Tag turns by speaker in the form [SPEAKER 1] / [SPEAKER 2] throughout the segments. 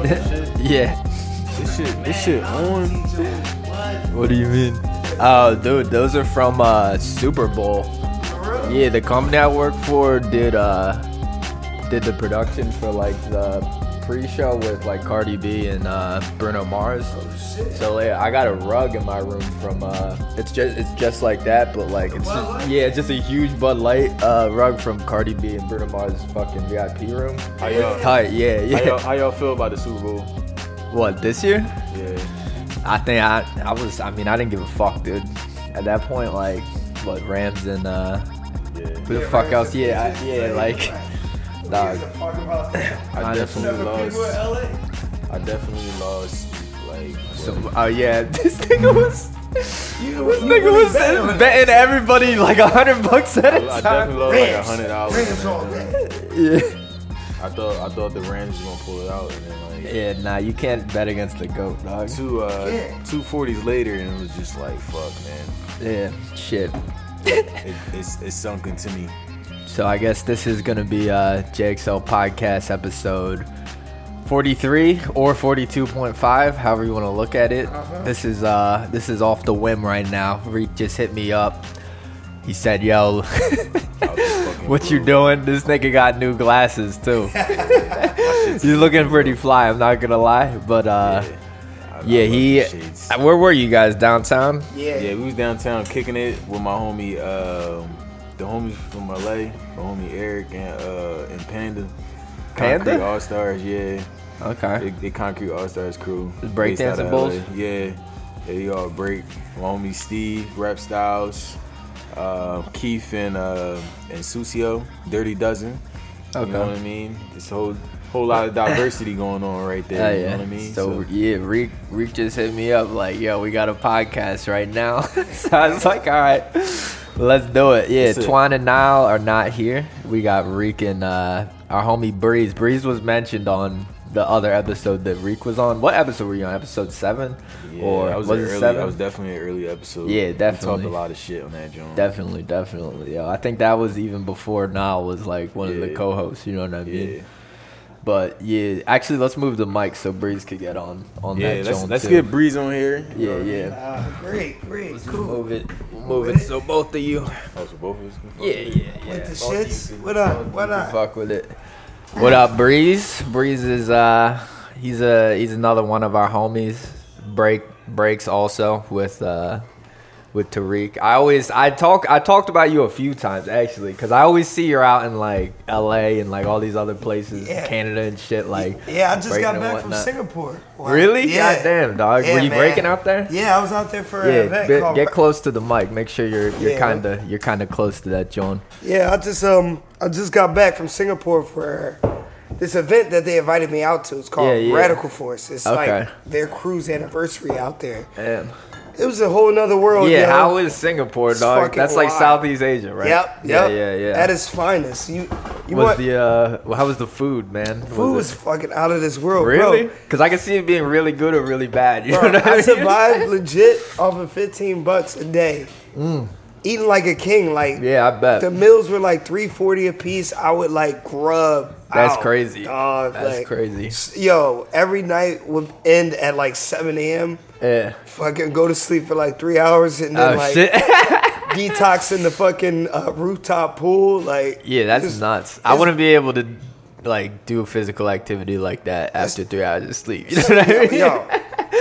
[SPEAKER 1] yeah.
[SPEAKER 2] This shit, this shit on.
[SPEAKER 1] What do you mean? Oh, dude, those are from uh, Super Bowl. Yeah, the company I work for did uh did the production for like the pre-show with like Cardi B and uh, Bruno Mars. So yeah, I got a rug in my room from uh it's just it's just like that, but like it's just, yeah, it's just a huge Bud Light uh, rug from Cardi B and Bruno Mars fucking VIP room.
[SPEAKER 2] How y'all,
[SPEAKER 1] Tight, yeah,
[SPEAKER 2] how y'all,
[SPEAKER 1] yeah.
[SPEAKER 2] how y'all feel about the Super Bowl?
[SPEAKER 1] What this year?
[SPEAKER 2] Yeah.
[SPEAKER 1] I think I I was I mean I didn't give a fuck, dude. At that point, like what Rams and uh
[SPEAKER 2] Yeah.
[SPEAKER 1] who the fuck else? Yeah, I, yeah, like dog.
[SPEAKER 2] I
[SPEAKER 1] Honestly.
[SPEAKER 2] definitely lost. I definitely lost. Like,
[SPEAKER 1] So oh yeah, this nigga was this nigga was betting, everybody like a hundred bucks at a
[SPEAKER 2] I I
[SPEAKER 1] time.
[SPEAKER 2] definitely lost like a hundred dollars.
[SPEAKER 3] It's all good.
[SPEAKER 1] Yeah.
[SPEAKER 2] I thought I thought the Rams was gonna pull it out, and then like
[SPEAKER 1] yeah, nah, you can't bet against the goat, dog.
[SPEAKER 2] two uh
[SPEAKER 3] Yeah.
[SPEAKER 2] two forties later, and it was just like fuck, man.
[SPEAKER 1] Yeah, shit.
[SPEAKER 2] It, it's it's sunk into me.
[SPEAKER 1] So I guess this is gonna be uh JXL podcast episode 43 or 42.5, however you want to look at it. This is uh this is off the whim right now. Reek just hit me up. He said, "Yo,
[SPEAKER 2] I was just fucking
[SPEAKER 1] what you
[SPEAKER 2] broke.
[SPEAKER 1] doing? This nigga got new glasses too. He's looking pretty fly. I'm not gonna lie, but uh,
[SPEAKER 2] I- I
[SPEAKER 1] yeah,
[SPEAKER 2] love
[SPEAKER 1] he.
[SPEAKER 2] the shades.
[SPEAKER 1] Where were you guys downtown?
[SPEAKER 2] Yeah,
[SPEAKER 3] Yeah.
[SPEAKER 2] we was downtown kicking it with my homie, um, the homies from LA, my homie Eric and uh, and Panda. Concrete
[SPEAKER 1] Panda?
[SPEAKER 2] All Stars, yeah.
[SPEAKER 1] Okay.
[SPEAKER 2] The, the Concrete All Stars crew.
[SPEAKER 1] The breakdancing
[SPEAKER 2] Based out of
[SPEAKER 1] bulls?
[SPEAKER 2] LA. Yeah. Yeah, you all break. My homie Steve, Rap Styles, uh, Keith and uh, and Susio, Dirty Dozen.
[SPEAKER 1] Okay.
[SPEAKER 2] You know what I mean? This whole whole lot of diversity going on right there.
[SPEAKER 1] Oh,
[SPEAKER 2] you
[SPEAKER 1] yeah.
[SPEAKER 2] know what I mean?
[SPEAKER 1] So, yeah, Reek, Reek just hit me up like, yo, we got a podcast right now. so I was like, all right, let's do it. Yeah,
[SPEAKER 2] That's it.
[SPEAKER 1] Twan and Nile are not here. We got Reek and uh, our homie Breeze. Breeze was mentioned on the other episode that Reek was on. What episode were you on? Episode seven?
[SPEAKER 2] Yeah,
[SPEAKER 1] or
[SPEAKER 2] I was,
[SPEAKER 1] was
[SPEAKER 2] an
[SPEAKER 1] it
[SPEAKER 2] early,
[SPEAKER 1] seven?
[SPEAKER 2] I was definitely an early episode.
[SPEAKER 1] Yeah,
[SPEAKER 2] We
[SPEAKER 1] definitely.
[SPEAKER 2] talked a lot of shit on that joint.
[SPEAKER 1] Definitely, definitely. Yeah, I think that was even before Nile was like one of the
[SPEAKER 2] Yeah.
[SPEAKER 1] co-hosts. You know what I mean?
[SPEAKER 2] Yeah,
[SPEAKER 1] But yeah, actually, let's move the mic so Breeze could get on on
[SPEAKER 2] yeah.
[SPEAKER 1] that.
[SPEAKER 2] Let's,
[SPEAKER 1] joint,
[SPEAKER 2] let's
[SPEAKER 1] too.
[SPEAKER 2] get Breeze on here.
[SPEAKER 1] Yeah, yeah.
[SPEAKER 3] Uh, great, great, cool.
[SPEAKER 1] Move it, move it. So both of you.
[SPEAKER 2] Oh, so both of us. can fuck
[SPEAKER 1] Yeah,
[SPEAKER 2] with it.
[SPEAKER 1] yeah, yeah.
[SPEAKER 3] With the
[SPEAKER 1] Both of you
[SPEAKER 3] shits?
[SPEAKER 1] can-
[SPEAKER 3] What up?
[SPEAKER 1] both of you
[SPEAKER 3] What
[SPEAKER 1] can
[SPEAKER 3] up?
[SPEAKER 1] Fuck with it. What up, Breeze? Breeze is uh, he's a he's another one of our homies. Break breaks also with uh with Tariq. I always I talk I talked about you a few times actually because I always see you're out in like L.A. and like all these other places,
[SPEAKER 3] Yeah.
[SPEAKER 1] Canada and shit. Like
[SPEAKER 3] Yeah, I just
[SPEAKER 1] breaking
[SPEAKER 3] got
[SPEAKER 1] and
[SPEAKER 3] back from
[SPEAKER 1] whatnot.
[SPEAKER 3] Singapore. Wow.
[SPEAKER 1] Really?
[SPEAKER 3] Yeah.
[SPEAKER 1] Goddamn, dog.
[SPEAKER 3] Yeah,
[SPEAKER 1] Were you
[SPEAKER 3] man.
[SPEAKER 1] breaking out there?
[SPEAKER 3] Yeah, I was out there for an
[SPEAKER 1] Yeah,
[SPEAKER 3] event
[SPEAKER 1] get,
[SPEAKER 3] called
[SPEAKER 1] get close to the mic. Make sure you're you're
[SPEAKER 3] Yeah.
[SPEAKER 1] kind of you're kind of close to that, John.
[SPEAKER 3] Yeah, I just um I just got back from Singapore for this event that they invited me out to. It's called
[SPEAKER 1] Yeah, yeah.
[SPEAKER 3] Radical Force. It's
[SPEAKER 1] Okay.
[SPEAKER 3] like their cruise anniversary out there.
[SPEAKER 1] Damn.
[SPEAKER 3] It was a whole nother world.
[SPEAKER 1] yeah,
[SPEAKER 3] Oh, yo.
[SPEAKER 1] how is Singapore,
[SPEAKER 3] It's
[SPEAKER 1] dog?
[SPEAKER 3] fucking
[SPEAKER 1] That's like
[SPEAKER 3] wild.
[SPEAKER 1] Southeast Asia, right?
[SPEAKER 3] Yep, yep.
[SPEAKER 1] Yeah, yeah, yeah.
[SPEAKER 3] At its finest. You you
[SPEAKER 1] was
[SPEAKER 3] want
[SPEAKER 1] the uh, well, how was the food, man?
[SPEAKER 3] food
[SPEAKER 1] was
[SPEAKER 3] was
[SPEAKER 1] it-
[SPEAKER 3] fucking out of this world,
[SPEAKER 1] really
[SPEAKER 3] bro.
[SPEAKER 1] because I can see it being really good or really bad. You
[SPEAKER 3] Bro,
[SPEAKER 1] know what I
[SPEAKER 3] I
[SPEAKER 1] mean?
[SPEAKER 3] survived legit off of 15 bucks a day. Eating like a king, like
[SPEAKER 1] Mm. Yeah, I bet.
[SPEAKER 3] the meals were like 340 a piece. I would like grub.
[SPEAKER 1] That's
[SPEAKER 3] out,
[SPEAKER 1] crazy.
[SPEAKER 3] Dog,
[SPEAKER 1] That's
[SPEAKER 3] like,
[SPEAKER 1] crazy.
[SPEAKER 3] Yo, every night would end at like 7 a.m.
[SPEAKER 1] Yeah.
[SPEAKER 3] Fucking go to sleep for like three hours and then
[SPEAKER 1] Oh
[SPEAKER 3] like
[SPEAKER 1] shit.
[SPEAKER 3] detox in the fucking uh, rooftop pool. Like
[SPEAKER 1] yeah, that's
[SPEAKER 3] just-
[SPEAKER 1] nuts. I
[SPEAKER 3] it's-
[SPEAKER 1] wouldn't be able to like do physical activity like that after three hours of sleep. You know what I
[SPEAKER 3] yo,
[SPEAKER 1] mean?
[SPEAKER 3] yo,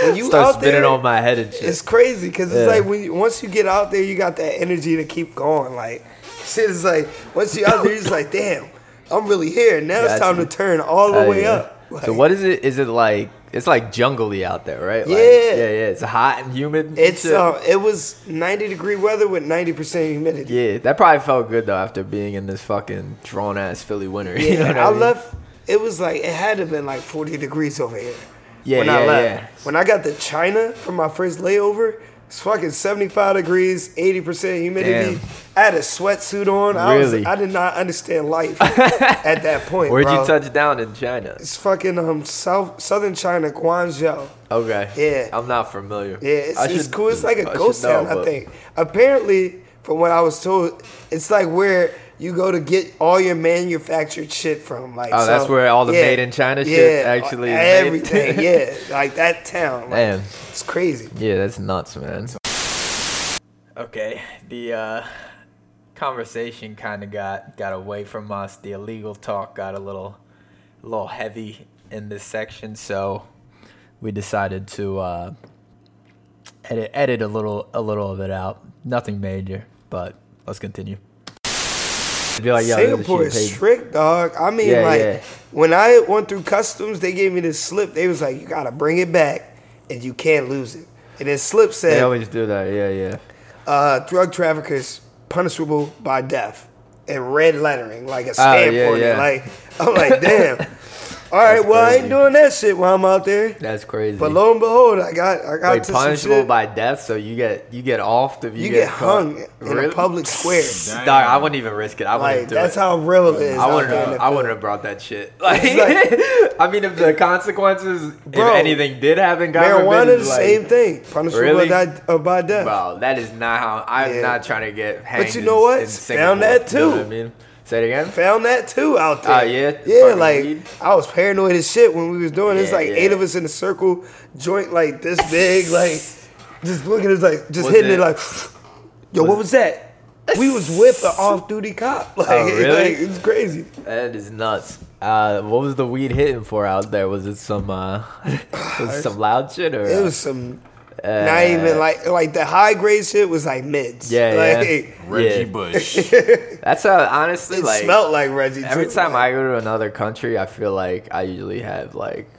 [SPEAKER 3] when you
[SPEAKER 1] Start
[SPEAKER 3] out
[SPEAKER 1] spinning
[SPEAKER 3] there,
[SPEAKER 1] on my head and shit.
[SPEAKER 3] it's crazy because
[SPEAKER 1] Yeah.
[SPEAKER 3] it's like when you, once you get out there, you got that energy to keep going. Like shit is like once you out there, you're just like, damn, I'm really here. Now it's
[SPEAKER 1] Gotcha.
[SPEAKER 3] time to turn all the
[SPEAKER 1] Oh,
[SPEAKER 3] way
[SPEAKER 1] yeah.
[SPEAKER 3] up.
[SPEAKER 1] so
[SPEAKER 3] Like,
[SPEAKER 1] what is it? Is it like it's like jungly out there, right? Like,
[SPEAKER 3] Yeah.
[SPEAKER 1] yeah, yeah. It's hot and humid. and
[SPEAKER 3] It's
[SPEAKER 1] shit.
[SPEAKER 3] uh, it was 90 degree weather with 90 percent humidity.
[SPEAKER 1] yeah. That probably felt good though after being in this fucking drawn ass Philly winter. you know
[SPEAKER 3] Yeah,
[SPEAKER 1] what
[SPEAKER 3] I
[SPEAKER 1] mean?
[SPEAKER 3] left. It was like it had to have been like 40 degrees over here.
[SPEAKER 1] Yeah,
[SPEAKER 3] when
[SPEAKER 1] yeah,
[SPEAKER 3] I
[SPEAKER 1] yeah.
[SPEAKER 3] left. When I got to China for my first layover, it's fucking 75 degrees, 80% humidity.
[SPEAKER 1] Damn.
[SPEAKER 3] I had a sweatsuit on. I
[SPEAKER 1] Really?
[SPEAKER 3] was I did not understand life at that point.
[SPEAKER 1] Where'd
[SPEAKER 3] bro.
[SPEAKER 1] you touch down in China?
[SPEAKER 3] It's fucking um south southern China, Guangzhou.
[SPEAKER 1] Okay.
[SPEAKER 3] Yeah.
[SPEAKER 1] I'm not familiar.
[SPEAKER 3] Yeah, it's,
[SPEAKER 1] I
[SPEAKER 3] it's
[SPEAKER 1] should-
[SPEAKER 3] cool. It's like a
[SPEAKER 1] I should
[SPEAKER 3] ghost
[SPEAKER 1] know,
[SPEAKER 3] town, I
[SPEAKER 1] but-
[SPEAKER 3] think. Apparently, from what I was told, it's like where you go to get all your manufactured shit from. Like,
[SPEAKER 1] Oh,
[SPEAKER 3] so-
[SPEAKER 1] that's where all the
[SPEAKER 3] yeah,
[SPEAKER 1] made in China shit
[SPEAKER 3] yeah,
[SPEAKER 1] actually is made.
[SPEAKER 3] everything. yeah, like that town. Like,
[SPEAKER 1] Damn.
[SPEAKER 3] it's crazy.
[SPEAKER 1] Yeah, that's nuts, man. Okay, the uh, conversation kind of got got away from us. The illegal talk got a little, a little heavy in this section, so we decided to uh, edit edit a little a little of it out. Nothing major, but let's continue. Be like, yo, this is
[SPEAKER 3] Singapore
[SPEAKER 1] shit
[SPEAKER 3] is
[SPEAKER 1] paid-
[SPEAKER 3] strict, dog. I mean,
[SPEAKER 1] Yeah,
[SPEAKER 3] like,
[SPEAKER 1] yeah.
[SPEAKER 3] when I went through customs, they gave me this slip. They was like, you gotta bring it back, and you can't lose it. And this slip
[SPEAKER 1] They
[SPEAKER 3] said,
[SPEAKER 1] always do that. Yeah, yeah.
[SPEAKER 3] uh, drug traffickers punishable by death and red lettering, like a
[SPEAKER 1] Oh,
[SPEAKER 3] stamp
[SPEAKER 1] yeah,
[SPEAKER 3] on
[SPEAKER 1] yeah.
[SPEAKER 3] it. Like I'm like, damn. All right, well I ain't
[SPEAKER 1] crazy.
[SPEAKER 3] doing that shit while I'm out there.
[SPEAKER 1] That's crazy.
[SPEAKER 3] But lo and behold, I got I got
[SPEAKER 1] Wait,
[SPEAKER 3] to
[SPEAKER 1] punishable
[SPEAKER 3] some shit.
[SPEAKER 1] by death, so you get you get off the
[SPEAKER 3] you, get, hung
[SPEAKER 1] caught.
[SPEAKER 3] in
[SPEAKER 1] Really?
[SPEAKER 3] a public square.
[SPEAKER 2] Damn.
[SPEAKER 1] Dog, I wouldn't even risk it. I wouldn't
[SPEAKER 3] like
[SPEAKER 1] do
[SPEAKER 3] that's
[SPEAKER 1] it.
[SPEAKER 3] how real it is.
[SPEAKER 1] I
[SPEAKER 3] out
[SPEAKER 1] wouldn't.
[SPEAKER 3] there
[SPEAKER 1] Have,
[SPEAKER 3] in the
[SPEAKER 1] I
[SPEAKER 3] field.
[SPEAKER 1] wouldn't have brought that shit. Like,
[SPEAKER 3] It's
[SPEAKER 1] I mean, if the consequences,
[SPEAKER 3] Bro,
[SPEAKER 1] if anything did happen, God
[SPEAKER 3] Marijuana,
[SPEAKER 1] forbid,
[SPEAKER 3] the
[SPEAKER 1] like,
[SPEAKER 3] same thing. Punishable
[SPEAKER 1] Really?
[SPEAKER 3] by, di- uh, by death.
[SPEAKER 1] Wow, that is not how. I'm
[SPEAKER 3] Yeah.
[SPEAKER 1] not trying to get hanged.
[SPEAKER 3] you know
[SPEAKER 1] in-
[SPEAKER 3] what?
[SPEAKER 1] in
[SPEAKER 3] Found
[SPEAKER 1] Singapore,
[SPEAKER 3] that
[SPEAKER 1] you know
[SPEAKER 3] too.
[SPEAKER 1] what I mean, say it again.
[SPEAKER 3] Found that too out there.
[SPEAKER 1] Oh, yeah?
[SPEAKER 3] yeah.
[SPEAKER 1] Fucking
[SPEAKER 3] Like
[SPEAKER 1] weed?
[SPEAKER 3] I was paranoid as shit when we was doing. it. It's
[SPEAKER 1] Yeah,
[SPEAKER 3] like
[SPEAKER 1] yeah.
[SPEAKER 3] eight of us in a circle, joint like this big, like just looking at us like just
[SPEAKER 1] Was
[SPEAKER 3] hitting
[SPEAKER 1] it-
[SPEAKER 3] it, like, yo, what was that? We was with an off-duty cop. Like,
[SPEAKER 1] Oh, really?
[SPEAKER 3] like, it's crazy.
[SPEAKER 1] That is nuts. Uh, what was the weed hitting for out there? Was it some uh, was it some loud shit or
[SPEAKER 3] It
[SPEAKER 1] uh,
[SPEAKER 3] was some. not even like like the high grade shit was like mids.
[SPEAKER 1] Yeah,
[SPEAKER 3] like,
[SPEAKER 1] yeah.
[SPEAKER 2] Reggie
[SPEAKER 1] Yeah.
[SPEAKER 2] Bush.
[SPEAKER 1] That's how honestly
[SPEAKER 3] It
[SPEAKER 1] like
[SPEAKER 3] smelled like Reggie.
[SPEAKER 1] Every
[SPEAKER 3] too.
[SPEAKER 1] time I go to another country, I feel like I usually have like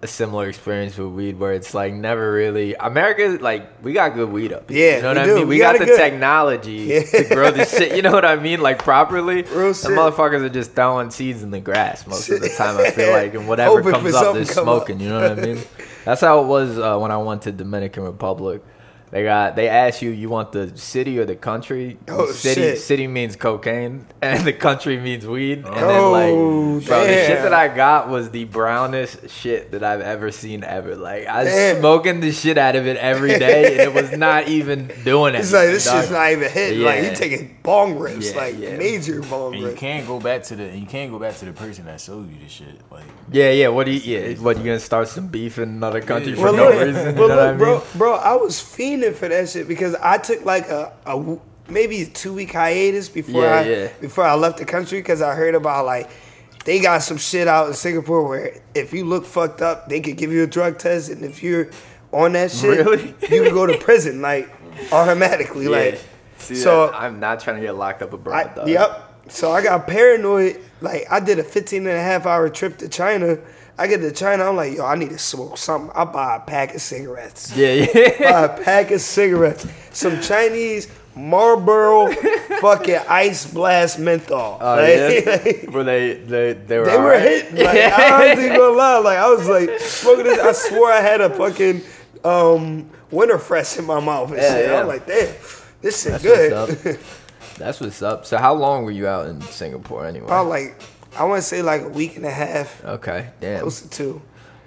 [SPEAKER 1] a similar experience with weed, where it's like never really America. Like we got good weed up, here,
[SPEAKER 3] Yeah,
[SPEAKER 1] you know
[SPEAKER 3] we
[SPEAKER 1] what
[SPEAKER 3] do.
[SPEAKER 1] I mean. We,
[SPEAKER 3] We
[SPEAKER 1] got,
[SPEAKER 3] got it
[SPEAKER 1] the
[SPEAKER 3] good.
[SPEAKER 1] technology to grow this shit. You know what I mean? Like properly,
[SPEAKER 3] Real
[SPEAKER 1] the
[SPEAKER 3] shit.
[SPEAKER 1] motherfuckers are just throwing seeds in the grass most of the time. I feel like, and whatever
[SPEAKER 3] Hoping for
[SPEAKER 1] comes up,
[SPEAKER 3] something
[SPEAKER 1] they're
[SPEAKER 3] come up.
[SPEAKER 1] smoking. You know what I mean? That's how it was uh, when I went to Dominican Republic. They got. They asked you, you want the city or the country?
[SPEAKER 3] Oh,
[SPEAKER 1] city,
[SPEAKER 3] shit.
[SPEAKER 1] city means cocaine, and the country means weed. And then
[SPEAKER 3] Oh,
[SPEAKER 1] like, bro, the shit
[SPEAKER 3] damn.
[SPEAKER 1] that I got was the brownest shit that I've ever seen ever. Like I was
[SPEAKER 3] Damn.
[SPEAKER 1] smoking the shit out of it every day, and it was not even doing it.
[SPEAKER 3] It's like this shit's not even hitting. Like
[SPEAKER 1] Yeah.
[SPEAKER 3] you taking bong rips,
[SPEAKER 1] Yeah,
[SPEAKER 3] like
[SPEAKER 1] yeah.
[SPEAKER 3] major bong
[SPEAKER 2] and you
[SPEAKER 3] rips.
[SPEAKER 2] can't go back to the and you can't go back to the person that sold you this shit. Like
[SPEAKER 1] Yeah, yeah. What do you? Yeah, what you gonna start some beef in another country for
[SPEAKER 3] Well,
[SPEAKER 1] no
[SPEAKER 3] look,
[SPEAKER 1] reason? You
[SPEAKER 3] well,
[SPEAKER 1] know what I
[SPEAKER 3] look,
[SPEAKER 1] mean?
[SPEAKER 3] bro, bro, I was fiending for that shit because I took like a, a w- maybe two week hiatus before
[SPEAKER 1] Yeah,
[SPEAKER 3] I
[SPEAKER 1] yeah.
[SPEAKER 3] before I left the country because I heard about like they got some shit out in Singapore where if you look fucked up, they could give you a drug test, and if you're on that shit,
[SPEAKER 1] Really?
[SPEAKER 3] you can go to prison like automatically,
[SPEAKER 1] Yeah.
[SPEAKER 3] like.
[SPEAKER 1] See,
[SPEAKER 3] so-
[SPEAKER 1] that- I'm not trying to get locked up abroad.
[SPEAKER 3] I,
[SPEAKER 1] dog.
[SPEAKER 3] yep. So I got paranoid. Like I did a 15 and a half hour trip to China. I get to China, I'm like, yo, I need to smoke something. I buy a pack of cigarettes.
[SPEAKER 1] Yeah, yeah.
[SPEAKER 3] buy a pack of cigarettes. Some Chinese Marlboro fucking ice blast menthol.
[SPEAKER 1] Oh,
[SPEAKER 3] Like, like,
[SPEAKER 1] yeah. Were they? They, they were.
[SPEAKER 3] they were
[SPEAKER 1] alright?
[SPEAKER 3] hitting. Like, I ain't gonna lie. Like I was like smoking this. I swore I had a fucking um, winter fresh in my mouth and
[SPEAKER 1] Yeah,
[SPEAKER 3] shit.
[SPEAKER 1] yeah.
[SPEAKER 3] I'm like, damn, this shit
[SPEAKER 1] That's
[SPEAKER 3] good.
[SPEAKER 1] what's up. That's what's up. So, how long were you out in Singapore anyway?
[SPEAKER 3] Probably like I want to say like a week and a half,
[SPEAKER 1] Okay, damn.
[SPEAKER 3] close to two.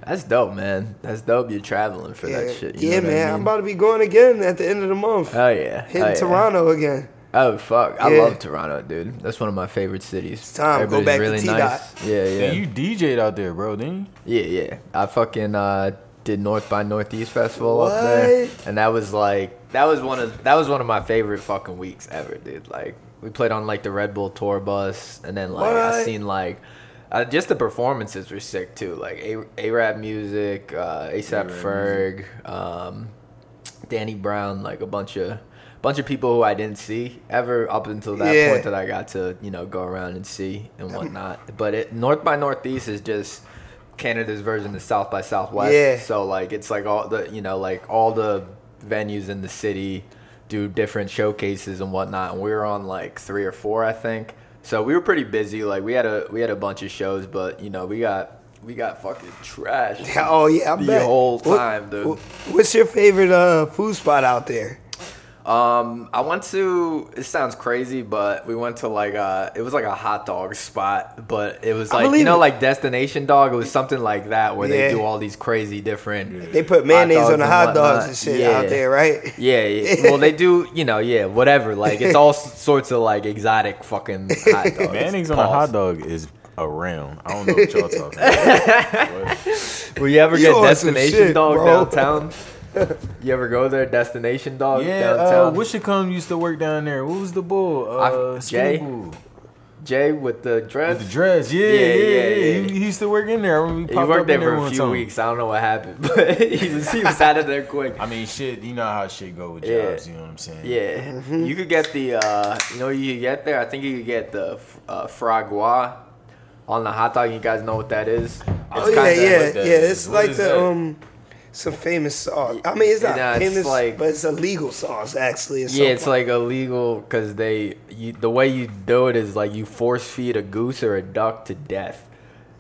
[SPEAKER 1] That's dope, man. That's dope. You're traveling for
[SPEAKER 3] Yeah,
[SPEAKER 1] that shit. You
[SPEAKER 3] yeah
[SPEAKER 1] know
[SPEAKER 3] man.
[SPEAKER 1] what I
[SPEAKER 3] I'm
[SPEAKER 1] mean?
[SPEAKER 3] about to be going again at the end of the month.
[SPEAKER 1] Oh yeah,
[SPEAKER 3] Hitting
[SPEAKER 1] oh, yeah.
[SPEAKER 3] Toronto again.
[SPEAKER 1] Oh fuck, I
[SPEAKER 3] Yeah.
[SPEAKER 1] love Toronto, dude. That's one of my favorite cities.
[SPEAKER 3] time. Go
[SPEAKER 1] Everybody's
[SPEAKER 3] back to T-Dot.
[SPEAKER 1] Yeah, yeah,
[SPEAKER 2] and you DJ'd out there, bro, didn't you?
[SPEAKER 1] yeah, yeah. I fucking uh, did North by Northeast festival up there,
[SPEAKER 3] What?
[SPEAKER 1] and that was like that was one of that was one of my favorite fucking weeks ever, dude. Like we played on like the Red Bull tour bus, and then like I
[SPEAKER 3] What?
[SPEAKER 1] seen like. Uh, just the performances were sick too, like A Rap music, uh, ASAP Ferg, um, Danny Brown, like a bunch of bunch of people who I didn't see ever up until that
[SPEAKER 3] Yeah.
[SPEAKER 1] point that I got to you know go around and see and whatnot. But it, North by Northeast is just Canada's version of South by Southwest.
[SPEAKER 3] Yeah.
[SPEAKER 1] So like it's like all the you know like all the venues in the city do different showcases and whatnot. And we were on like three or four, I think. So we were pretty busy. Like we had a we had a bunch of shows, but you know we got we got fucking trash.
[SPEAKER 3] Oh yeah, I
[SPEAKER 1] The
[SPEAKER 3] bet.
[SPEAKER 1] whole time, dude.
[SPEAKER 3] what's your favorite uh, food spot out there?
[SPEAKER 1] Um, I went to. It sounds crazy, but we went to like a. It was like a hot dog spot, but it was
[SPEAKER 3] I
[SPEAKER 1] like you
[SPEAKER 3] believe
[SPEAKER 1] know,
[SPEAKER 3] it.
[SPEAKER 1] like Destination Dog. It was something like that where
[SPEAKER 3] Yeah.
[SPEAKER 1] they do all these crazy different.
[SPEAKER 3] They put
[SPEAKER 1] hot
[SPEAKER 3] mayonnaise
[SPEAKER 1] dogs
[SPEAKER 3] on the
[SPEAKER 1] and
[SPEAKER 3] hot dogs
[SPEAKER 1] whatnot.
[SPEAKER 3] and shit
[SPEAKER 1] Yeah.
[SPEAKER 3] out there, right?
[SPEAKER 1] Yeah, yeah. Well, they do. You know, yeah, whatever. Like it's all s- sorts of like exotic fucking hot dogs.
[SPEAKER 2] Mayonnaise on a
[SPEAKER 1] Pause.
[SPEAKER 2] hot dog is around. I don't know what y'all talking about.
[SPEAKER 1] Will you ever
[SPEAKER 3] You
[SPEAKER 1] get
[SPEAKER 3] on some
[SPEAKER 1] Destination
[SPEAKER 3] shit,
[SPEAKER 1] Dog
[SPEAKER 3] bro.
[SPEAKER 1] downtown? You ever go there, Destination Dog
[SPEAKER 2] Yeah, uh,
[SPEAKER 1] downtown?
[SPEAKER 2] Wishacombe used to work down there. What was the bull? Uh,
[SPEAKER 1] I- Jay?
[SPEAKER 2] Scoob.
[SPEAKER 1] Jay with the dread.
[SPEAKER 2] With the dress. Yeah, yeah,
[SPEAKER 1] Yeah,
[SPEAKER 2] yeah.
[SPEAKER 1] yeah, yeah.
[SPEAKER 2] He, he used to work in there. I remember
[SPEAKER 1] He
[SPEAKER 2] popped
[SPEAKER 1] worked
[SPEAKER 2] up
[SPEAKER 1] there
[SPEAKER 2] in
[SPEAKER 1] for a
[SPEAKER 2] one
[SPEAKER 1] few
[SPEAKER 2] time.
[SPEAKER 1] weeks. I don't know what happened, but he was, he was out of there quick.
[SPEAKER 2] I mean, shit, you know how shit go with
[SPEAKER 1] Yeah.
[SPEAKER 2] jobs, you know what I'm saying?
[SPEAKER 1] Yeah, you could get the uh, you know you could get there. I think you could get the uh, fragua on the hot dog. You guys know what that is? It's
[SPEAKER 2] Oh,
[SPEAKER 3] Oh, yeah,
[SPEAKER 2] kinda
[SPEAKER 3] yeah,
[SPEAKER 2] what that
[SPEAKER 3] yeah.
[SPEAKER 2] is.
[SPEAKER 3] It's
[SPEAKER 2] What
[SPEAKER 3] like
[SPEAKER 2] is
[SPEAKER 3] the
[SPEAKER 2] that?
[SPEAKER 3] um, some famous sauce. I mean, it's not
[SPEAKER 1] Nah, it's
[SPEAKER 3] famous,
[SPEAKER 1] like-
[SPEAKER 3] but it's a legal sauce actually.
[SPEAKER 1] yeah, it's like illegal because they you, the way you do it is like you force feed a goose or a duck to death.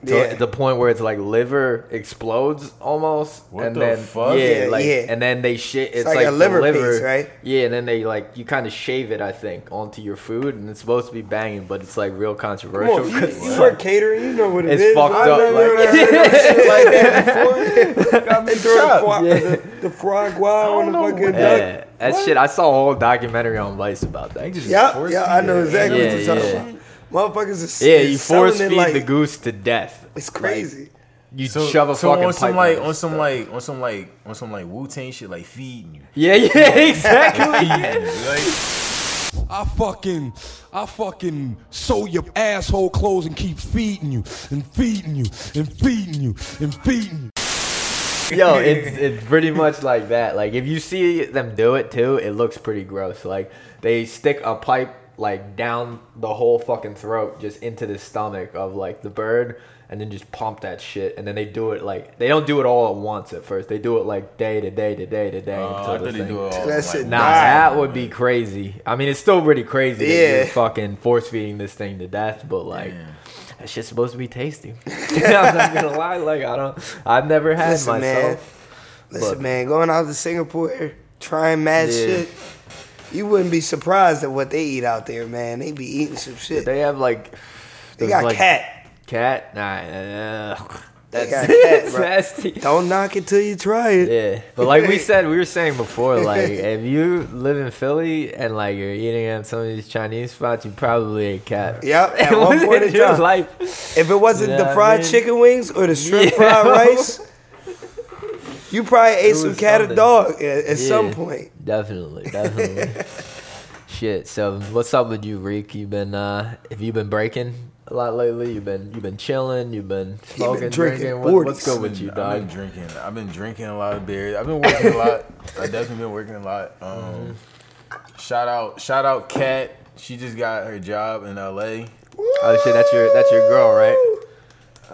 [SPEAKER 1] To
[SPEAKER 3] Yeah.
[SPEAKER 1] the point where it's like liver explodes almost,
[SPEAKER 2] What
[SPEAKER 1] and
[SPEAKER 2] the
[SPEAKER 1] then
[SPEAKER 2] fuck?
[SPEAKER 1] yeah,
[SPEAKER 3] Yeah,
[SPEAKER 1] like
[SPEAKER 3] yeah.
[SPEAKER 1] and then they shit. It's,
[SPEAKER 3] like
[SPEAKER 1] like,
[SPEAKER 3] a
[SPEAKER 1] the
[SPEAKER 3] liver piece,
[SPEAKER 1] liver
[SPEAKER 3] right?
[SPEAKER 1] Yeah, and then they like you kind of shave it, I think, onto your food, and it's supposed to be banging, but it's like real
[SPEAKER 3] Come on,
[SPEAKER 1] controversial.
[SPEAKER 3] you,
[SPEAKER 1] 'cause
[SPEAKER 3] you work catering, you know what it
[SPEAKER 1] It's
[SPEAKER 3] is.
[SPEAKER 1] fucked
[SPEAKER 3] I've
[SPEAKER 1] up,
[SPEAKER 3] never
[SPEAKER 1] like-
[SPEAKER 3] heard shit like that before.
[SPEAKER 2] Got me
[SPEAKER 3] They throw the,
[SPEAKER 2] chopped.
[SPEAKER 3] qua-
[SPEAKER 1] Yeah.
[SPEAKER 3] the, the frog wild on
[SPEAKER 2] don't
[SPEAKER 3] the
[SPEAKER 2] know
[SPEAKER 3] fucking
[SPEAKER 2] what-
[SPEAKER 3] duck.
[SPEAKER 1] Yeah, that shit. I saw a whole documentary on Vice about that.
[SPEAKER 2] They just
[SPEAKER 3] Yeah,
[SPEAKER 2] force
[SPEAKER 3] yeah,
[SPEAKER 2] feed
[SPEAKER 3] I know
[SPEAKER 2] it.
[SPEAKER 3] exactly what
[SPEAKER 1] Yeah,
[SPEAKER 3] you're talking
[SPEAKER 1] yeah.
[SPEAKER 3] about. Motherfuckers is
[SPEAKER 1] yeah,
[SPEAKER 3] is
[SPEAKER 1] you
[SPEAKER 3] selling
[SPEAKER 1] force
[SPEAKER 3] it
[SPEAKER 1] feed
[SPEAKER 3] like,
[SPEAKER 1] the goose to death.
[SPEAKER 3] It's crazy.
[SPEAKER 1] You
[SPEAKER 2] So,
[SPEAKER 1] shove a
[SPEAKER 2] so
[SPEAKER 1] fucking
[SPEAKER 2] on some
[SPEAKER 1] pipe
[SPEAKER 2] like
[SPEAKER 1] in it.
[SPEAKER 2] on some like on some like on some like Wu Tang shit like feeding you.
[SPEAKER 1] Yeah, yeah, exactly.
[SPEAKER 2] Feeding you. Like,
[SPEAKER 4] I fucking, I fucking sew your asshole clothes and keep feeding you and feeding you and feeding you and feeding you.
[SPEAKER 1] Yo, it's it's pretty much like that. Like if you see them do it too, it looks pretty gross. Like they stick a pipe like down the whole fucking throat, just into the stomach of like the bird, and then just pump that shit. And then they do it like they don't do it all at once at first. They do it like day to day to day to day
[SPEAKER 2] uh, I
[SPEAKER 1] until the
[SPEAKER 2] thought they
[SPEAKER 1] thing-
[SPEAKER 2] do it all. like,
[SPEAKER 3] That shit
[SPEAKER 1] Nah,
[SPEAKER 3] Nah.
[SPEAKER 1] that would be crazy. I mean, it's still pretty crazy. Yeah,
[SPEAKER 3] Yeah.
[SPEAKER 1] that you fucking force feeding this thing to death, but like. That shit's supposed to be tasty. I'm not gonna lie, like I don't, I've never had
[SPEAKER 3] Listen, man.
[SPEAKER 1] myself.
[SPEAKER 3] Listen,
[SPEAKER 1] But-
[SPEAKER 3] man, going out to Singapore, trying mad
[SPEAKER 1] Yeah.
[SPEAKER 3] shit, you wouldn't be surprised at what they eat out there, man. They be eating some shit. They,
[SPEAKER 1] They have like, those,
[SPEAKER 3] got
[SPEAKER 1] like,
[SPEAKER 3] cat.
[SPEAKER 1] cat. Nah, uh,
[SPEAKER 3] They
[SPEAKER 1] that's
[SPEAKER 3] got cat, bro.
[SPEAKER 1] nasty.
[SPEAKER 3] Don't knock it till you try it.
[SPEAKER 1] Yeah, but like we said, we were saying before, like if you live in Philly and like you're eating at some of these Chinese spots, you probably ate cat.
[SPEAKER 3] Yep, at one point in
[SPEAKER 1] your
[SPEAKER 3] time.
[SPEAKER 1] life.
[SPEAKER 3] If it wasn't
[SPEAKER 1] You know
[SPEAKER 3] the
[SPEAKER 1] what I
[SPEAKER 3] fried
[SPEAKER 1] mean?
[SPEAKER 3] chicken wings or the
[SPEAKER 1] Yeah.
[SPEAKER 3] shrimp fried rice, you probably ate some
[SPEAKER 1] was
[SPEAKER 3] cat or
[SPEAKER 1] something.
[SPEAKER 3] dog at, at some
[SPEAKER 1] Yeah.
[SPEAKER 3] point.
[SPEAKER 1] Definitely, definitely. Shit. So, what's up with you, Reek? You been uh, have you been breaking a lot lately? You've been you've been chilling. You've been smoking,
[SPEAKER 3] drinking
[SPEAKER 1] drinking. What,
[SPEAKER 3] 40s.
[SPEAKER 1] what's good with you,
[SPEAKER 2] I've been- I've been
[SPEAKER 1] dog?
[SPEAKER 2] drinking. I've been drinking a lot of beer. I've been working a lot. I definitely been working a lot. Um,
[SPEAKER 1] Mm-hmm.
[SPEAKER 2] Shout out, shout out, Kat. She just got her job in L.A.
[SPEAKER 1] Oh shit, that's your that's your girl, right?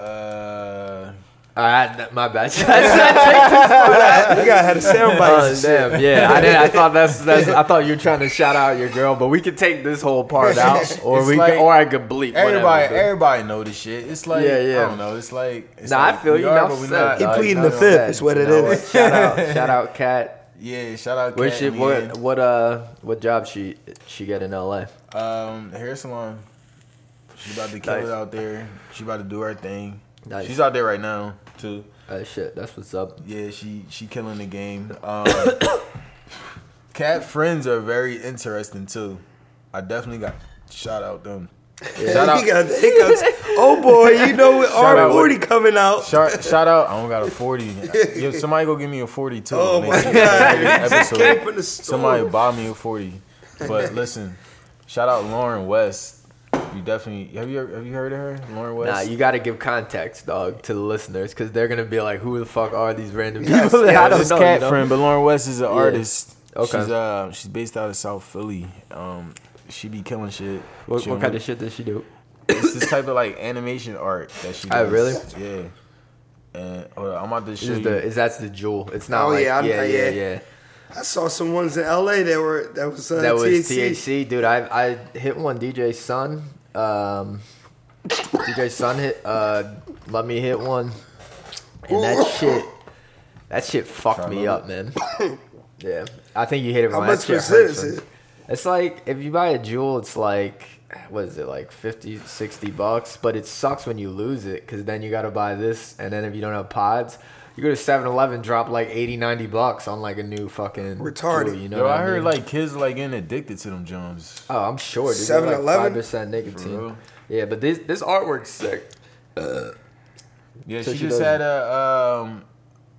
[SPEAKER 2] Uh,
[SPEAKER 1] All right, th- my bad. That's-
[SPEAKER 3] You gotta have a sound bite.
[SPEAKER 1] oh, damn. Yeah, I did. I thought that's that's. I thought you were trying to shout out your girl, but we could take this whole part out, or
[SPEAKER 2] It's
[SPEAKER 1] we,
[SPEAKER 2] like-
[SPEAKER 1] could, or I could bleep. whatever,
[SPEAKER 2] everybody,
[SPEAKER 1] dude.
[SPEAKER 2] everybody know this shit. It's like,
[SPEAKER 1] Yeah, yeah.
[SPEAKER 2] I don't know. It's like, it's
[SPEAKER 1] Nah,
[SPEAKER 2] like
[SPEAKER 1] I feel
[SPEAKER 2] we
[SPEAKER 1] you.
[SPEAKER 2] are,
[SPEAKER 1] Enough
[SPEAKER 2] but we
[SPEAKER 1] said.
[SPEAKER 2] not.
[SPEAKER 3] He
[SPEAKER 2] Like,
[SPEAKER 3] pleading
[SPEAKER 2] you
[SPEAKER 3] the
[SPEAKER 2] know
[SPEAKER 3] fifth.
[SPEAKER 1] Said.
[SPEAKER 3] is what it
[SPEAKER 1] You know
[SPEAKER 3] is.
[SPEAKER 1] what? Shout out, shout out, Cat.
[SPEAKER 2] Yeah, shout out.
[SPEAKER 1] What
[SPEAKER 2] Kat
[SPEAKER 1] shit?
[SPEAKER 2] Lee Ann.
[SPEAKER 1] What what uh what job she she get in L.A.
[SPEAKER 2] Um, hair salon. She about to kill
[SPEAKER 1] Nice.
[SPEAKER 2] it out there. She about to do her thing.
[SPEAKER 1] Nice.
[SPEAKER 2] She's out there right now too.
[SPEAKER 1] Oh shit, that's what's up.
[SPEAKER 2] Yeah, she she killing the game. Um, cat friends are very interesting too. I definitely got shout out them. Shout
[SPEAKER 3] He
[SPEAKER 2] out.
[SPEAKER 3] got the hiccups. Oh boy, you know with
[SPEAKER 2] Shout out.
[SPEAKER 3] R40 coming out.
[SPEAKER 2] Shout, shout out! I don't got a forty. Yo, somebody go give me a forty too.
[SPEAKER 3] Oh
[SPEAKER 2] Next
[SPEAKER 3] my
[SPEAKER 2] year,
[SPEAKER 3] God.
[SPEAKER 2] next episode.
[SPEAKER 3] Came from the store.
[SPEAKER 2] Somebody buy me a forty. But listen, shout out Lauren West. You definitely have you have you heard of her, Lauren West?
[SPEAKER 1] Nah, you gotta give context, dog, to the listeners, cause they're gonna be like, "Who the fuck are these random people?" that
[SPEAKER 2] Yeah,
[SPEAKER 1] I don't
[SPEAKER 2] this
[SPEAKER 1] know.
[SPEAKER 2] cat
[SPEAKER 1] you know?
[SPEAKER 2] friend, but Lauren West is an artist.
[SPEAKER 1] Okay.
[SPEAKER 2] She's uh she's based out of South Philly. Um she be killing shit.
[SPEAKER 1] What,
[SPEAKER 2] She
[SPEAKER 1] what
[SPEAKER 2] don't-
[SPEAKER 1] kind of shit does she do?
[SPEAKER 2] It's this type of like animation art that she
[SPEAKER 1] Oh,
[SPEAKER 2] does.
[SPEAKER 1] really?
[SPEAKER 2] Yeah. And hold on, I'm about to show
[SPEAKER 1] Is
[SPEAKER 2] you.
[SPEAKER 1] the is that's the jewel? It's not
[SPEAKER 3] Oh,
[SPEAKER 1] like
[SPEAKER 3] yeah,
[SPEAKER 1] yeah,
[SPEAKER 3] I'm-
[SPEAKER 1] yeah,
[SPEAKER 3] yeah.
[SPEAKER 1] yeah,
[SPEAKER 3] I saw some ones in LA that were that was uh,
[SPEAKER 1] That was
[SPEAKER 3] THC.
[SPEAKER 1] THC, dude. I I hit one DJ Sun. Um, DJ Sun hit. Uh, let me hit one, and that shit. That shit fucked me
[SPEAKER 2] another.
[SPEAKER 1] up, man. Yeah, I think you hit it.
[SPEAKER 3] How
[SPEAKER 1] wrong.
[SPEAKER 3] much
[SPEAKER 1] That shit
[SPEAKER 3] percent
[SPEAKER 1] hurts
[SPEAKER 3] is
[SPEAKER 1] when-
[SPEAKER 3] it?
[SPEAKER 1] It's like if you buy a jewel, it's like what is it like 50 60 bucks but it sucks when you lose it because then you got to buy this and then if you don't have pods you go to 7-eleven drop like 80 90 bucks on like a new fucking
[SPEAKER 3] Retarded.
[SPEAKER 1] jewel, you know
[SPEAKER 2] Yo,
[SPEAKER 1] what
[SPEAKER 2] I heard
[SPEAKER 1] mean?
[SPEAKER 2] like kids like getting addicted to them Jones.
[SPEAKER 1] oh i'm sure dude, 7-eleven
[SPEAKER 3] 7-Eleven?
[SPEAKER 1] like 5%
[SPEAKER 2] For
[SPEAKER 1] nicotine
[SPEAKER 2] real.
[SPEAKER 1] yeah but this this artwork's sick
[SPEAKER 2] Yeah,
[SPEAKER 1] So
[SPEAKER 2] she,
[SPEAKER 1] she
[SPEAKER 2] just
[SPEAKER 1] does-
[SPEAKER 2] had a um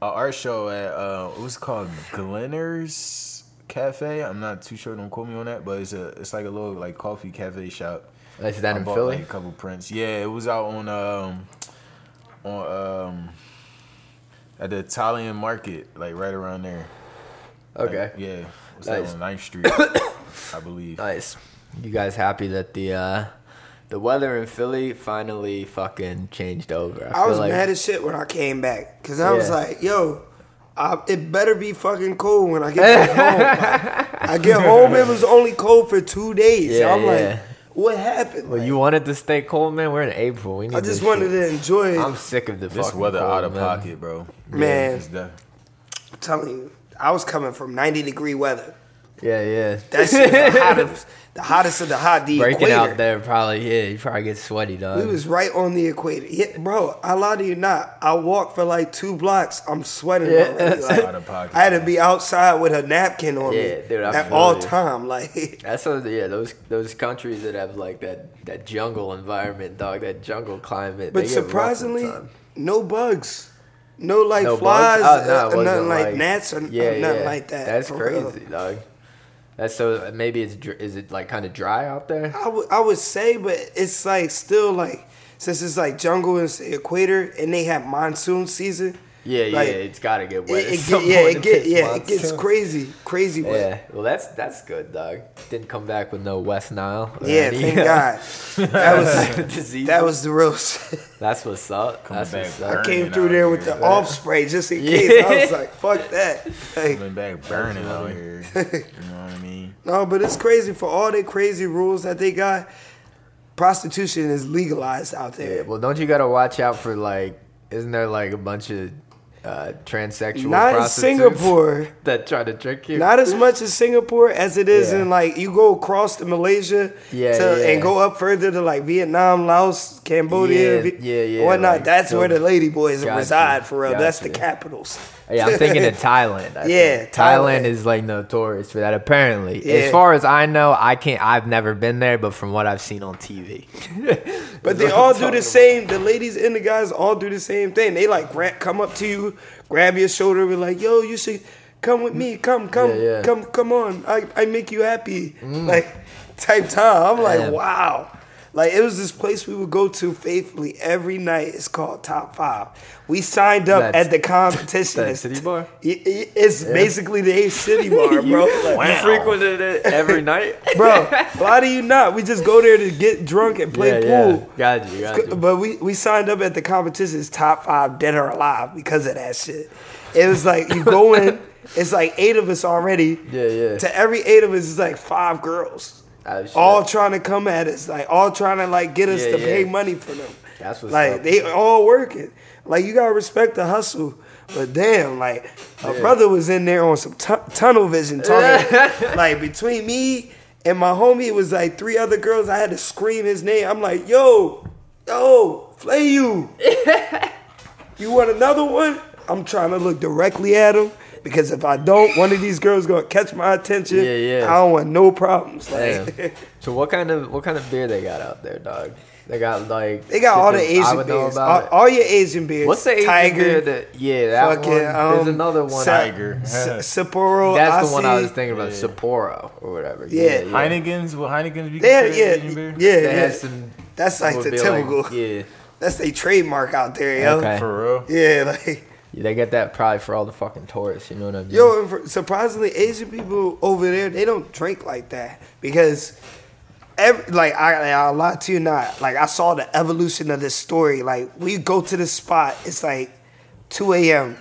[SPEAKER 2] a art show at uh it was called Glenner's Cafe. I'm not too sure. Don't quote me on that, but it's a it's like a little like coffee cafe shop.
[SPEAKER 1] that's that
[SPEAKER 2] I
[SPEAKER 1] in
[SPEAKER 2] bought,
[SPEAKER 1] philly
[SPEAKER 2] like, a couple prints. Yeah, it was out on um on um at the Italian market, like right around there. Like,
[SPEAKER 1] okay
[SPEAKER 2] yeah. What's that
[SPEAKER 1] Nice.
[SPEAKER 2] on 9th Street? I believe.
[SPEAKER 1] Nice. You guys happy that the uh the weather in Philly finally fucking changed over?
[SPEAKER 3] I
[SPEAKER 1] feel
[SPEAKER 3] was
[SPEAKER 1] like-
[SPEAKER 3] mad as shit when I came back because I was
[SPEAKER 1] Yeah.
[SPEAKER 3] like, yo, I, it better be fucking cold when I get back home. Like, I get home, it was only cold for two days.
[SPEAKER 1] Yeah,
[SPEAKER 3] I'm
[SPEAKER 1] yeah.
[SPEAKER 3] like, what happened?
[SPEAKER 1] Well,
[SPEAKER 3] Like,
[SPEAKER 1] you wanted to stay cold, man. We're in April. We need.
[SPEAKER 3] I just
[SPEAKER 1] this
[SPEAKER 3] wanted
[SPEAKER 1] shit.
[SPEAKER 3] to enjoy it.
[SPEAKER 1] I'm
[SPEAKER 3] I'm
[SPEAKER 1] sick of the
[SPEAKER 2] This
[SPEAKER 1] fucking
[SPEAKER 2] weather
[SPEAKER 1] cold,
[SPEAKER 2] out of
[SPEAKER 1] man.
[SPEAKER 2] pocket, bro.
[SPEAKER 3] Man.
[SPEAKER 2] It's def-
[SPEAKER 3] telling you, I was coming from 90 degree weather.
[SPEAKER 1] Yeah, yeah.
[SPEAKER 3] That shit was the hottest, the hottest of the hot, the
[SPEAKER 1] breaking
[SPEAKER 3] equator.
[SPEAKER 1] out there. Probably, yeah. You probably get sweaty, dog.
[SPEAKER 3] We was right on the equator. Yeah, bro, I lie to you not. I walked for like two blocks. I'm sweating
[SPEAKER 1] Yeah.
[SPEAKER 3] already. Like,
[SPEAKER 2] Out of pocket.
[SPEAKER 3] I had to be outside with a napkin on
[SPEAKER 1] Yeah,
[SPEAKER 3] me
[SPEAKER 1] dude, I
[SPEAKER 3] at
[SPEAKER 1] feel
[SPEAKER 3] all
[SPEAKER 1] you.
[SPEAKER 3] time. Like,
[SPEAKER 1] That's what, yeah. Those those countries that have like that that jungle environment, dog. That jungle climate.
[SPEAKER 3] but
[SPEAKER 1] they get rough with
[SPEAKER 3] surprisingly,
[SPEAKER 1] time.
[SPEAKER 3] no bugs, no like
[SPEAKER 1] no
[SPEAKER 3] flies,
[SPEAKER 1] bugs? Oh, no, it
[SPEAKER 3] uh,
[SPEAKER 1] wasn't
[SPEAKER 3] nothing like, gnats or,
[SPEAKER 1] yeah,
[SPEAKER 3] or nothing
[SPEAKER 1] yeah.
[SPEAKER 3] like that.
[SPEAKER 1] That's
[SPEAKER 3] for real.
[SPEAKER 1] crazy, dog. That's so. Maybe it's dr- is it like kind of dry out there?
[SPEAKER 3] I would I would say, but it's like still like since it's like jungle and it's the equator, and they have monsoon season.
[SPEAKER 1] Yeah,
[SPEAKER 3] like,
[SPEAKER 1] yeah. It's got to get
[SPEAKER 3] It,
[SPEAKER 1] wet. at
[SPEAKER 3] it
[SPEAKER 1] some
[SPEAKER 3] get, yeah,
[SPEAKER 1] point
[SPEAKER 3] it
[SPEAKER 1] if
[SPEAKER 3] get,
[SPEAKER 1] it's
[SPEAKER 3] yeah, it gets
[SPEAKER 1] monsoon.
[SPEAKER 3] crazy, crazy wet.
[SPEAKER 1] Yeah. Well, that's that's good, dog. Didn't come back with no West Nile. or
[SPEAKER 3] Yeah,
[SPEAKER 1] any,
[SPEAKER 3] thank
[SPEAKER 1] uh,
[SPEAKER 3] God. That was
[SPEAKER 1] disease.
[SPEAKER 3] that was the real. shit.
[SPEAKER 1] that's what's up. That's
[SPEAKER 2] back
[SPEAKER 1] what's
[SPEAKER 3] I
[SPEAKER 1] up.
[SPEAKER 2] burnt.
[SPEAKER 3] came
[SPEAKER 2] Burning
[SPEAKER 3] through
[SPEAKER 2] out
[SPEAKER 3] there with
[SPEAKER 2] here.
[SPEAKER 3] the off spray just in case. I was like, fuck that. Like,
[SPEAKER 2] Coming back burning out here. You know what I mean?
[SPEAKER 3] no, but it's crazy for all the crazy rules that they got. Prostitution is legalized out
[SPEAKER 1] Yeah,
[SPEAKER 3] there.
[SPEAKER 1] well, don't you gotta watch out for like? Isn't there like a bunch of uh, transsexual
[SPEAKER 3] Not in
[SPEAKER 1] prostitutes
[SPEAKER 3] Singapore.
[SPEAKER 1] that try to trick you?
[SPEAKER 3] Not as much in Singapore as it is
[SPEAKER 1] Yeah.
[SPEAKER 3] in like you go across to Malaysia
[SPEAKER 1] Yeah,
[SPEAKER 3] to,
[SPEAKER 1] yeah.
[SPEAKER 3] and go up further to like Vietnam, Laos, Cambodia,
[SPEAKER 1] Yeah,
[SPEAKER 3] Vi-
[SPEAKER 1] yeah, yeah,
[SPEAKER 3] whatnot.
[SPEAKER 1] like,
[SPEAKER 3] That's where the
[SPEAKER 1] those-
[SPEAKER 3] lady boys
[SPEAKER 1] Gotcha,
[SPEAKER 3] reside for real. That's the
[SPEAKER 1] gotcha.
[SPEAKER 3] capitals.
[SPEAKER 1] Yeah, I'm thinking of Thailand. I
[SPEAKER 3] Yeah,
[SPEAKER 1] think. Thailand
[SPEAKER 3] Thailand.
[SPEAKER 1] is like notorious for that. Apparently,
[SPEAKER 3] Yeah.
[SPEAKER 1] as far as I know, I can't. I've never been there, but from what I've seen on TV,
[SPEAKER 3] But they all do the same. The ladies and the guys all do the same thing. They like gra- come up to you, grab your shoulder, be like, "Yo, you should come with me. Come, come,
[SPEAKER 1] Yeah, Mm. yeah.
[SPEAKER 3] come, come on. I, I make you happy." Like type time. I'm like,
[SPEAKER 1] Damn.
[SPEAKER 3] wow. Like it was this place we would go to faithfully every night. It's called Top Five. We signed up
[SPEAKER 1] That's-
[SPEAKER 3] at the competition.
[SPEAKER 1] that city bar?
[SPEAKER 3] It- it- It's basically the A City Bar, bro. Like,
[SPEAKER 1] you frequented it every night,
[SPEAKER 3] bro, why do you not? We just go there to get drunk and play
[SPEAKER 1] yeah,
[SPEAKER 3] pool.
[SPEAKER 1] yeah. Got you, got you.
[SPEAKER 3] But we, we signed up at the competition's top five dead or alive because of that shit. It was like you go in, it's like eight of us already.
[SPEAKER 1] Yeah, yeah.
[SPEAKER 3] To every eight of us, it's like five girls.
[SPEAKER 1] Oh, shit.
[SPEAKER 3] All trying to come at us, like all trying to like get us
[SPEAKER 1] Yeah,
[SPEAKER 3] to
[SPEAKER 1] yeah.
[SPEAKER 3] pay money for them.
[SPEAKER 1] That's what's
[SPEAKER 3] like
[SPEAKER 1] up.
[SPEAKER 3] they all working. Like you gotta respect the hustle. But damn, like my brother was in there on some tu- tunnel vision talking. like between me and my homie, it was like three other girls. I had to scream his name. I'm like, yo, yo, flay you. you want another one? I'm trying to look directly at him because if I don't, one of these girls gonna catch my attention.
[SPEAKER 1] Yeah, yeah.
[SPEAKER 3] I don't want no problems.
[SPEAKER 1] Damn.
[SPEAKER 3] Like,
[SPEAKER 1] so what kind of what kind of beer they got out there, dog? They got like
[SPEAKER 3] They got
[SPEAKER 1] shit
[SPEAKER 3] all the
[SPEAKER 1] that I
[SPEAKER 3] Asian
[SPEAKER 1] would know
[SPEAKER 3] beers.
[SPEAKER 1] about
[SPEAKER 3] All,
[SPEAKER 1] it?
[SPEAKER 3] all your Asian beers.
[SPEAKER 1] What's the Asian
[SPEAKER 3] Tiger,
[SPEAKER 1] beer that? Yeah, that
[SPEAKER 3] fucking,
[SPEAKER 1] one. There's
[SPEAKER 3] um,
[SPEAKER 1] another one.
[SPEAKER 3] Sa-
[SPEAKER 2] Tiger.
[SPEAKER 3] S- Sapporo.
[SPEAKER 1] That's the
[SPEAKER 3] Asi.
[SPEAKER 1] one I was thinking about, Sapporo or whatever.
[SPEAKER 3] Yeah.
[SPEAKER 2] Heineken's will Heineken's be
[SPEAKER 3] They had,
[SPEAKER 2] considered Asian
[SPEAKER 3] yeah,
[SPEAKER 2] beer?
[SPEAKER 3] yeah, yeah.
[SPEAKER 1] They had some.
[SPEAKER 3] That's like
[SPEAKER 1] would
[SPEAKER 3] the
[SPEAKER 1] be like-
[SPEAKER 3] typical.
[SPEAKER 1] yeah.
[SPEAKER 3] That's they trademark out there, yo.
[SPEAKER 1] Okay.
[SPEAKER 2] For real.
[SPEAKER 3] Yeah, like
[SPEAKER 1] Yeah, they get that probably for all the fucking tourists. You know what I mean?
[SPEAKER 3] yo. and for- Surprisingly, Asian people over there they don't drink like that because. Every, like I, I lie to you not. Like I saw the evolution of this story. Like we go to this spot, it's like 2 a.m.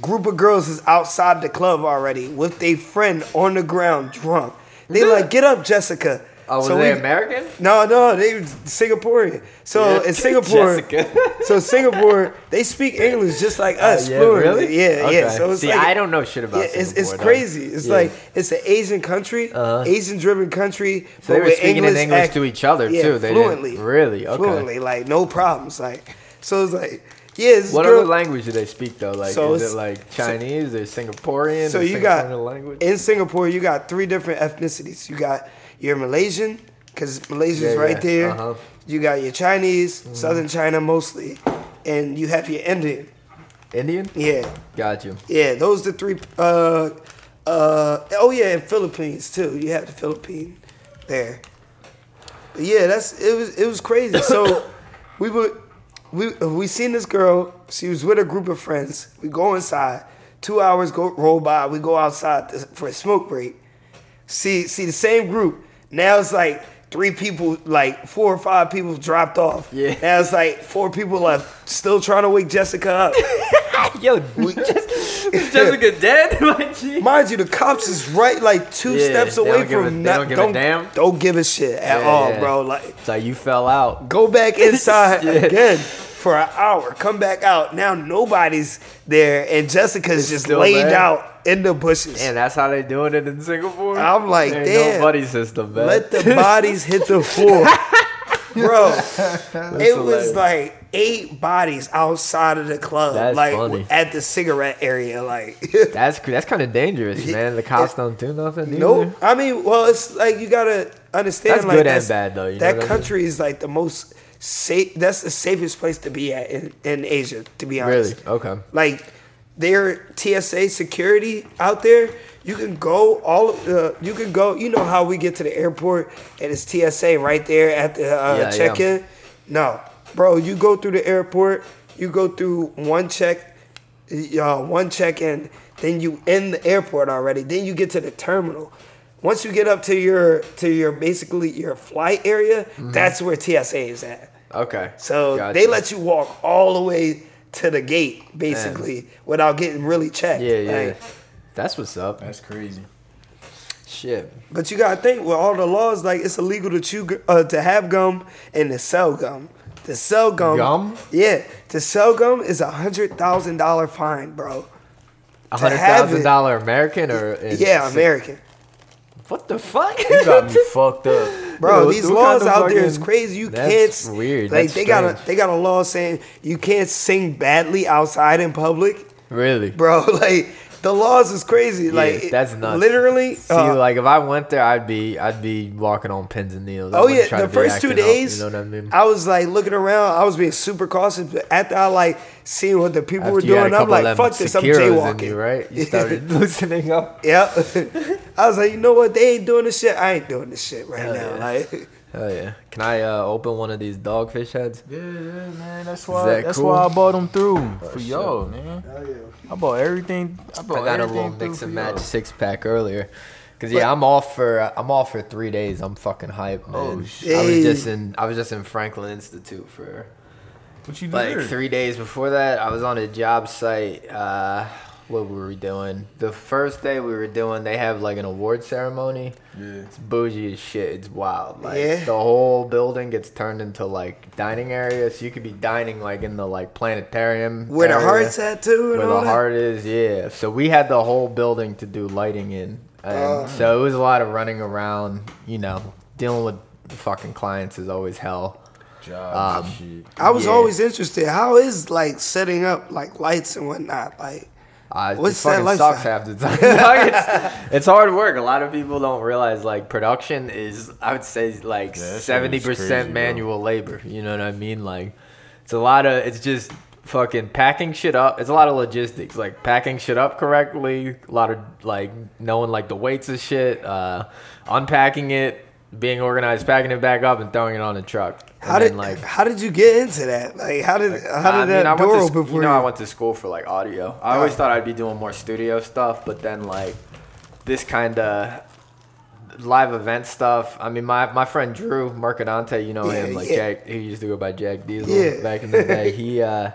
[SPEAKER 3] Group of girls is outside the club already with their friend on the ground drunk. They like, get up, Jessica.
[SPEAKER 1] Oh, was
[SPEAKER 3] So
[SPEAKER 1] they
[SPEAKER 3] we-
[SPEAKER 1] American?
[SPEAKER 3] No, no, they Singaporean. So in Singapore,
[SPEAKER 1] Jessica. Uh,
[SPEAKER 3] so Singapore, they speak English just like us.
[SPEAKER 1] yeah,
[SPEAKER 3] fluently.
[SPEAKER 1] really?
[SPEAKER 3] Yeah, yeah.
[SPEAKER 1] Okay.
[SPEAKER 3] So it's
[SPEAKER 1] See,
[SPEAKER 3] like,
[SPEAKER 1] I don't know shit about
[SPEAKER 3] Yeah, it's, it's
[SPEAKER 1] Singapore, though.
[SPEAKER 3] crazy. It's
[SPEAKER 1] Yeah. Uh-huh.
[SPEAKER 3] like it's an Asian country, Asian-driven country.
[SPEAKER 1] So
[SPEAKER 3] but
[SPEAKER 1] they were
[SPEAKER 3] with
[SPEAKER 1] speaking in English
[SPEAKER 3] act-
[SPEAKER 1] to each other,
[SPEAKER 3] yeah,
[SPEAKER 1] too. They didn't-
[SPEAKER 3] fluently,
[SPEAKER 1] really? Okay.
[SPEAKER 3] fluently, like no problems. Like so, it's like yeah. It's
[SPEAKER 1] What
[SPEAKER 3] girl,
[SPEAKER 1] other language do they speak though? Like,
[SPEAKER 3] So
[SPEAKER 1] is
[SPEAKER 3] it's-
[SPEAKER 1] it like Chinese or Singaporean?
[SPEAKER 3] So
[SPEAKER 1] or
[SPEAKER 3] you
[SPEAKER 1] Singaporean
[SPEAKER 3] got
[SPEAKER 1] language.
[SPEAKER 3] in Singapore, you got three different ethnicities. You got your Malaysian, because Malaysia's
[SPEAKER 1] Yeah,
[SPEAKER 3] right
[SPEAKER 1] yeah,
[SPEAKER 3] there.
[SPEAKER 1] uh-huh. Mm-hmm.
[SPEAKER 3] You got your Chinese, Southern China mostly, and you have your Indian.
[SPEAKER 1] Indian?
[SPEAKER 3] Yeah,
[SPEAKER 1] Got you.
[SPEAKER 3] yeah. Those the three. Uh, uh, oh yeah, and Philippines too. You have the Philippine there. But yeah, that's it was it was crazy. So we were we we seen this girl. She was with a group of friends. We go inside. Two hours go roll by. We go outside to- for a smoke break. See see the same group. Now it's like three people, like four or five people dropped off.
[SPEAKER 1] Yeah.
[SPEAKER 3] Now it's like four people left, still trying to wake Jessica up.
[SPEAKER 1] Yo, Jess- Jessica dead? My G.
[SPEAKER 3] Mind you, the cops is right like two
[SPEAKER 1] Yeah,
[SPEAKER 3] steps
[SPEAKER 1] they
[SPEAKER 3] away
[SPEAKER 1] don't give a-
[SPEAKER 3] from
[SPEAKER 1] they don't give a damn?
[SPEAKER 3] Don't give a shit at
[SPEAKER 1] Yeah,
[SPEAKER 3] all,
[SPEAKER 1] yeah.
[SPEAKER 3] bro. Like
[SPEAKER 1] So you fell out.
[SPEAKER 3] go back inside
[SPEAKER 1] Yeah.
[SPEAKER 3] again for an hour. Come back out. Now nobody's there, and Jessica's just
[SPEAKER 1] still
[SPEAKER 3] laid
[SPEAKER 1] there?
[SPEAKER 3] out in the bushes.
[SPEAKER 1] And that's how they doing it in Singapore.
[SPEAKER 3] I'm like,
[SPEAKER 1] There ain't
[SPEAKER 3] damn.
[SPEAKER 1] No buddy system, man.
[SPEAKER 3] Let the bodies hit the floor, bro. it was
[SPEAKER 1] hilarious.
[SPEAKER 3] like eight bodies outside of the club,
[SPEAKER 1] That's
[SPEAKER 3] like
[SPEAKER 1] funny.
[SPEAKER 3] at the cigarette area, like.
[SPEAKER 1] that's cr- that's kind of dangerous, man. The cops don't do nothing.
[SPEAKER 3] Nope.
[SPEAKER 1] either.
[SPEAKER 3] I mean, well, it's like you gotta understand.
[SPEAKER 1] That's
[SPEAKER 3] like,
[SPEAKER 1] good and bad, though, you know
[SPEAKER 3] that
[SPEAKER 1] what I mean?
[SPEAKER 3] country is like the most safe. That's the safest place to be at in, in Asia, to be
[SPEAKER 1] Really?
[SPEAKER 3] honest.
[SPEAKER 1] Okay.
[SPEAKER 3] Like their TSA security out there, you can go all. of the you can go. You know how we get to the airport and it's TSA right there at the uh,
[SPEAKER 1] Yeah, yeah.
[SPEAKER 3] check in. No, bro, you go through the airport. You go through one check, uh, one check in. Then you in the airport already. Then you get to the terminal. Once you get up to your to your basically your flight area,
[SPEAKER 1] Mm-hmm.
[SPEAKER 3] that's where TSA is at.
[SPEAKER 1] Okay.
[SPEAKER 3] So
[SPEAKER 1] Gotcha.
[SPEAKER 3] they let you walk all the way to the gate basically without getting really checked.
[SPEAKER 1] Yeah, yeah.
[SPEAKER 3] Like,
[SPEAKER 1] that's what's up.
[SPEAKER 2] That's crazy.
[SPEAKER 1] Shit.
[SPEAKER 3] but you gotta think with all the laws, like it's illegal to chew gu- uh, to have gum and to sell gum. um, To sell gum,
[SPEAKER 1] Gum?
[SPEAKER 3] yeah, to sell gum is a hundred thousand dollar fine, bro.
[SPEAKER 1] A
[SPEAKER 3] To
[SPEAKER 1] hundred
[SPEAKER 3] have it-
[SPEAKER 1] thousand dollar American or in-
[SPEAKER 3] Yeah, American,
[SPEAKER 1] What the fuck?
[SPEAKER 2] You got me fucked up.
[SPEAKER 3] bro.
[SPEAKER 1] Yo,
[SPEAKER 3] these
[SPEAKER 1] what
[SPEAKER 3] laws
[SPEAKER 1] kind of
[SPEAKER 3] out there is
[SPEAKER 1] fucking-
[SPEAKER 3] crazy. You
[SPEAKER 1] That's
[SPEAKER 3] can't s-
[SPEAKER 1] weird.
[SPEAKER 3] Like
[SPEAKER 1] That's
[SPEAKER 3] they got a
[SPEAKER 1] strange.
[SPEAKER 3] they got a law saying you can't sing badly outside in public,
[SPEAKER 1] Really?
[SPEAKER 3] bro. Like the laws is crazy. like it-
[SPEAKER 1] that's nuts.
[SPEAKER 3] Literally,
[SPEAKER 1] See,
[SPEAKER 3] uh,
[SPEAKER 1] like if I went there, I'd be I'd be walking on pins and needles. I
[SPEAKER 3] Oh
[SPEAKER 1] wouldn't
[SPEAKER 3] yeah,
[SPEAKER 1] try
[SPEAKER 3] the
[SPEAKER 1] to be
[SPEAKER 3] first two
[SPEAKER 1] acting up,
[SPEAKER 3] days,
[SPEAKER 1] you know
[SPEAKER 3] I,
[SPEAKER 1] what I mean?
[SPEAKER 3] was like looking around. I was being super cautious, but after I like seeing what the people were
[SPEAKER 1] After you had a
[SPEAKER 3] doing, I'm
[SPEAKER 1] couple of
[SPEAKER 3] like,
[SPEAKER 1] them
[SPEAKER 3] "Fuck this, I'm
[SPEAKER 1] Sekiros in
[SPEAKER 3] jaywalking."
[SPEAKER 1] You, right? You started loosening up.
[SPEAKER 3] yep. I was like, you know what? They ain't doing this shit. I ain't doing this shit right now.
[SPEAKER 1] yeah.
[SPEAKER 3] Like,
[SPEAKER 1] Oh yeah. Can I uh, open one of these dogfish heads?
[SPEAKER 2] Yeah, yeah, man. That's why.
[SPEAKER 1] that
[SPEAKER 2] that's
[SPEAKER 1] cool?
[SPEAKER 2] why I bought them through for y'all, man.
[SPEAKER 3] oh, yeah.
[SPEAKER 2] I bought everything. I bought
[SPEAKER 1] I got a
[SPEAKER 2] everything
[SPEAKER 1] little
[SPEAKER 2] through
[SPEAKER 1] mix
[SPEAKER 2] for
[SPEAKER 1] and
[SPEAKER 2] y'all.
[SPEAKER 1] match six pack earlier. Cause yeah, I'm off for I'm off for three days. I'm fucking hyped, man.
[SPEAKER 2] Oh,
[SPEAKER 1] I
[SPEAKER 3] shit.
[SPEAKER 1] was just in I was just in Franklin Institute for
[SPEAKER 2] What you do?
[SPEAKER 1] like
[SPEAKER 2] there?
[SPEAKER 1] three days before that i was on a job site uh what were we doing the first day we were doing they have like an award ceremony
[SPEAKER 2] Yeah.
[SPEAKER 1] it's bougie as shit it's wild like
[SPEAKER 3] Yeah.
[SPEAKER 1] the whole building gets turned into like dining area so you could be dining like in the like planetarium
[SPEAKER 3] Where the
[SPEAKER 1] area,
[SPEAKER 3] heart's at too, and
[SPEAKER 1] where
[SPEAKER 3] all
[SPEAKER 1] the
[SPEAKER 3] that.
[SPEAKER 1] heart is yeah so we had the whole building to do lighting in and
[SPEAKER 3] Oh.
[SPEAKER 1] so it was a lot of running around you know dealing with fucking clients is always hell Um,
[SPEAKER 2] Jobs and shit.
[SPEAKER 3] I was
[SPEAKER 1] Yeah.
[SPEAKER 3] always interested. How is like setting up like lights and whatnot? Like,
[SPEAKER 1] Uh,
[SPEAKER 3] What's
[SPEAKER 1] it
[SPEAKER 3] that
[SPEAKER 1] fucking
[SPEAKER 3] lifestyle?
[SPEAKER 1] sucks half the time. Dog, it's, it's hard work. A lot of people don't realize like production is, I would say, like
[SPEAKER 2] Yeah, that shit is
[SPEAKER 1] seventy
[SPEAKER 2] crazy,
[SPEAKER 1] percent
[SPEAKER 2] bro.
[SPEAKER 1] manual labor. You know what I mean? Like, it's a lot of, it's just fucking packing shit up. It's a lot of logistics, like packing shit up correctly. A lot of like knowing like the weights of shit, uh, unpacking it, being organized, packing it back up, and throwing it on a truck. And
[SPEAKER 3] how
[SPEAKER 1] then,
[SPEAKER 3] did
[SPEAKER 1] like
[SPEAKER 3] how did you get into that? Like, how did how did
[SPEAKER 1] I mean,
[SPEAKER 3] that
[SPEAKER 1] I
[SPEAKER 3] door
[SPEAKER 1] went to,
[SPEAKER 3] open
[SPEAKER 1] sc-
[SPEAKER 3] for
[SPEAKER 1] you know, I went to school for like audio. I always thought I'd be doing more studio stuff, but then like this kind of live event stuff. I mean, my, my friend Drew Mercadante, you know
[SPEAKER 3] Yeah,
[SPEAKER 1] him, like
[SPEAKER 3] yeah.
[SPEAKER 1] Jack, he used to go by Jack Diesel
[SPEAKER 3] Yeah.
[SPEAKER 1] back in the day. He, uh,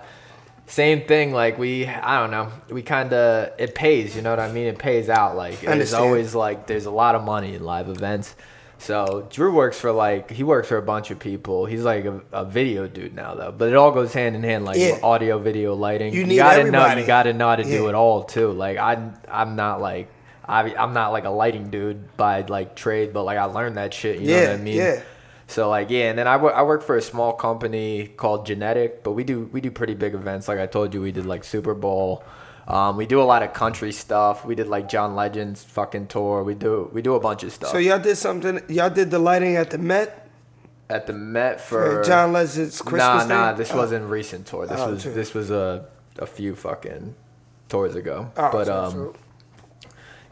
[SPEAKER 1] same thing. Like we, I don't know, we kind of it pays. You know what I mean? It pays out. Like it's
[SPEAKER 3] Understand.
[SPEAKER 1] always like there's a lot of money in live events. So Drew works for like he works for a bunch of people. He's like a, a video dude now though, but it all goes hand in hand like
[SPEAKER 3] Yeah.
[SPEAKER 1] audio, video, lighting.
[SPEAKER 3] You need
[SPEAKER 1] gotta know
[SPEAKER 3] everybody.
[SPEAKER 1] you gotta know how to do
[SPEAKER 3] Yeah.
[SPEAKER 1] it all too. Like I I'm not like I I'm not like a lighting dude by like trade, but like I learned that shit. You know
[SPEAKER 3] Yeah,
[SPEAKER 1] what I mean?
[SPEAKER 3] yeah.
[SPEAKER 1] So like yeah, and then I wo- I work for a small company called Genetic, but we do we do pretty big events. Like I told you, we did like Super Bowl. Um, we do a lot of country stuff. We did like John Legend's fucking tour. We do we do a bunch of stuff
[SPEAKER 3] So y'all did something. Y'all did the lighting at the Met
[SPEAKER 1] at the Met for
[SPEAKER 3] for John Legend's Christmas.
[SPEAKER 1] Nah,
[SPEAKER 3] thing?
[SPEAKER 1] nah, this
[SPEAKER 3] Oh.
[SPEAKER 1] wasn't a recent tour. This
[SPEAKER 3] Oh,
[SPEAKER 1] was
[SPEAKER 3] true.
[SPEAKER 1] this was a a few fucking tours ago.
[SPEAKER 3] Oh,
[SPEAKER 1] but
[SPEAKER 3] so-
[SPEAKER 1] um,
[SPEAKER 3] so-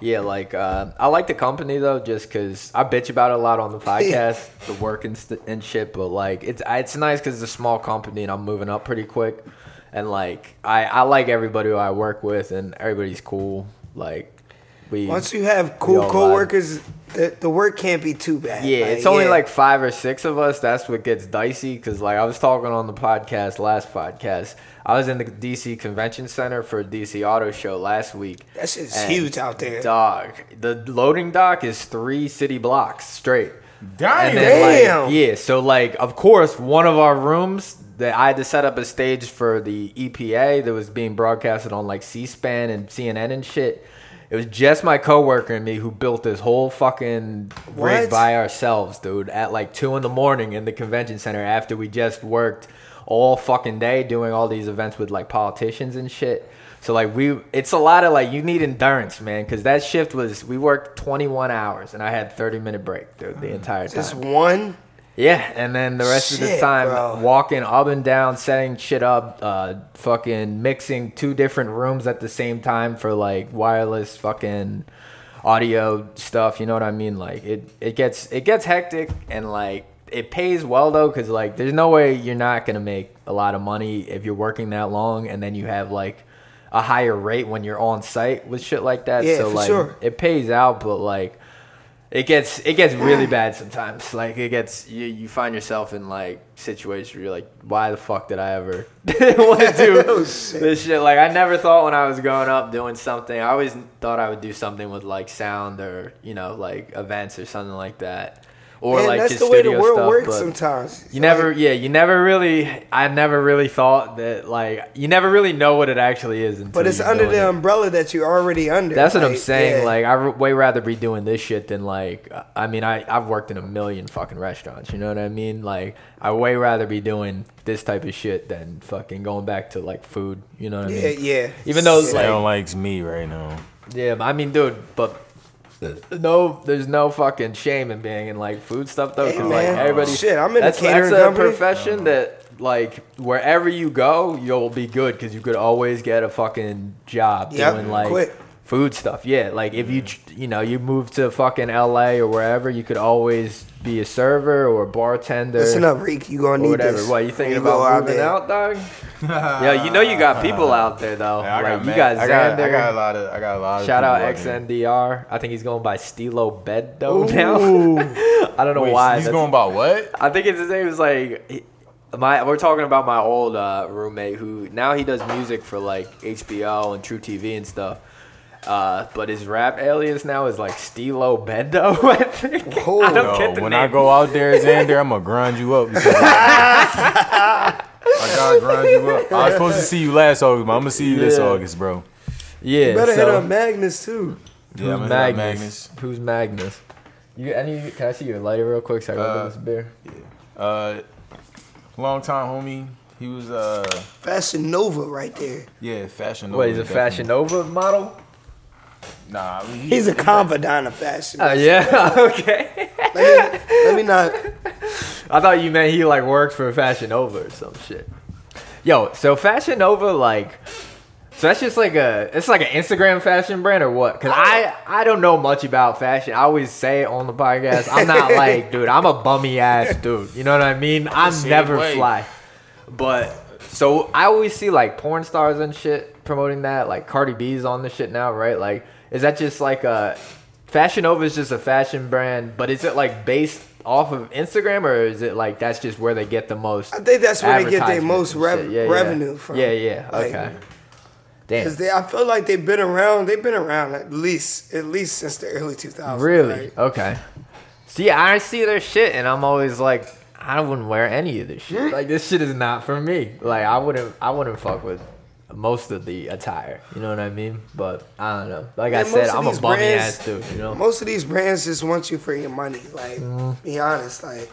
[SPEAKER 1] yeah, like uh, I like the company though, just because I bitch about it a lot on the podcast, the work and, st- and shit. But like, it's it's nice because it's a small company and I'm moving up pretty quick, and like I I like everybody who I work with and everybody's cool. Like we
[SPEAKER 3] Once you have
[SPEAKER 1] we
[SPEAKER 3] cool
[SPEAKER 1] all vibe.
[SPEAKER 3] coworkers, the, the work can't be too bad.
[SPEAKER 1] Yeah, it's only
[SPEAKER 3] yeah.
[SPEAKER 1] like five or six of us. That's what gets dicey because, like, I was talking on the podcast last podcast. I was in the DC Convention Center for DC Auto Show last week.
[SPEAKER 3] That shit's
[SPEAKER 1] and
[SPEAKER 3] huge out there.
[SPEAKER 1] Dog, the loading dock is three city blocks straight.
[SPEAKER 2] Damn.
[SPEAKER 1] And then,
[SPEAKER 3] Damn.
[SPEAKER 1] Like, yeah, so like, of course, one of our rooms that I had to set up a stage for the EPA that was being broadcasted on like C-SPAN and CNN and shit. It was just my coworker and me who built this whole fucking rig
[SPEAKER 3] What?
[SPEAKER 1] by ourselves, dude. At like two in the morning in the convention center after we just worked all fucking day doing all these events with like politicians and shit. So like we, it's a lot of like you need endurance, man, because that shift was we worked 21 hours and I had 30 minute break, dude, the entire time.
[SPEAKER 3] just one.
[SPEAKER 1] Yeah, and then the rest of the
[SPEAKER 3] Shit,
[SPEAKER 1] time
[SPEAKER 3] bro.
[SPEAKER 1] walking up and down, setting shit up, uh, fucking mixing two different rooms at the same time for like wireless fucking audio stuff. You know what I mean? Like it, it gets it gets hectic and like it pays well though, because like there's no way you're not gonna make a lot of money if you're working that long, and then you have like a higher rate when you're on site with shit like that.
[SPEAKER 3] Yeah,
[SPEAKER 1] so
[SPEAKER 3] for
[SPEAKER 1] like
[SPEAKER 3] sure.
[SPEAKER 1] it pays out, but like it gets it gets really bad sometimes. Like it gets you, you find yourself in like situations where you're like, why the fuck did I ever want to do
[SPEAKER 3] Oh,
[SPEAKER 1] this shit? Like I never thought when I was growing up doing something. I always thought I would do something with like sound or you know like events or something like that, or
[SPEAKER 3] and
[SPEAKER 1] like
[SPEAKER 3] that's
[SPEAKER 1] just
[SPEAKER 3] the way the
[SPEAKER 1] studio
[SPEAKER 3] world
[SPEAKER 1] stuff,
[SPEAKER 3] works
[SPEAKER 1] but-
[SPEAKER 3] sometimes.
[SPEAKER 1] you never, yeah, you never really. I never really thought that, like, you never really know what it actually is until.
[SPEAKER 3] But it's
[SPEAKER 1] you're
[SPEAKER 3] under
[SPEAKER 1] doing
[SPEAKER 3] the
[SPEAKER 1] it.
[SPEAKER 3] umbrella that you're already under.
[SPEAKER 1] That's what I'm
[SPEAKER 3] like,
[SPEAKER 1] saying.
[SPEAKER 3] yeah.
[SPEAKER 1] Like, I r- way rather be doing this shit than like. I mean, I I've worked in a million fucking restaurants. You know what I mean? Like, I way rather be doing this type of shit than fucking going back to like food. You know what I
[SPEAKER 3] yeah,
[SPEAKER 1] mean?
[SPEAKER 3] yeah.
[SPEAKER 1] Even though it's like,
[SPEAKER 2] Sal likes me right now.
[SPEAKER 1] yeah, but I mean, dude, but. No, there's no fucking shame in being in like food stuff though,
[SPEAKER 3] Hey,
[SPEAKER 1] because like
[SPEAKER 3] man.
[SPEAKER 1] everybody,
[SPEAKER 3] Shit, I'm in a
[SPEAKER 1] that's,
[SPEAKER 3] catering
[SPEAKER 1] that's a
[SPEAKER 3] company.
[SPEAKER 1] profession that like wherever you go, you'll be good because you could always get a fucking job
[SPEAKER 3] Yep,
[SPEAKER 1] doing like
[SPEAKER 3] quick.
[SPEAKER 1] food stuff. Yeah, like if you ch- you know you move to fucking L.A. or wherever, you could always be a server or a bartender
[SPEAKER 3] listen up, Reek. You gonna
[SPEAKER 1] or
[SPEAKER 3] need
[SPEAKER 1] whatever.
[SPEAKER 3] this.
[SPEAKER 1] What you
[SPEAKER 3] when
[SPEAKER 1] thinking
[SPEAKER 3] go
[SPEAKER 1] about moving
[SPEAKER 3] there. Uh,
[SPEAKER 1] out, dog? yeah, you know you got people out there though.
[SPEAKER 2] Yeah, I
[SPEAKER 1] like
[SPEAKER 2] got
[SPEAKER 1] you
[SPEAKER 2] mad-
[SPEAKER 1] got
[SPEAKER 2] I got, I
[SPEAKER 1] Xander.
[SPEAKER 2] got a lot of. I got a lot of.
[SPEAKER 1] Shout
[SPEAKER 2] people
[SPEAKER 1] out
[SPEAKER 2] working.
[SPEAKER 1] XNDR. I think he's going by Stilo Beddo
[SPEAKER 3] Ooh.
[SPEAKER 1] now. I don't know
[SPEAKER 2] Wait,
[SPEAKER 1] why.
[SPEAKER 2] he's
[SPEAKER 1] that's-
[SPEAKER 2] going by what?
[SPEAKER 1] I think his name is like he- my. We're talking about my old uh, roommate who now he does music for like HBO and True TV and stuff. Uh, but his rap alias now is like Stilo Beddo. I think. I don't
[SPEAKER 2] Yo,
[SPEAKER 1] get the
[SPEAKER 2] when
[SPEAKER 1] name.
[SPEAKER 2] I go out there, Xander, I'm gonna grind you up. because- I gotta grind you up. I was supposed to see you last August, but I'm gonna see you this
[SPEAKER 1] Yeah.
[SPEAKER 2] August, bro.
[SPEAKER 1] yeah,
[SPEAKER 3] Better hit
[SPEAKER 1] so-
[SPEAKER 3] up Magnus too.
[SPEAKER 2] Yeah,
[SPEAKER 1] Who's
[SPEAKER 2] I'm gonna hit
[SPEAKER 1] Magnus?
[SPEAKER 2] up
[SPEAKER 1] Who's Magnus? You any? Can I see your lighter real quick so I can
[SPEAKER 2] Uh,
[SPEAKER 1] get this beer?
[SPEAKER 2] Uh, long time homie. He was uh,
[SPEAKER 3] Fashion Nova right there.
[SPEAKER 2] yeah, fashion.
[SPEAKER 1] What? He's
[SPEAKER 2] Nova,
[SPEAKER 1] a Fashion
[SPEAKER 2] oh, definitely.
[SPEAKER 1] Nova model?
[SPEAKER 2] Nah, I mean, he-
[SPEAKER 3] He's a confidant of fashion.
[SPEAKER 1] Oh yeah. okay.
[SPEAKER 3] Let, me, let me not.
[SPEAKER 1] I thought you meant he like worked for Fashion Nova or some shit. Yo, so Fashion Nova like, so that's just like a, it's like an Instagram fashion brand or what? Cause I I don't know much about fashion. I always say it on the podcast. I'm not like, dude, I'm a bummy ass dude. You know what I mean? I'm
[SPEAKER 2] same
[SPEAKER 1] never
[SPEAKER 2] way.
[SPEAKER 1] fly. But so I always see like porn stars and shit promoting that. Like Cardi B's on the shit now, right? Like, is that just like a Fashion Nova is just a fashion brand, but is it like based off of Instagram or is it like that's just where they get the most?
[SPEAKER 3] I think that's where they get their most
[SPEAKER 1] advertisements and
[SPEAKER 3] rev-
[SPEAKER 1] shit? Yeah, yeah.
[SPEAKER 3] revenue from.
[SPEAKER 1] Yeah, yeah.
[SPEAKER 3] Like,
[SPEAKER 1] Okay. Damn.
[SPEAKER 3] Cause they, I feel like they've been around. They've been around at least, at least since the early 2000s.
[SPEAKER 1] Really?
[SPEAKER 3] right?
[SPEAKER 1] Okay. See, I see their shit, and I'm always like, I wouldn't wear any of this shit. Like this shit is not for me. Like I wouldn't, I wouldn't fuck with most of the attire. You know what I mean? But I don't know. Like I
[SPEAKER 3] Man,
[SPEAKER 1] said,
[SPEAKER 3] most of
[SPEAKER 1] I'm a
[SPEAKER 3] these
[SPEAKER 1] bummy
[SPEAKER 3] brands-
[SPEAKER 1] ass dude. You know?
[SPEAKER 3] Most of these brands just want you for your money. Like,
[SPEAKER 1] Mm.
[SPEAKER 3] be honest. Like,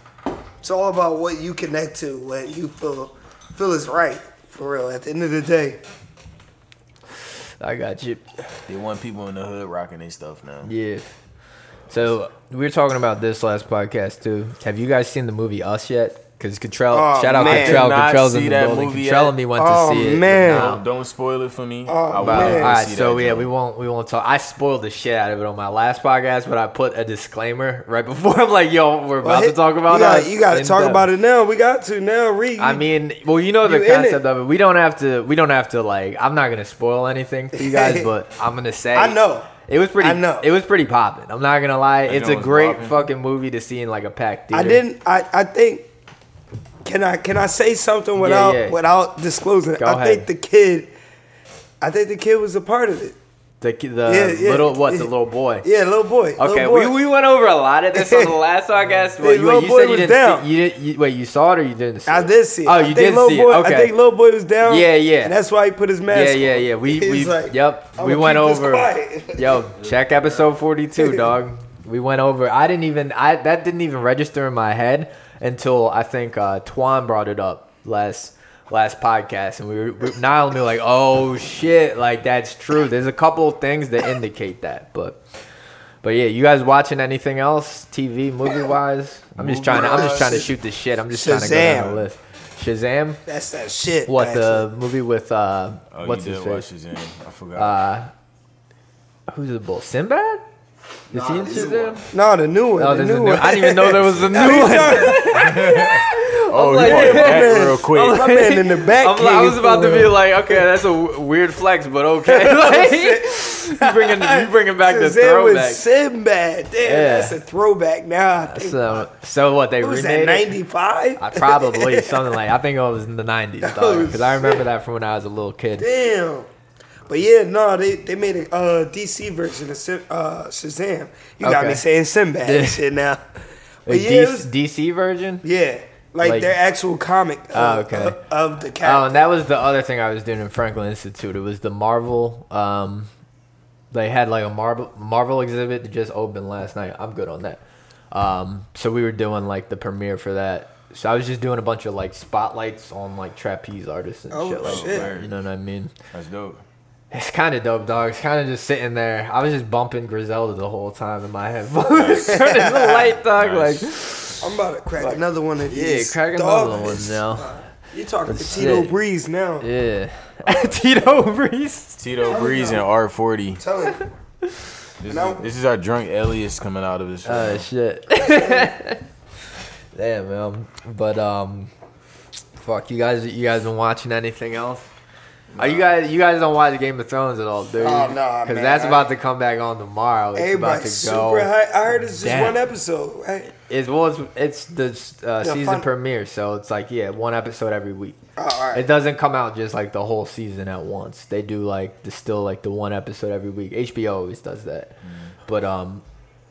[SPEAKER 3] it's all about what you connect to, what you feel feel is right. For real, at the end of the day,
[SPEAKER 1] I got you.
[SPEAKER 2] They want people in the hood rocking their stuff now.
[SPEAKER 1] Yeah. So we were talking about this last podcast too. Have you guys seen the movie Us yet? Because Cottrell,
[SPEAKER 3] Oh,
[SPEAKER 1] shout out
[SPEAKER 3] man.
[SPEAKER 1] Cottrell,
[SPEAKER 2] Did not
[SPEAKER 1] Cottrell's in
[SPEAKER 2] see
[SPEAKER 1] the
[SPEAKER 2] that
[SPEAKER 1] building.
[SPEAKER 2] movie
[SPEAKER 1] Cottrell
[SPEAKER 2] yet.
[SPEAKER 1] and me went
[SPEAKER 3] Oh,
[SPEAKER 1] to see it. but
[SPEAKER 3] man.
[SPEAKER 1] nah.
[SPEAKER 2] Don't, don't spoil it for me.
[SPEAKER 3] Oh,
[SPEAKER 2] I would
[SPEAKER 3] man.
[SPEAKER 2] love to
[SPEAKER 1] All right,
[SPEAKER 2] see
[SPEAKER 1] so
[SPEAKER 2] that,
[SPEAKER 1] yeah,
[SPEAKER 2] John.
[SPEAKER 1] we won't we won't talk. I spoiled the shit out of it on my last podcast, but I put a disclaimer right before. I'm like, yo, we're about to
[SPEAKER 3] hit-
[SPEAKER 1] talk about
[SPEAKER 3] you gotta,
[SPEAKER 1] us
[SPEAKER 3] You got to
[SPEAKER 1] in
[SPEAKER 3] talk
[SPEAKER 1] depth.
[SPEAKER 3] about it now. We got to now. Read.
[SPEAKER 1] I mean, well, you know the
[SPEAKER 3] You in
[SPEAKER 1] concept
[SPEAKER 3] it.
[SPEAKER 1] of it. We don't have to. We don't have to like. I'm not gonna spoil anything for you guys, but I'm gonna say.
[SPEAKER 3] I know.
[SPEAKER 1] It was pretty.
[SPEAKER 3] I know.
[SPEAKER 1] It was pretty popping. I'm not gonna lie. It's
[SPEAKER 2] know
[SPEAKER 1] a
[SPEAKER 2] it's
[SPEAKER 1] great
[SPEAKER 2] poppin'.
[SPEAKER 1] fucking movie to see in like a packed theater.
[SPEAKER 3] I didn't. I, I think. Can I can I say something without
[SPEAKER 1] yeah.
[SPEAKER 3] without disclosing?
[SPEAKER 1] Go
[SPEAKER 3] I think
[SPEAKER 1] ahead.
[SPEAKER 3] the kid. I think the kid was a part of it.
[SPEAKER 1] The, ki- the
[SPEAKER 3] Yeah, yeah.
[SPEAKER 1] little what? The
[SPEAKER 3] Yeah.
[SPEAKER 1] little boy.
[SPEAKER 3] Yeah, little boy.
[SPEAKER 1] Okay,
[SPEAKER 3] little boy.
[SPEAKER 1] we, we went over a lot of this on the last podcast,
[SPEAKER 3] Yeah,
[SPEAKER 1] but you,
[SPEAKER 3] Lil
[SPEAKER 1] you
[SPEAKER 3] Boy
[SPEAKER 1] said you
[SPEAKER 3] was
[SPEAKER 1] didn't
[SPEAKER 3] down.
[SPEAKER 1] see you, didn't- you wait, you saw it or you didn't see
[SPEAKER 3] I
[SPEAKER 1] it?
[SPEAKER 3] did see. It.
[SPEAKER 1] Oh,
[SPEAKER 3] I
[SPEAKER 1] you
[SPEAKER 3] think
[SPEAKER 1] did
[SPEAKER 3] Lil
[SPEAKER 1] see
[SPEAKER 3] boy,
[SPEAKER 1] it. Okay.
[SPEAKER 3] I think little boy was down.
[SPEAKER 1] Yeah, yeah.
[SPEAKER 3] And that's why he put his mask.
[SPEAKER 1] yeah,
[SPEAKER 3] on.
[SPEAKER 1] yeah, yeah. We
[SPEAKER 3] He's
[SPEAKER 1] we
[SPEAKER 3] like,
[SPEAKER 1] yep.
[SPEAKER 3] "I'ma
[SPEAKER 1] we went
[SPEAKER 3] keep this
[SPEAKER 1] over.
[SPEAKER 3] quiet."
[SPEAKER 1] Yo, check episode forty two, dog. We went over. I didn't even. I that didn't even register in my head until I think uh, Twan brought it up last last podcast, and we were we, Niall knew like, oh shit, like that's true. There's a couple of things that indicate that, but. But yeah, you guys watching anything else, TV, movie wise? I'm just trying to. I'm just trying to shoot the shit. I'm just trying to go down the
[SPEAKER 3] Shazam.
[SPEAKER 1] list. Shazam,
[SPEAKER 3] That's that shit.
[SPEAKER 1] what
[SPEAKER 3] actually.
[SPEAKER 1] the movie with uh,
[SPEAKER 2] Oh,
[SPEAKER 1] what's
[SPEAKER 2] you
[SPEAKER 1] his
[SPEAKER 2] did
[SPEAKER 1] face?
[SPEAKER 2] watch his name. I forgot.
[SPEAKER 1] Who's the bull? Sinbad? Is he in Shazam?
[SPEAKER 3] No, the new one.
[SPEAKER 1] Oh,
[SPEAKER 3] the
[SPEAKER 1] there's a
[SPEAKER 3] new
[SPEAKER 1] new.
[SPEAKER 3] one.
[SPEAKER 1] I didn't even know there was a new
[SPEAKER 3] He's
[SPEAKER 1] one.
[SPEAKER 3] talking-
[SPEAKER 2] oh,
[SPEAKER 1] like-
[SPEAKER 2] you brought it back
[SPEAKER 3] Man.
[SPEAKER 2] real quick.
[SPEAKER 3] My man in the back.
[SPEAKER 1] I'm like, I
[SPEAKER 3] cave
[SPEAKER 1] was about
[SPEAKER 3] for
[SPEAKER 1] to be
[SPEAKER 3] real.
[SPEAKER 1] like, okay, that's a w- weird flex, but okay. Like, you bringing you bringing back the
[SPEAKER 3] Shazam was
[SPEAKER 1] throwback.
[SPEAKER 3] Sinbad. Damn,
[SPEAKER 1] Yeah.
[SPEAKER 3] that's a throwback. Now I think.
[SPEAKER 1] So, so what they
[SPEAKER 3] What was
[SPEAKER 1] remade
[SPEAKER 3] that?
[SPEAKER 1] it?
[SPEAKER 3] Ninety five.
[SPEAKER 1] I probably something like I think it was in the 90s,
[SPEAKER 3] Oh,
[SPEAKER 1] because I remember that from when I was a little kid.
[SPEAKER 3] Damn. But yeah, no, they, they made a uh, DC version of Sim, uh, Shazam. You got
[SPEAKER 1] Okay.
[SPEAKER 3] me saying Sinbad and
[SPEAKER 1] Yeah.
[SPEAKER 3] shit now.
[SPEAKER 1] The
[SPEAKER 3] But yeah, it
[SPEAKER 1] DC,
[SPEAKER 3] was-
[SPEAKER 1] DC version.
[SPEAKER 3] yeah, like,
[SPEAKER 1] Like-
[SPEAKER 3] their actual comic.
[SPEAKER 1] Oh,
[SPEAKER 3] of-
[SPEAKER 1] okay.
[SPEAKER 3] Of, the
[SPEAKER 1] Oh,
[SPEAKER 3] character.
[SPEAKER 1] and that was the other thing I was doing in Franklin Institute. It was the Marvel. Um, they had like a Marvel Marvel exhibit that just opened last night. I'm good on that. Um, so we were doing like the premiere for that. So I was just doing a bunch of like spotlights on like trapeze artists and
[SPEAKER 3] Oh,
[SPEAKER 1] shit like
[SPEAKER 3] shit.
[SPEAKER 1] that. You know what I mean?
[SPEAKER 2] That's dope.
[SPEAKER 1] It's kind of dope, dog. It's kind of just sitting there. I was just bumping Griselda the whole time in my headphones. Turning the light, dog.
[SPEAKER 2] Nice.
[SPEAKER 1] Like,
[SPEAKER 3] I'm about to crack another one of
[SPEAKER 1] yeah,
[SPEAKER 3] these.
[SPEAKER 1] crack another one
[SPEAKER 3] dogfish.
[SPEAKER 1] now.
[SPEAKER 3] You're talking to
[SPEAKER 1] Shit.
[SPEAKER 3] Tito Breeze now.
[SPEAKER 1] Yeah, Tito Breeze.
[SPEAKER 2] Tito Breeze and R40.
[SPEAKER 3] Tell him.
[SPEAKER 2] This,
[SPEAKER 3] No.
[SPEAKER 2] is, this is our drunk Elias coming out of this.
[SPEAKER 1] Oh
[SPEAKER 2] room.
[SPEAKER 1] shit. Damn, man. But um, fuck you guys. You guys been watching anything else? Are you guys? You guys don't watch Game of Thrones at all, dude?
[SPEAKER 3] Oh, nah,
[SPEAKER 1] because
[SPEAKER 3] man,
[SPEAKER 1] that's
[SPEAKER 3] I-
[SPEAKER 1] about to come back on tomorrow. It's about to
[SPEAKER 3] Everybody
[SPEAKER 1] go.
[SPEAKER 3] super high. I heard it's just
[SPEAKER 1] Damn.
[SPEAKER 3] one episode, right?
[SPEAKER 1] It's well, it's, it's the uh,
[SPEAKER 3] The
[SPEAKER 1] season
[SPEAKER 3] fun-
[SPEAKER 1] premiere, so it's like yeah, one episode every week.
[SPEAKER 3] Oh, all right.
[SPEAKER 1] It doesn't come out just like the whole season at once. They do like distill like the one episode every week. HBO always does that.
[SPEAKER 2] Mm.
[SPEAKER 1] But um,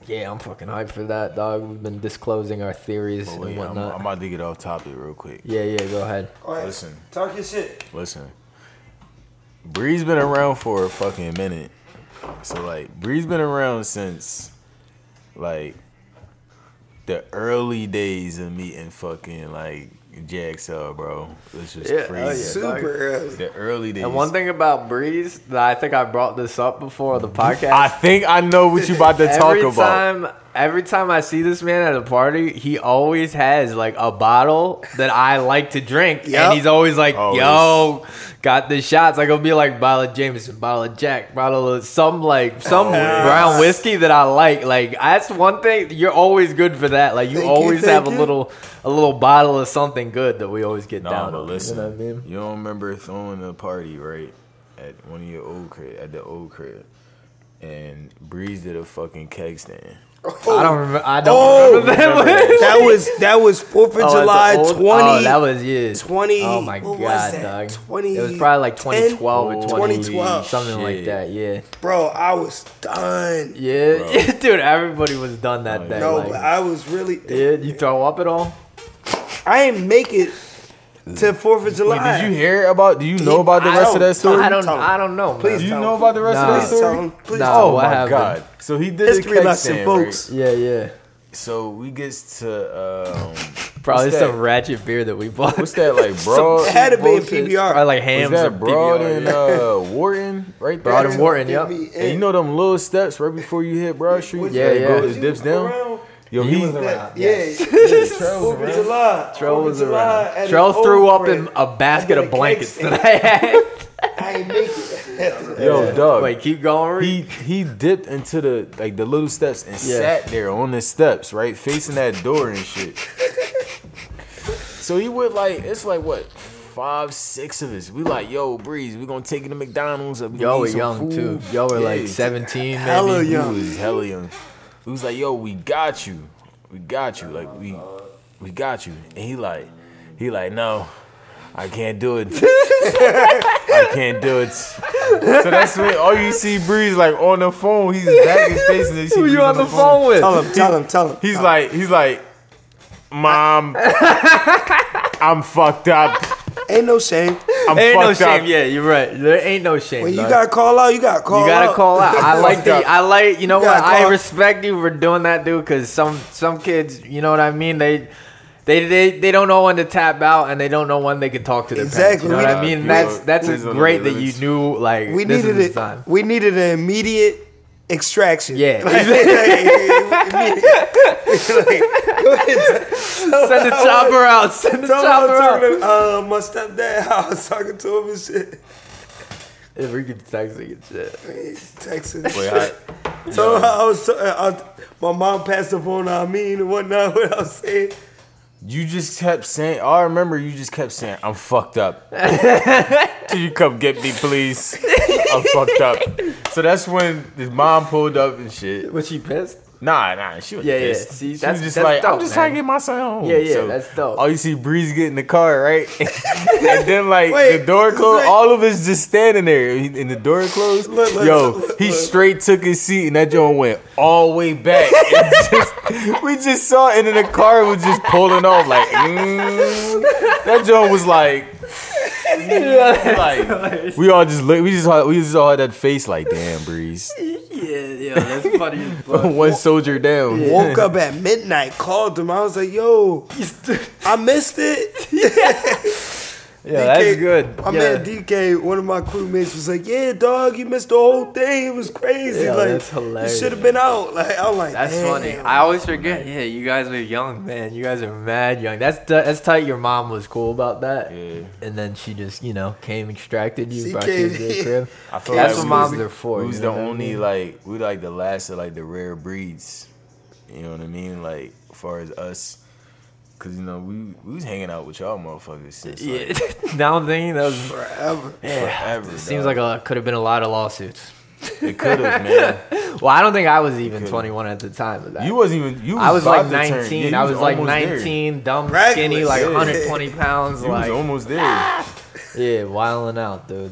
[SPEAKER 1] yeah, I'm fucking hyped for that, dog. We've been disclosing our theories
[SPEAKER 2] But
[SPEAKER 1] and
[SPEAKER 2] wait, Oh, I'm,
[SPEAKER 1] whatnot.
[SPEAKER 2] I'm about to get off topic real quick.
[SPEAKER 1] yeah, yeah, go ahead.
[SPEAKER 3] All right.
[SPEAKER 2] Listen.
[SPEAKER 3] Talk your shit.
[SPEAKER 2] Listen, Bree's been around for a fucking minute. So like, Bree's been around since like the early days of meeting fucking like Jaxel, bro. This was
[SPEAKER 1] Yeah,
[SPEAKER 2] crazy.
[SPEAKER 1] oh, yeah.
[SPEAKER 3] Super early.
[SPEAKER 2] The early days.
[SPEAKER 1] And one thing about Breeze that I think I brought this up before on the podcast.
[SPEAKER 2] I think I know what you about to talk
[SPEAKER 1] every
[SPEAKER 2] about.
[SPEAKER 1] time every time I see this man at a party, he always has like a bottle that I like to drink.
[SPEAKER 3] Yep.
[SPEAKER 1] And he's always like,
[SPEAKER 2] Always.
[SPEAKER 1] yo, got the shots. Like it'll be like bottle of Jameson, bottle of Jack, bottle of some like some
[SPEAKER 2] Always.
[SPEAKER 1] brown whiskey that I like. Like that's one thing you're always good for that. Like you
[SPEAKER 3] Thank you,
[SPEAKER 1] always
[SPEAKER 3] thank
[SPEAKER 1] have a
[SPEAKER 3] you.
[SPEAKER 1] little a little bottle of something good that we always get
[SPEAKER 2] No,
[SPEAKER 1] down
[SPEAKER 2] but
[SPEAKER 1] on.
[SPEAKER 2] listen,
[SPEAKER 1] You
[SPEAKER 2] you,
[SPEAKER 1] know what I mean?
[SPEAKER 2] don't remember throwing a party right at one of your old crib at the old crib, and Breeze did a fucking keg stand.
[SPEAKER 1] I don't remember. I don't
[SPEAKER 3] Oh!
[SPEAKER 1] remember.
[SPEAKER 3] That was that was Fourth of
[SPEAKER 1] Oh, that's the
[SPEAKER 3] July
[SPEAKER 1] old-
[SPEAKER 3] twenty.
[SPEAKER 1] Oh, that was yeah.
[SPEAKER 3] 20
[SPEAKER 1] Oh my
[SPEAKER 3] what was
[SPEAKER 1] god, dog.
[SPEAKER 3] that? 20
[SPEAKER 1] it was probably like
[SPEAKER 3] 10?
[SPEAKER 1] 2012 or
[SPEAKER 3] 2012.
[SPEAKER 1] 2012, something like
[SPEAKER 2] Shit.
[SPEAKER 1] that. Yeah,
[SPEAKER 3] bro. I was done.
[SPEAKER 1] yeah, dude. Everybody was done that
[SPEAKER 2] Oh,
[SPEAKER 1] day.
[SPEAKER 3] No,
[SPEAKER 1] like,
[SPEAKER 3] but I was really.
[SPEAKER 1] yeah, you throw up at all?
[SPEAKER 3] I ain't make it to Fourth of
[SPEAKER 2] Wait,
[SPEAKER 3] July.
[SPEAKER 2] did you hear about? Do you know about the
[SPEAKER 3] I
[SPEAKER 2] rest
[SPEAKER 3] don't-
[SPEAKER 2] of that story?
[SPEAKER 1] I don't.
[SPEAKER 3] Tell me.
[SPEAKER 1] I don't know.
[SPEAKER 3] Please
[SPEAKER 2] Do you
[SPEAKER 3] tell
[SPEAKER 2] know
[SPEAKER 3] him.
[SPEAKER 2] about the rest
[SPEAKER 1] Nah.
[SPEAKER 2] of that
[SPEAKER 3] Please tell
[SPEAKER 2] story?
[SPEAKER 3] him. Please
[SPEAKER 1] Nah.
[SPEAKER 3] tell
[SPEAKER 2] Oh
[SPEAKER 3] him.
[SPEAKER 1] What
[SPEAKER 2] my
[SPEAKER 1] happened?
[SPEAKER 2] god! So he did
[SPEAKER 3] History
[SPEAKER 2] a keg
[SPEAKER 3] lesson,
[SPEAKER 2] stand,
[SPEAKER 3] folks.
[SPEAKER 2] right?
[SPEAKER 1] man. Yeah, yeah.
[SPEAKER 2] So we gets to um,
[SPEAKER 1] Probably
[SPEAKER 2] what's
[SPEAKER 1] some
[SPEAKER 2] that?
[SPEAKER 1] ratchet beer that we bought.
[SPEAKER 2] What's that like, bro?
[SPEAKER 3] It had to be in
[SPEAKER 1] Bullshit.
[SPEAKER 3] PBR.
[SPEAKER 1] Probably like
[SPEAKER 2] Was
[SPEAKER 1] hams or
[SPEAKER 2] that Broad
[SPEAKER 1] PBR,
[SPEAKER 2] and
[SPEAKER 1] yeah.
[SPEAKER 2] uh, Warden right there?
[SPEAKER 1] Broad and Warden,
[SPEAKER 3] Give
[SPEAKER 1] yep.
[SPEAKER 3] me
[SPEAKER 2] And you
[SPEAKER 3] it.
[SPEAKER 2] know them little steps right before you hit Broad Street?
[SPEAKER 1] Yeah,
[SPEAKER 2] Like,
[SPEAKER 1] yeah.
[SPEAKER 2] Go,
[SPEAKER 1] Was
[SPEAKER 2] it dips down.
[SPEAKER 3] Around
[SPEAKER 2] Yo,
[SPEAKER 1] He
[SPEAKER 2] he,
[SPEAKER 1] was
[SPEAKER 2] was
[SPEAKER 1] around.
[SPEAKER 2] around.
[SPEAKER 3] that, yeah,
[SPEAKER 1] yes.
[SPEAKER 3] Fourth of July.
[SPEAKER 1] Trell
[SPEAKER 3] Fourth
[SPEAKER 1] was
[SPEAKER 3] of July
[SPEAKER 1] around.
[SPEAKER 3] at his
[SPEAKER 1] Trell
[SPEAKER 3] old
[SPEAKER 1] threw up
[SPEAKER 3] friend.
[SPEAKER 1] in a basket
[SPEAKER 3] I did
[SPEAKER 1] of
[SPEAKER 3] a
[SPEAKER 1] blankets
[SPEAKER 3] keg
[SPEAKER 1] that I had.
[SPEAKER 3] I ain't make it.
[SPEAKER 2] Yo, dog.
[SPEAKER 1] Wait, keep going. Reed.
[SPEAKER 2] he he dipped into the like the little steps and
[SPEAKER 1] Yeah.
[SPEAKER 2] sat there on the steps, right, facing that door and shit. so he would like it's like what five, six of us. We like, yo, Breeze, we gonna take it to McDonald's. and we
[SPEAKER 1] Y'all
[SPEAKER 2] gonna
[SPEAKER 1] were
[SPEAKER 2] eat some
[SPEAKER 1] young
[SPEAKER 2] food."
[SPEAKER 1] too. Y'all were
[SPEAKER 2] Yeah.
[SPEAKER 1] like 17, maybe.
[SPEAKER 3] Hella
[SPEAKER 2] We
[SPEAKER 3] young.
[SPEAKER 2] was hella young. We was like, yo, we got you, we got you, like we we got you. And he like he like no. I can't do it. I can't do it. So that's when all you see Breeze like on the phone. He's back his face and then
[SPEAKER 1] Who
[SPEAKER 2] Breeze
[SPEAKER 1] you on the phone with?
[SPEAKER 3] Tell him, tell him, tell him.
[SPEAKER 2] He's like, he's like, mom, I'm fucked up.
[SPEAKER 3] Ain't no shame.
[SPEAKER 2] I'm
[SPEAKER 1] Ain't no
[SPEAKER 2] fucked up.
[SPEAKER 1] shame. Yeah, you're right. There ain't no shame.
[SPEAKER 3] When you
[SPEAKER 1] dog.
[SPEAKER 3] gotta call out, you gotta call
[SPEAKER 1] You gotta
[SPEAKER 3] out.
[SPEAKER 1] call out. I like the.
[SPEAKER 2] Fucked up.
[SPEAKER 1] I like. You know
[SPEAKER 3] You
[SPEAKER 1] what?
[SPEAKER 3] gotta call
[SPEAKER 1] I
[SPEAKER 3] out.
[SPEAKER 1] respect you for doing that, dude. Because some some kids, you know what I mean. They. They, they, they don't know when to tap out and they don't know when they can talk to their
[SPEAKER 3] Exactly.
[SPEAKER 1] parents. You know
[SPEAKER 3] We
[SPEAKER 1] what I
[SPEAKER 3] don't-
[SPEAKER 1] mean?
[SPEAKER 2] we
[SPEAKER 1] That's
[SPEAKER 2] don't-
[SPEAKER 1] that's
[SPEAKER 2] we
[SPEAKER 1] a
[SPEAKER 2] don't
[SPEAKER 1] great
[SPEAKER 2] know
[SPEAKER 1] that
[SPEAKER 2] the
[SPEAKER 1] you
[SPEAKER 2] limits.
[SPEAKER 1] knew like
[SPEAKER 3] We
[SPEAKER 1] this
[SPEAKER 3] needed
[SPEAKER 1] is
[SPEAKER 3] it.
[SPEAKER 1] the sign.
[SPEAKER 3] We needed an immediate extraction.
[SPEAKER 1] Yeah.
[SPEAKER 3] Like, like, immediate. Like, go ahead,
[SPEAKER 1] Send the chopper out. Send the
[SPEAKER 3] Tell him
[SPEAKER 1] chopper
[SPEAKER 3] I'm
[SPEAKER 1] out.
[SPEAKER 3] talking to uh, my stepdad. How I was talking to him and shit.
[SPEAKER 1] If we could text it and shit.
[SPEAKER 3] He's texting. and
[SPEAKER 2] Wait,
[SPEAKER 3] shit.
[SPEAKER 2] I-
[SPEAKER 3] Tell him how I was. I, my mom passed the phone on me and whatnot. What I was saying.
[SPEAKER 2] you just kept saying, oh, I remember you just kept saying, I'm fucked up. Can you come get me, please? I'm fucked up. So that's when his mom pulled up and shit.
[SPEAKER 1] Was she pissed?
[SPEAKER 2] Nah, nah, she was
[SPEAKER 1] Yeah, yeah.
[SPEAKER 2] pissed.
[SPEAKER 1] See,
[SPEAKER 2] she
[SPEAKER 1] that's-
[SPEAKER 2] was just
[SPEAKER 1] that's
[SPEAKER 2] like,
[SPEAKER 1] dope,
[SPEAKER 2] I'm just
[SPEAKER 1] man.
[SPEAKER 2] trying to get my son home.
[SPEAKER 1] Yeah, yeah, that's dope.
[SPEAKER 2] All you see, Breeze get in the car, right? and then like
[SPEAKER 3] Wait,
[SPEAKER 2] the door closed,
[SPEAKER 3] wait.
[SPEAKER 2] all of us just standing there, and and the door closed.
[SPEAKER 3] Look, look,
[SPEAKER 2] Yo,
[SPEAKER 3] look,
[SPEAKER 2] he
[SPEAKER 3] look.
[SPEAKER 2] straight took his seat, and that joint went all the way back. And just- we just saw it, and then the car was just pulling off. Like mm. that joint was like. mm, like we all just look, we just all- we just all had that face like damn breeze,
[SPEAKER 1] Yeah, yeah, that's funny as fuck.
[SPEAKER 2] one soldier down.
[SPEAKER 3] Woke up at midnight. Called him. I was like, Yo, I missed it.
[SPEAKER 1] yeah, that's good.
[SPEAKER 3] My
[SPEAKER 1] yeah.
[SPEAKER 3] man DK, one of my crewmates, was like, "Yeah, dog, you missed the whole thing. It was crazy.
[SPEAKER 1] Yeah,
[SPEAKER 3] like,
[SPEAKER 1] that's hilarious.
[SPEAKER 3] you should have been out." Like, I'm like,
[SPEAKER 1] That's
[SPEAKER 3] "Damn."
[SPEAKER 1] funny. I always forget. Yeah, you guys were young, man. You guys are mad young. That's t- that's tight. Your mom was cool about that,
[SPEAKER 2] Yeah.
[SPEAKER 1] and then she just you know came extracted you,
[SPEAKER 3] She
[SPEAKER 1] brought you
[SPEAKER 3] came-
[SPEAKER 1] to the crib.
[SPEAKER 2] I feel
[SPEAKER 1] That's
[SPEAKER 2] like
[SPEAKER 1] what
[SPEAKER 2] we
[SPEAKER 1] moms
[SPEAKER 2] was-
[SPEAKER 1] are for,
[SPEAKER 2] We
[SPEAKER 1] you
[SPEAKER 2] was
[SPEAKER 1] know
[SPEAKER 2] the
[SPEAKER 1] what I
[SPEAKER 2] only
[SPEAKER 1] mean?
[SPEAKER 2] like we like the last of like the rare breeds. You know what I mean? Like as far as us, because you know we we was hanging out with y'all motherfuckers since like,
[SPEAKER 1] Yeah. now I'm thinking that was.
[SPEAKER 3] Forever.
[SPEAKER 2] forever.
[SPEAKER 1] It seems like a could have been a lot of lawsuits.
[SPEAKER 2] it could have man.
[SPEAKER 1] Well, I don't think I was even
[SPEAKER 2] Could've.
[SPEAKER 1] 21 at the time of that.
[SPEAKER 2] You wasn't even. You was
[SPEAKER 1] I was
[SPEAKER 2] about
[SPEAKER 1] like
[SPEAKER 2] to turn-
[SPEAKER 1] 19.
[SPEAKER 2] yeah, you
[SPEAKER 1] I was, like
[SPEAKER 2] almost
[SPEAKER 1] 19, dumb,
[SPEAKER 3] Reckless.
[SPEAKER 1] skinny, like
[SPEAKER 2] Yeah.
[SPEAKER 1] 120 pounds,
[SPEAKER 2] There. You
[SPEAKER 1] like
[SPEAKER 2] was almost there.
[SPEAKER 1] yeah, wilding out, dude.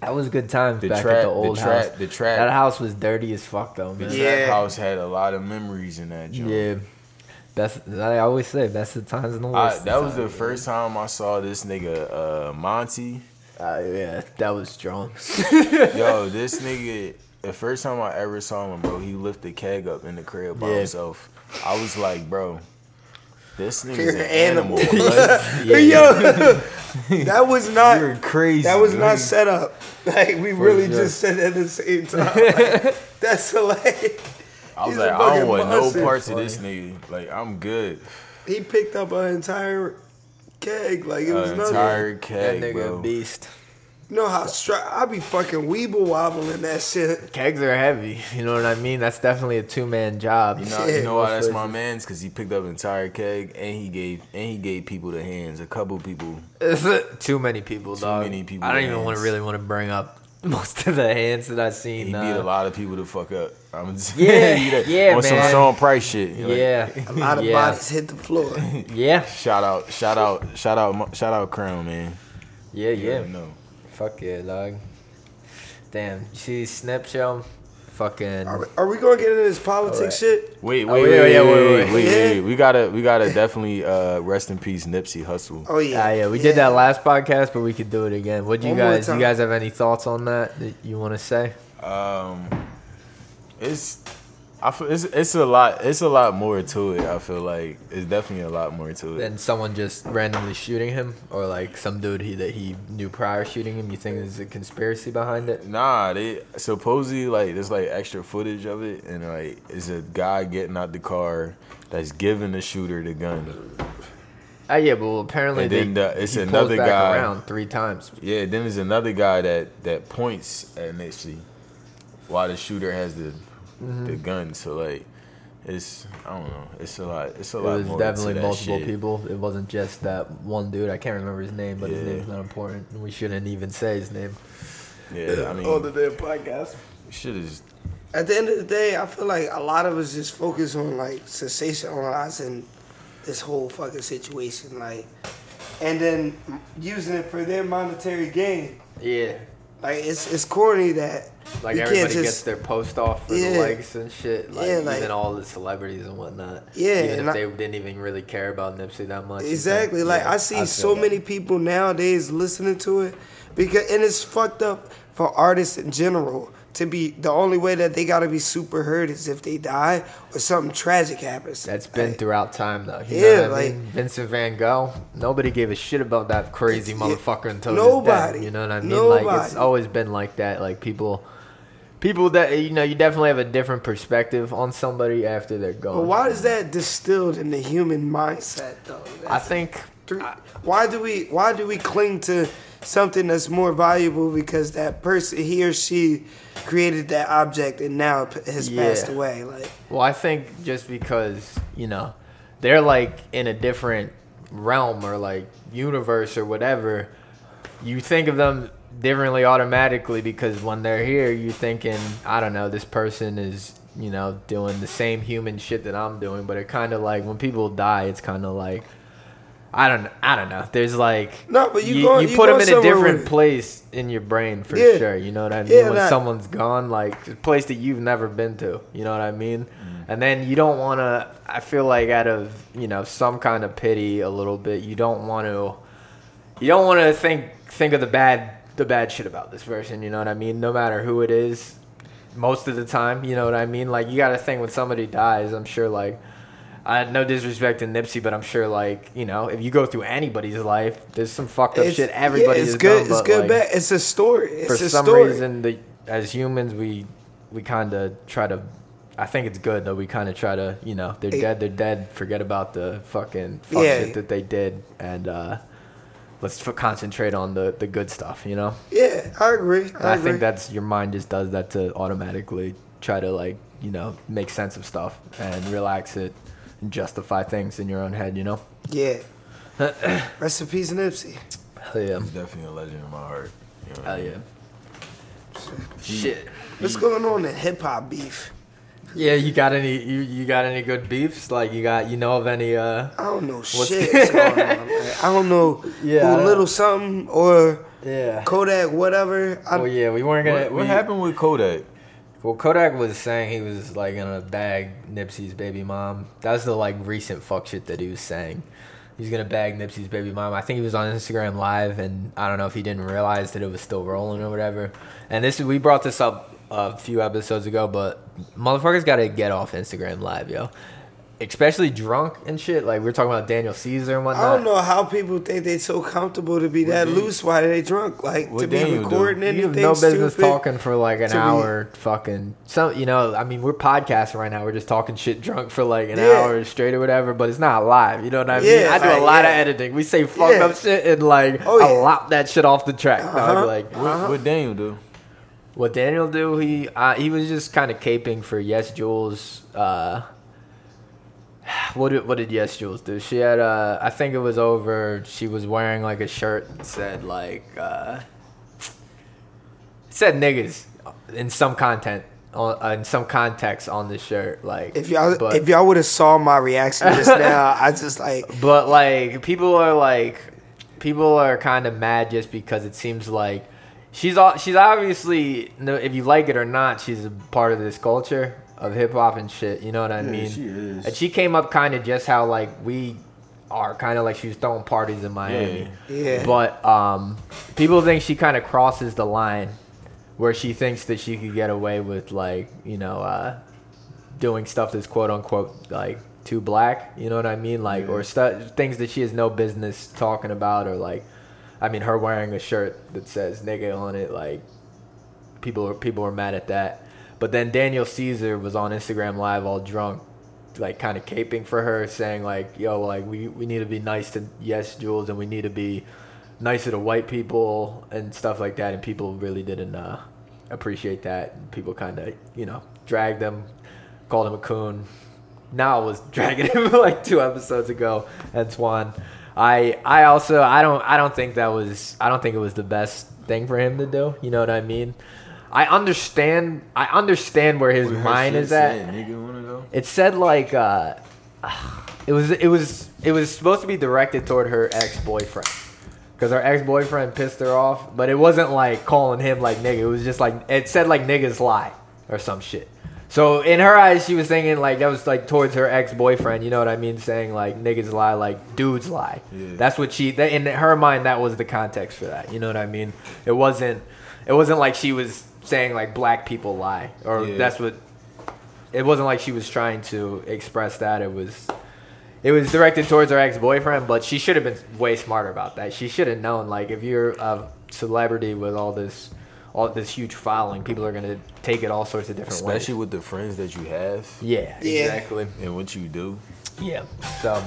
[SPEAKER 1] That was good times
[SPEAKER 2] The
[SPEAKER 1] back at
[SPEAKER 2] trap,
[SPEAKER 1] the old
[SPEAKER 2] the trap,
[SPEAKER 1] house.
[SPEAKER 2] the trap.
[SPEAKER 1] That house was dirty as fuck though, man.
[SPEAKER 2] The
[SPEAKER 3] Yeah.
[SPEAKER 2] trap house had a lot of memories in that. Joint.
[SPEAKER 1] Yeah. That's I always say that's the times in the
[SPEAKER 2] I,
[SPEAKER 1] worst.
[SPEAKER 2] Uh, that was the first time I saw this nigga uh, Monty.
[SPEAKER 1] Uh, yeah, that was strong.
[SPEAKER 2] Yo, this nigga, the first time I ever saw him, bro, he lifted keg up in the crib by
[SPEAKER 1] Yeah.
[SPEAKER 2] himself. I was like, bro, this nigga's an
[SPEAKER 3] You're an
[SPEAKER 2] animal.
[SPEAKER 3] animal.
[SPEAKER 2] Like,
[SPEAKER 3] Yo, that was
[SPEAKER 2] you're
[SPEAKER 3] not.
[SPEAKER 2] crazy.
[SPEAKER 3] That was
[SPEAKER 2] dude.
[SPEAKER 3] not set up. Like, we really
[SPEAKER 1] sure.
[SPEAKER 3] just said at the same time. Like, that's hilarious.
[SPEAKER 2] I was
[SPEAKER 3] he's
[SPEAKER 2] like,
[SPEAKER 3] a
[SPEAKER 2] I
[SPEAKER 3] fucking
[SPEAKER 2] don't want no
[SPEAKER 3] monster.
[SPEAKER 2] parts of this nigga. Like, I'm good.
[SPEAKER 3] He picked up an entire keg. Like, it was
[SPEAKER 2] An
[SPEAKER 3] nothing.
[SPEAKER 2] Uh, entire
[SPEAKER 1] that
[SPEAKER 2] keg,
[SPEAKER 1] nigga
[SPEAKER 2] bro.
[SPEAKER 1] a beast.
[SPEAKER 3] You know how str- I be fucking weeble wobbling that shit.
[SPEAKER 1] Kegs are heavy. You know what I mean? That's definitely a two man job.
[SPEAKER 2] You know, you know why that's my man's? Cause he picked up an entire keg and he gave and he gave people the hands. A couple people.
[SPEAKER 1] It's, uh, too many people, dog.
[SPEAKER 2] many people
[SPEAKER 1] I don't
[SPEAKER 2] to
[SPEAKER 1] even want to
[SPEAKER 2] hands.
[SPEAKER 1] really want to bring up Most of the hands that I seen.
[SPEAKER 2] He
[SPEAKER 1] nah.
[SPEAKER 2] beat a lot of people to fuck up. I'm just
[SPEAKER 1] Yeah,
[SPEAKER 2] he that-
[SPEAKER 1] yeah,
[SPEAKER 2] on some
[SPEAKER 1] man.
[SPEAKER 2] Sean Price shit. Like,
[SPEAKER 1] Yeah,
[SPEAKER 3] A lot of
[SPEAKER 1] yeah.
[SPEAKER 3] bodies hit the floor.
[SPEAKER 1] Yeah,
[SPEAKER 2] Shout out, shout out, shout out, Mo- shout out, Crown man.
[SPEAKER 1] yeah,
[SPEAKER 2] You
[SPEAKER 1] yeah.
[SPEAKER 2] never know.
[SPEAKER 1] Fuck yeah, dog. Damn, you see Snapchat? Fucking.
[SPEAKER 3] Are, we- are we gonna get into this politics
[SPEAKER 1] Alright.
[SPEAKER 3] shit?
[SPEAKER 2] Wait,
[SPEAKER 1] Oh,
[SPEAKER 2] wait,
[SPEAKER 1] yeah,
[SPEAKER 2] wait, wait,
[SPEAKER 1] yeah,
[SPEAKER 2] wait,
[SPEAKER 1] wait,
[SPEAKER 2] wait,
[SPEAKER 1] wait.
[SPEAKER 2] wait,
[SPEAKER 3] Yeah.
[SPEAKER 2] We gotta, we gotta definitely uh, rest in peace, Nipsey Hustle.
[SPEAKER 3] Oh yeah.
[SPEAKER 1] Ah, yeah, we did that last podcast, but we could do it again. What do you
[SPEAKER 3] One more
[SPEAKER 1] guys? You
[SPEAKER 3] time.
[SPEAKER 1] guys have any thoughts on that that you want to say?
[SPEAKER 2] Um, it's, I feel it's, it's a lot, it's a lot more to it. I feel like it's definitely a lot more to it.
[SPEAKER 1] Then someone just randomly shooting him, or like some dude he, that he knew prior shooting him. You think there's a conspiracy behind it?
[SPEAKER 2] Nah, they supposedly like there's like extra footage of it, and like it's a guy getting out the car that's giving the shooter the gun.
[SPEAKER 1] Ah, yeah, well apparently
[SPEAKER 2] And
[SPEAKER 1] they,
[SPEAKER 2] then the- it's
[SPEAKER 1] he pulls
[SPEAKER 2] another
[SPEAKER 1] back
[SPEAKER 2] guy.
[SPEAKER 1] around three times.
[SPEAKER 2] Yeah, then there's another guy that that points at Nipsey while the shooter has the
[SPEAKER 1] Mm-hmm.
[SPEAKER 2] the gun. So like, it's I don't know, it's a lot, it's a
[SPEAKER 1] It
[SPEAKER 2] lot.
[SPEAKER 1] was
[SPEAKER 2] more
[SPEAKER 1] definitely
[SPEAKER 2] to that
[SPEAKER 1] multiple
[SPEAKER 2] shit.
[SPEAKER 1] people. It wasn't just that one dude. I can't remember his name, but his
[SPEAKER 2] Yeah.
[SPEAKER 1] name's not important. We shouldn't even say his name.
[SPEAKER 2] Yeah, I mean,
[SPEAKER 3] on the damn podcast.
[SPEAKER 2] shit is
[SPEAKER 3] At the end of the day, I feel like a lot of us just focus on like sensationalizing this whole fucking situation, like, and then using it for their monetary gain.
[SPEAKER 1] Yeah,
[SPEAKER 3] Like it's it's corny that
[SPEAKER 1] like
[SPEAKER 3] you
[SPEAKER 1] everybody
[SPEAKER 3] can't
[SPEAKER 1] gets
[SPEAKER 3] just
[SPEAKER 1] their post off for the
[SPEAKER 3] Yeah.
[SPEAKER 1] likes and shit. Like,
[SPEAKER 3] Yeah, like-
[SPEAKER 1] even all the celebrities and whatnot.
[SPEAKER 3] Yeah,
[SPEAKER 1] even
[SPEAKER 3] and
[SPEAKER 1] if
[SPEAKER 3] I-
[SPEAKER 1] they didn't even really care about Nipsey that much. you
[SPEAKER 3] exactly.
[SPEAKER 1] think,
[SPEAKER 3] Like
[SPEAKER 1] yeah,
[SPEAKER 3] I see
[SPEAKER 1] feel
[SPEAKER 3] so
[SPEAKER 1] that.
[SPEAKER 3] many people nowadays listening to it because and it's fucked up for artists in general to be the only way that they got to be super heard is if they die or something tragic happens.
[SPEAKER 1] That's been
[SPEAKER 3] Like,
[SPEAKER 1] throughout time, though. You
[SPEAKER 3] Yeah,
[SPEAKER 1] know what I
[SPEAKER 3] like-
[SPEAKER 1] mean? Vincent Van Gogh. Nobody gave a shit about that crazy
[SPEAKER 3] Yeah,
[SPEAKER 1] motherfucker until His
[SPEAKER 3] nobody.
[SPEAKER 1] death, you know what I mean? Like it's
[SPEAKER 3] Nobody.
[SPEAKER 1] always been like that. Like people, people that you know, you definitely have a different perspective on somebody after they're gone.
[SPEAKER 3] but why is that distilled in the human mindset though?
[SPEAKER 1] I
[SPEAKER 3] That's-
[SPEAKER 1] think
[SPEAKER 3] Three- why do we why do we cling to something that's more valuable because that person he or she created that object and now it p- has
[SPEAKER 1] Yeah.
[SPEAKER 3] passed away like
[SPEAKER 1] Well, I think just because you know they're like in a different realm or like universe or whatever, you think of them differently automatically because when they're here, you're thinking, I don't know, this person is you know doing the same human shit that I'm doing, but it kind of like when people die, it's kind of like. I don't. I don't know. There's like
[SPEAKER 3] No, but you
[SPEAKER 1] you,
[SPEAKER 3] going-
[SPEAKER 1] you
[SPEAKER 3] you
[SPEAKER 1] put them
[SPEAKER 3] going
[SPEAKER 1] in a
[SPEAKER 3] somewhere
[SPEAKER 1] different
[SPEAKER 3] with it.
[SPEAKER 1] place in your brain for
[SPEAKER 3] Yeah.
[SPEAKER 1] sure. You know what I mean?
[SPEAKER 3] Yeah,
[SPEAKER 1] when
[SPEAKER 3] that-
[SPEAKER 1] someone's gone, like a place that you've never been to. You know what I mean? And then you don't want to. I feel like out of you know some kind of pity, a little bit. You don't want to. You don't want to think think of the bad the bad shit about this person. You know what I mean? No matter who it is, most of the time. You know what I mean? Like you got to think when somebody dies. I'm sure like. I no disrespect to Nipsey, but I'm sure like you know if you go through anybody's life, there's some fucked up
[SPEAKER 3] It's-
[SPEAKER 1] shit
[SPEAKER 3] yeah,
[SPEAKER 1] everybody
[SPEAKER 3] it's
[SPEAKER 1] has
[SPEAKER 3] good
[SPEAKER 1] done,
[SPEAKER 3] it's
[SPEAKER 1] but,
[SPEAKER 3] good
[SPEAKER 1] like,
[SPEAKER 3] back it's a story it's
[SPEAKER 1] for
[SPEAKER 3] a
[SPEAKER 1] some
[SPEAKER 3] story
[SPEAKER 1] reason the, as humans we we kind of try to i think it's good though we kind of try to you know they're
[SPEAKER 3] It-
[SPEAKER 1] dead they're dead forget about the fucking fuck
[SPEAKER 3] Yeah.
[SPEAKER 1] shit that they did and uh let's f- concentrate on the the good stuff you know
[SPEAKER 3] yeah i agree
[SPEAKER 1] and i,
[SPEAKER 3] i, agree.
[SPEAKER 1] think that's your mind just does that to automatically try to like you know make sense of stuff and relax it and justify things in your own head you know
[SPEAKER 3] yeah recipes nipsey
[SPEAKER 1] hell yeah
[SPEAKER 2] it's definitely a legend in my heart. You know what I
[SPEAKER 1] hell
[SPEAKER 2] mean?
[SPEAKER 1] yeah shit
[SPEAKER 3] what's going on in hip-hop beef
[SPEAKER 1] Yeah, you got any you, you got any good beefs? Like you got you know of any uh
[SPEAKER 3] i don't know shit that's going on, man. i don't know
[SPEAKER 1] Yeah, I
[SPEAKER 3] who
[SPEAKER 1] don't-
[SPEAKER 3] little something or
[SPEAKER 1] Yeah.
[SPEAKER 3] kodak whatever I,
[SPEAKER 1] Oh yeah, we weren't gonna
[SPEAKER 2] What, what
[SPEAKER 1] we-
[SPEAKER 2] happened with Kodak?
[SPEAKER 1] Well Kodak was saying he was like gonna bag Nipsey's baby mom. That was the like recent fuck shit that he was saying. He's gonna bag Nipsey's baby mom. I think he was on Instagram live and I don't know if he didn't realize that it was still rolling or whatever. And this we brought this up a few episodes ago, but motherfuckers gotta get off Instagram live, yo. Especially drunk and shit. Like we were talking about Daniel Caesar and whatnot.
[SPEAKER 3] I don't know how people think they so comfortable to be that
[SPEAKER 2] Daniel-
[SPEAKER 3] loose while they drunk, like
[SPEAKER 2] What
[SPEAKER 3] to be
[SPEAKER 2] Daniel do?
[SPEAKER 3] recording
[SPEAKER 1] You
[SPEAKER 3] anything
[SPEAKER 1] have no business
[SPEAKER 3] stupid.
[SPEAKER 1] talking for like an
[SPEAKER 3] to me.
[SPEAKER 1] hour, fucking. So you know, I mean, we're podcasting right now. We're just talking shit drunk for like an
[SPEAKER 3] Yeah.
[SPEAKER 1] hour straight or whatever. But it's not live. You know what I mean?
[SPEAKER 3] Yeah,
[SPEAKER 1] I do
[SPEAKER 3] like,
[SPEAKER 1] a lot
[SPEAKER 3] yeah.
[SPEAKER 1] of editing. We say fucked
[SPEAKER 3] Yeah.
[SPEAKER 1] up shit and like
[SPEAKER 3] Oh,
[SPEAKER 1] I
[SPEAKER 3] yeah.
[SPEAKER 1] lop that shit off the track. dog.
[SPEAKER 3] Uh-huh.
[SPEAKER 1] Like
[SPEAKER 2] What, what Daniel do?
[SPEAKER 1] what Daniel do? He uh, he was just kind of caping for Yes Jules. Uh, what did what did Yes Jules do? She had uh, I think it was over. She was wearing like a shirt that said like. Uh, said niggas in some content, on, uh, in some context on the shirt. Like
[SPEAKER 3] If y'all
[SPEAKER 1] but,
[SPEAKER 3] if y'all would have saw my reaction just now, I just like
[SPEAKER 1] but like people are like people are kind of mad just because it seems like she's all she's obviously no- if you like it or not, she's a part of this culture of hip hop and shit. You know what I mean?
[SPEAKER 2] she is.
[SPEAKER 1] And she came up kind of just how like we are kind of like she was throwing parties in Miami.
[SPEAKER 3] Yeah.
[SPEAKER 1] But um, people think she kind of crosses the line where she thinks that she could get away with like you know uh, doing stuff that's quote unquote like too black. You know what I mean? Like or stu- things that she has no business talking about or like. I mean, her wearing a shirt that says "nigga" on it, like people are people were mad at that. But then Daniel Caesar was on Instagram Live all drunk, like kind of caping for her, saying like, "Yo, like we we need to be nice to yes Jules, and we need to be nicer to white people and stuff like that." And people really didn't uh, appreciate that. People kind of you know dragged them, called him a coon. Now was dragging him like two episodes ago, and Swan. I I also I don't I don't think that was I don't think it was the best thing for him to do. You know what I mean? I understand I understand where his mind is at.
[SPEAKER 2] Nigga, wanna go?
[SPEAKER 1] It said like uh it was it was it was supposed to be directed toward her ex-boyfriend. Cause her ex-boyfriend pissed her off, but it wasn't like calling him like nigga. It was just like it said like niggas lie or some shit. So in her eyes, she was thinking like that was like towards her ex-boyfriend. You know what I mean? Saying like niggas lie, like dudes lie.
[SPEAKER 2] Yeah.
[SPEAKER 1] That's what she that, in her mind that was the context for that. You know what I mean? It wasn't it wasn't like she was saying like black people lie or
[SPEAKER 2] Yeah.
[SPEAKER 1] that's what it wasn't like she was trying to express that. It was it was directed towards her ex-boyfriend, but she should have been way smarter about that. She should have known like if you're a celebrity with all this all this huge following, people are going to take it all sorts of different
[SPEAKER 2] Especially
[SPEAKER 1] ways.
[SPEAKER 2] with the friends that you have
[SPEAKER 1] Yeah,
[SPEAKER 3] Yeah.
[SPEAKER 1] exactly.
[SPEAKER 2] and what you do.
[SPEAKER 1] Yeah. So,
[SPEAKER 2] You know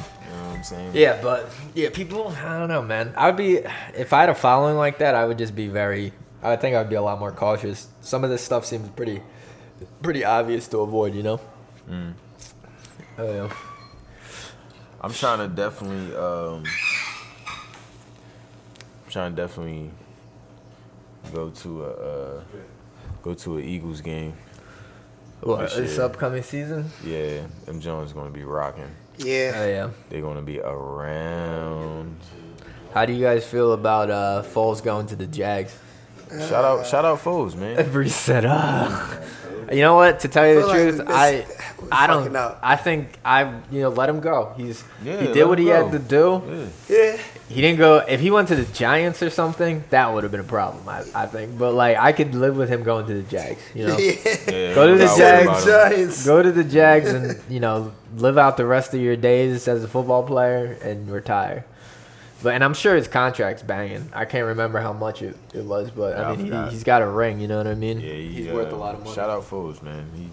[SPEAKER 2] what I'm saying?
[SPEAKER 1] yeah, but yeah, people, I don't know, man. I would be if I had a following like that, I would just be very I would think I would be a lot more cautious. Some of this stuff seems pretty pretty obvious to avoid, you know. Oh, yeah.
[SPEAKER 2] I'm trying to definitely. Um, I'm trying to definitely go to a uh, go to an Eagles game.
[SPEAKER 1] What,
[SPEAKER 2] This
[SPEAKER 1] this
[SPEAKER 2] year.
[SPEAKER 1] upcoming season?
[SPEAKER 2] Yeah, them Jones gonna be rocking.
[SPEAKER 1] Oh
[SPEAKER 3] yeah.
[SPEAKER 1] yeah.
[SPEAKER 2] They're gonna be around.
[SPEAKER 1] How do you guys feel about uh Foles going to the Jags?
[SPEAKER 2] Shout out, shout out, foes, man.
[SPEAKER 1] Every setup. you know what? To tell you the
[SPEAKER 3] Feel like
[SPEAKER 1] truth,
[SPEAKER 3] this-
[SPEAKER 1] I
[SPEAKER 3] we're
[SPEAKER 1] I
[SPEAKER 3] fucking
[SPEAKER 1] don't.
[SPEAKER 3] up.
[SPEAKER 1] I think I you know let him go. He's
[SPEAKER 2] Yeah,
[SPEAKER 1] he
[SPEAKER 2] let
[SPEAKER 1] did what
[SPEAKER 2] him
[SPEAKER 1] he
[SPEAKER 2] go.
[SPEAKER 1] had to do.
[SPEAKER 2] Yeah.
[SPEAKER 3] Yeah.
[SPEAKER 1] He didn't go. If he went to the Giants or something, that would have been a problem. I, I think. But like I could live with him going to the Jags. You know.
[SPEAKER 2] Yeah,
[SPEAKER 1] Go to
[SPEAKER 2] I'm
[SPEAKER 1] the
[SPEAKER 2] not worried
[SPEAKER 1] Jags.
[SPEAKER 2] about him.
[SPEAKER 3] Giants.
[SPEAKER 1] Go to the Jags and you know live out the rest of your days as a football player and retire. But and I'm sure his contract's banging. I can't remember how much it, it was, but
[SPEAKER 2] Yeah, I
[SPEAKER 1] I mean
[SPEAKER 2] forgot.
[SPEAKER 1] he, he's got a ring. You know what I mean?
[SPEAKER 2] Yeah, he,
[SPEAKER 1] he's
[SPEAKER 2] uh,
[SPEAKER 1] worth a lot of money.
[SPEAKER 2] Shout out, foes, man. He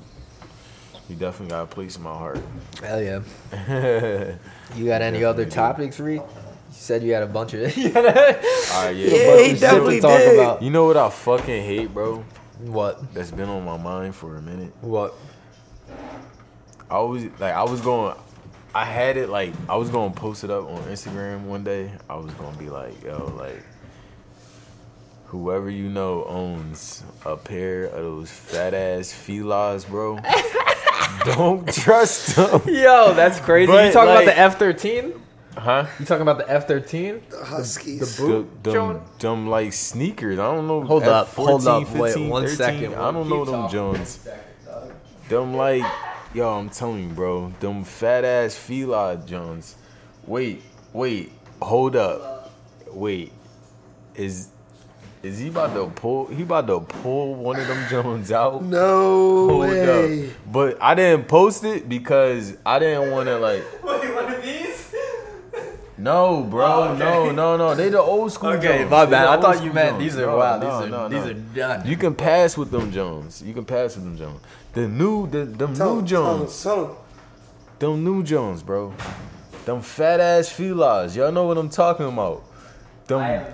[SPEAKER 2] he definitely got a place in my heart.
[SPEAKER 1] Hell yeah! You got any other
[SPEAKER 2] Definitely do.
[SPEAKER 1] topics, Reed? You said you had a bunch of.
[SPEAKER 2] All right, yeah.
[SPEAKER 3] Yeah, he definitely
[SPEAKER 1] talk
[SPEAKER 3] did.
[SPEAKER 1] about
[SPEAKER 2] You know what I fucking hate, bro?
[SPEAKER 1] what?
[SPEAKER 2] That's been on my mind for a minute.
[SPEAKER 1] What?
[SPEAKER 2] I always like I was going I had it like I was gonna post it up on Instagram one day. I was gonna be like, yo, like whoever you know owns a pair of those fat ass felines, bro. don't trust them.
[SPEAKER 1] Yo, that's crazy.
[SPEAKER 2] But,
[SPEAKER 1] you talking
[SPEAKER 2] like-
[SPEAKER 1] about the F-13?
[SPEAKER 2] Huh?
[SPEAKER 1] You talking about the F-13?
[SPEAKER 3] The Huskies.
[SPEAKER 1] the boot-
[SPEAKER 2] Them, them,
[SPEAKER 1] John?
[SPEAKER 2] them like sneakers. I don't know.
[SPEAKER 1] Hold
[SPEAKER 2] F-
[SPEAKER 1] up, hold
[SPEAKER 2] 14,
[SPEAKER 1] up, wait,
[SPEAKER 2] 15,
[SPEAKER 1] one
[SPEAKER 2] 13.
[SPEAKER 1] second,
[SPEAKER 2] I don't
[SPEAKER 1] keep
[SPEAKER 2] know them
[SPEAKER 1] talking.
[SPEAKER 2] Jones. Them like, yo, I'm telling you, bro. Them fat ass Fila Jones. Wait, wait, hold up, wait. Is is he about to pull? He about to pull one of them Jones out?
[SPEAKER 3] no
[SPEAKER 2] Hold
[SPEAKER 3] way.
[SPEAKER 2] up. But I didn't post it because I didn't want to like.
[SPEAKER 1] Wait, one of these?
[SPEAKER 2] No, bro.
[SPEAKER 1] Oh, okay.
[SPEAKER 2] No, no, no. They the old school.
[SPEAKER 1] Okay,
[SPEAKER 2] Jones.
[SPEAKER 1] my bad.
[SPEAKER 2] They the
[SPEAKER 1] I
[SPEAKER 2] old
[SPEAKER 1] thought you
[SPEAKER 2] school
[SPEAKER 1] meant
[SPEAKER 2] Jones.
[SPEAKER 1] these are
[SPEAKER 2] No,
[SPEAKER 1] wow.
[SPEAKER 2] no,
[SPEAKER 1] these
[SPEAKER 2] no,
[SPEAKER 1] are
[SPEAKER 2] no.
[SPEAKER 1] these are done.
[SPEAKER 2] You can pass with them Jones. You can pass with them Jones. The new, the them
[SPEAKER 3] Tell
[SPEAKER 2] new
[SPEAKER 3] him,
[SPEAKER 2] Jones.
[SPEAKER 3] Tell him, tell him.
[SPEAKER 2] Them new Jones, bro. Them fat ass felines. Y'all know what I'm talking about. Them,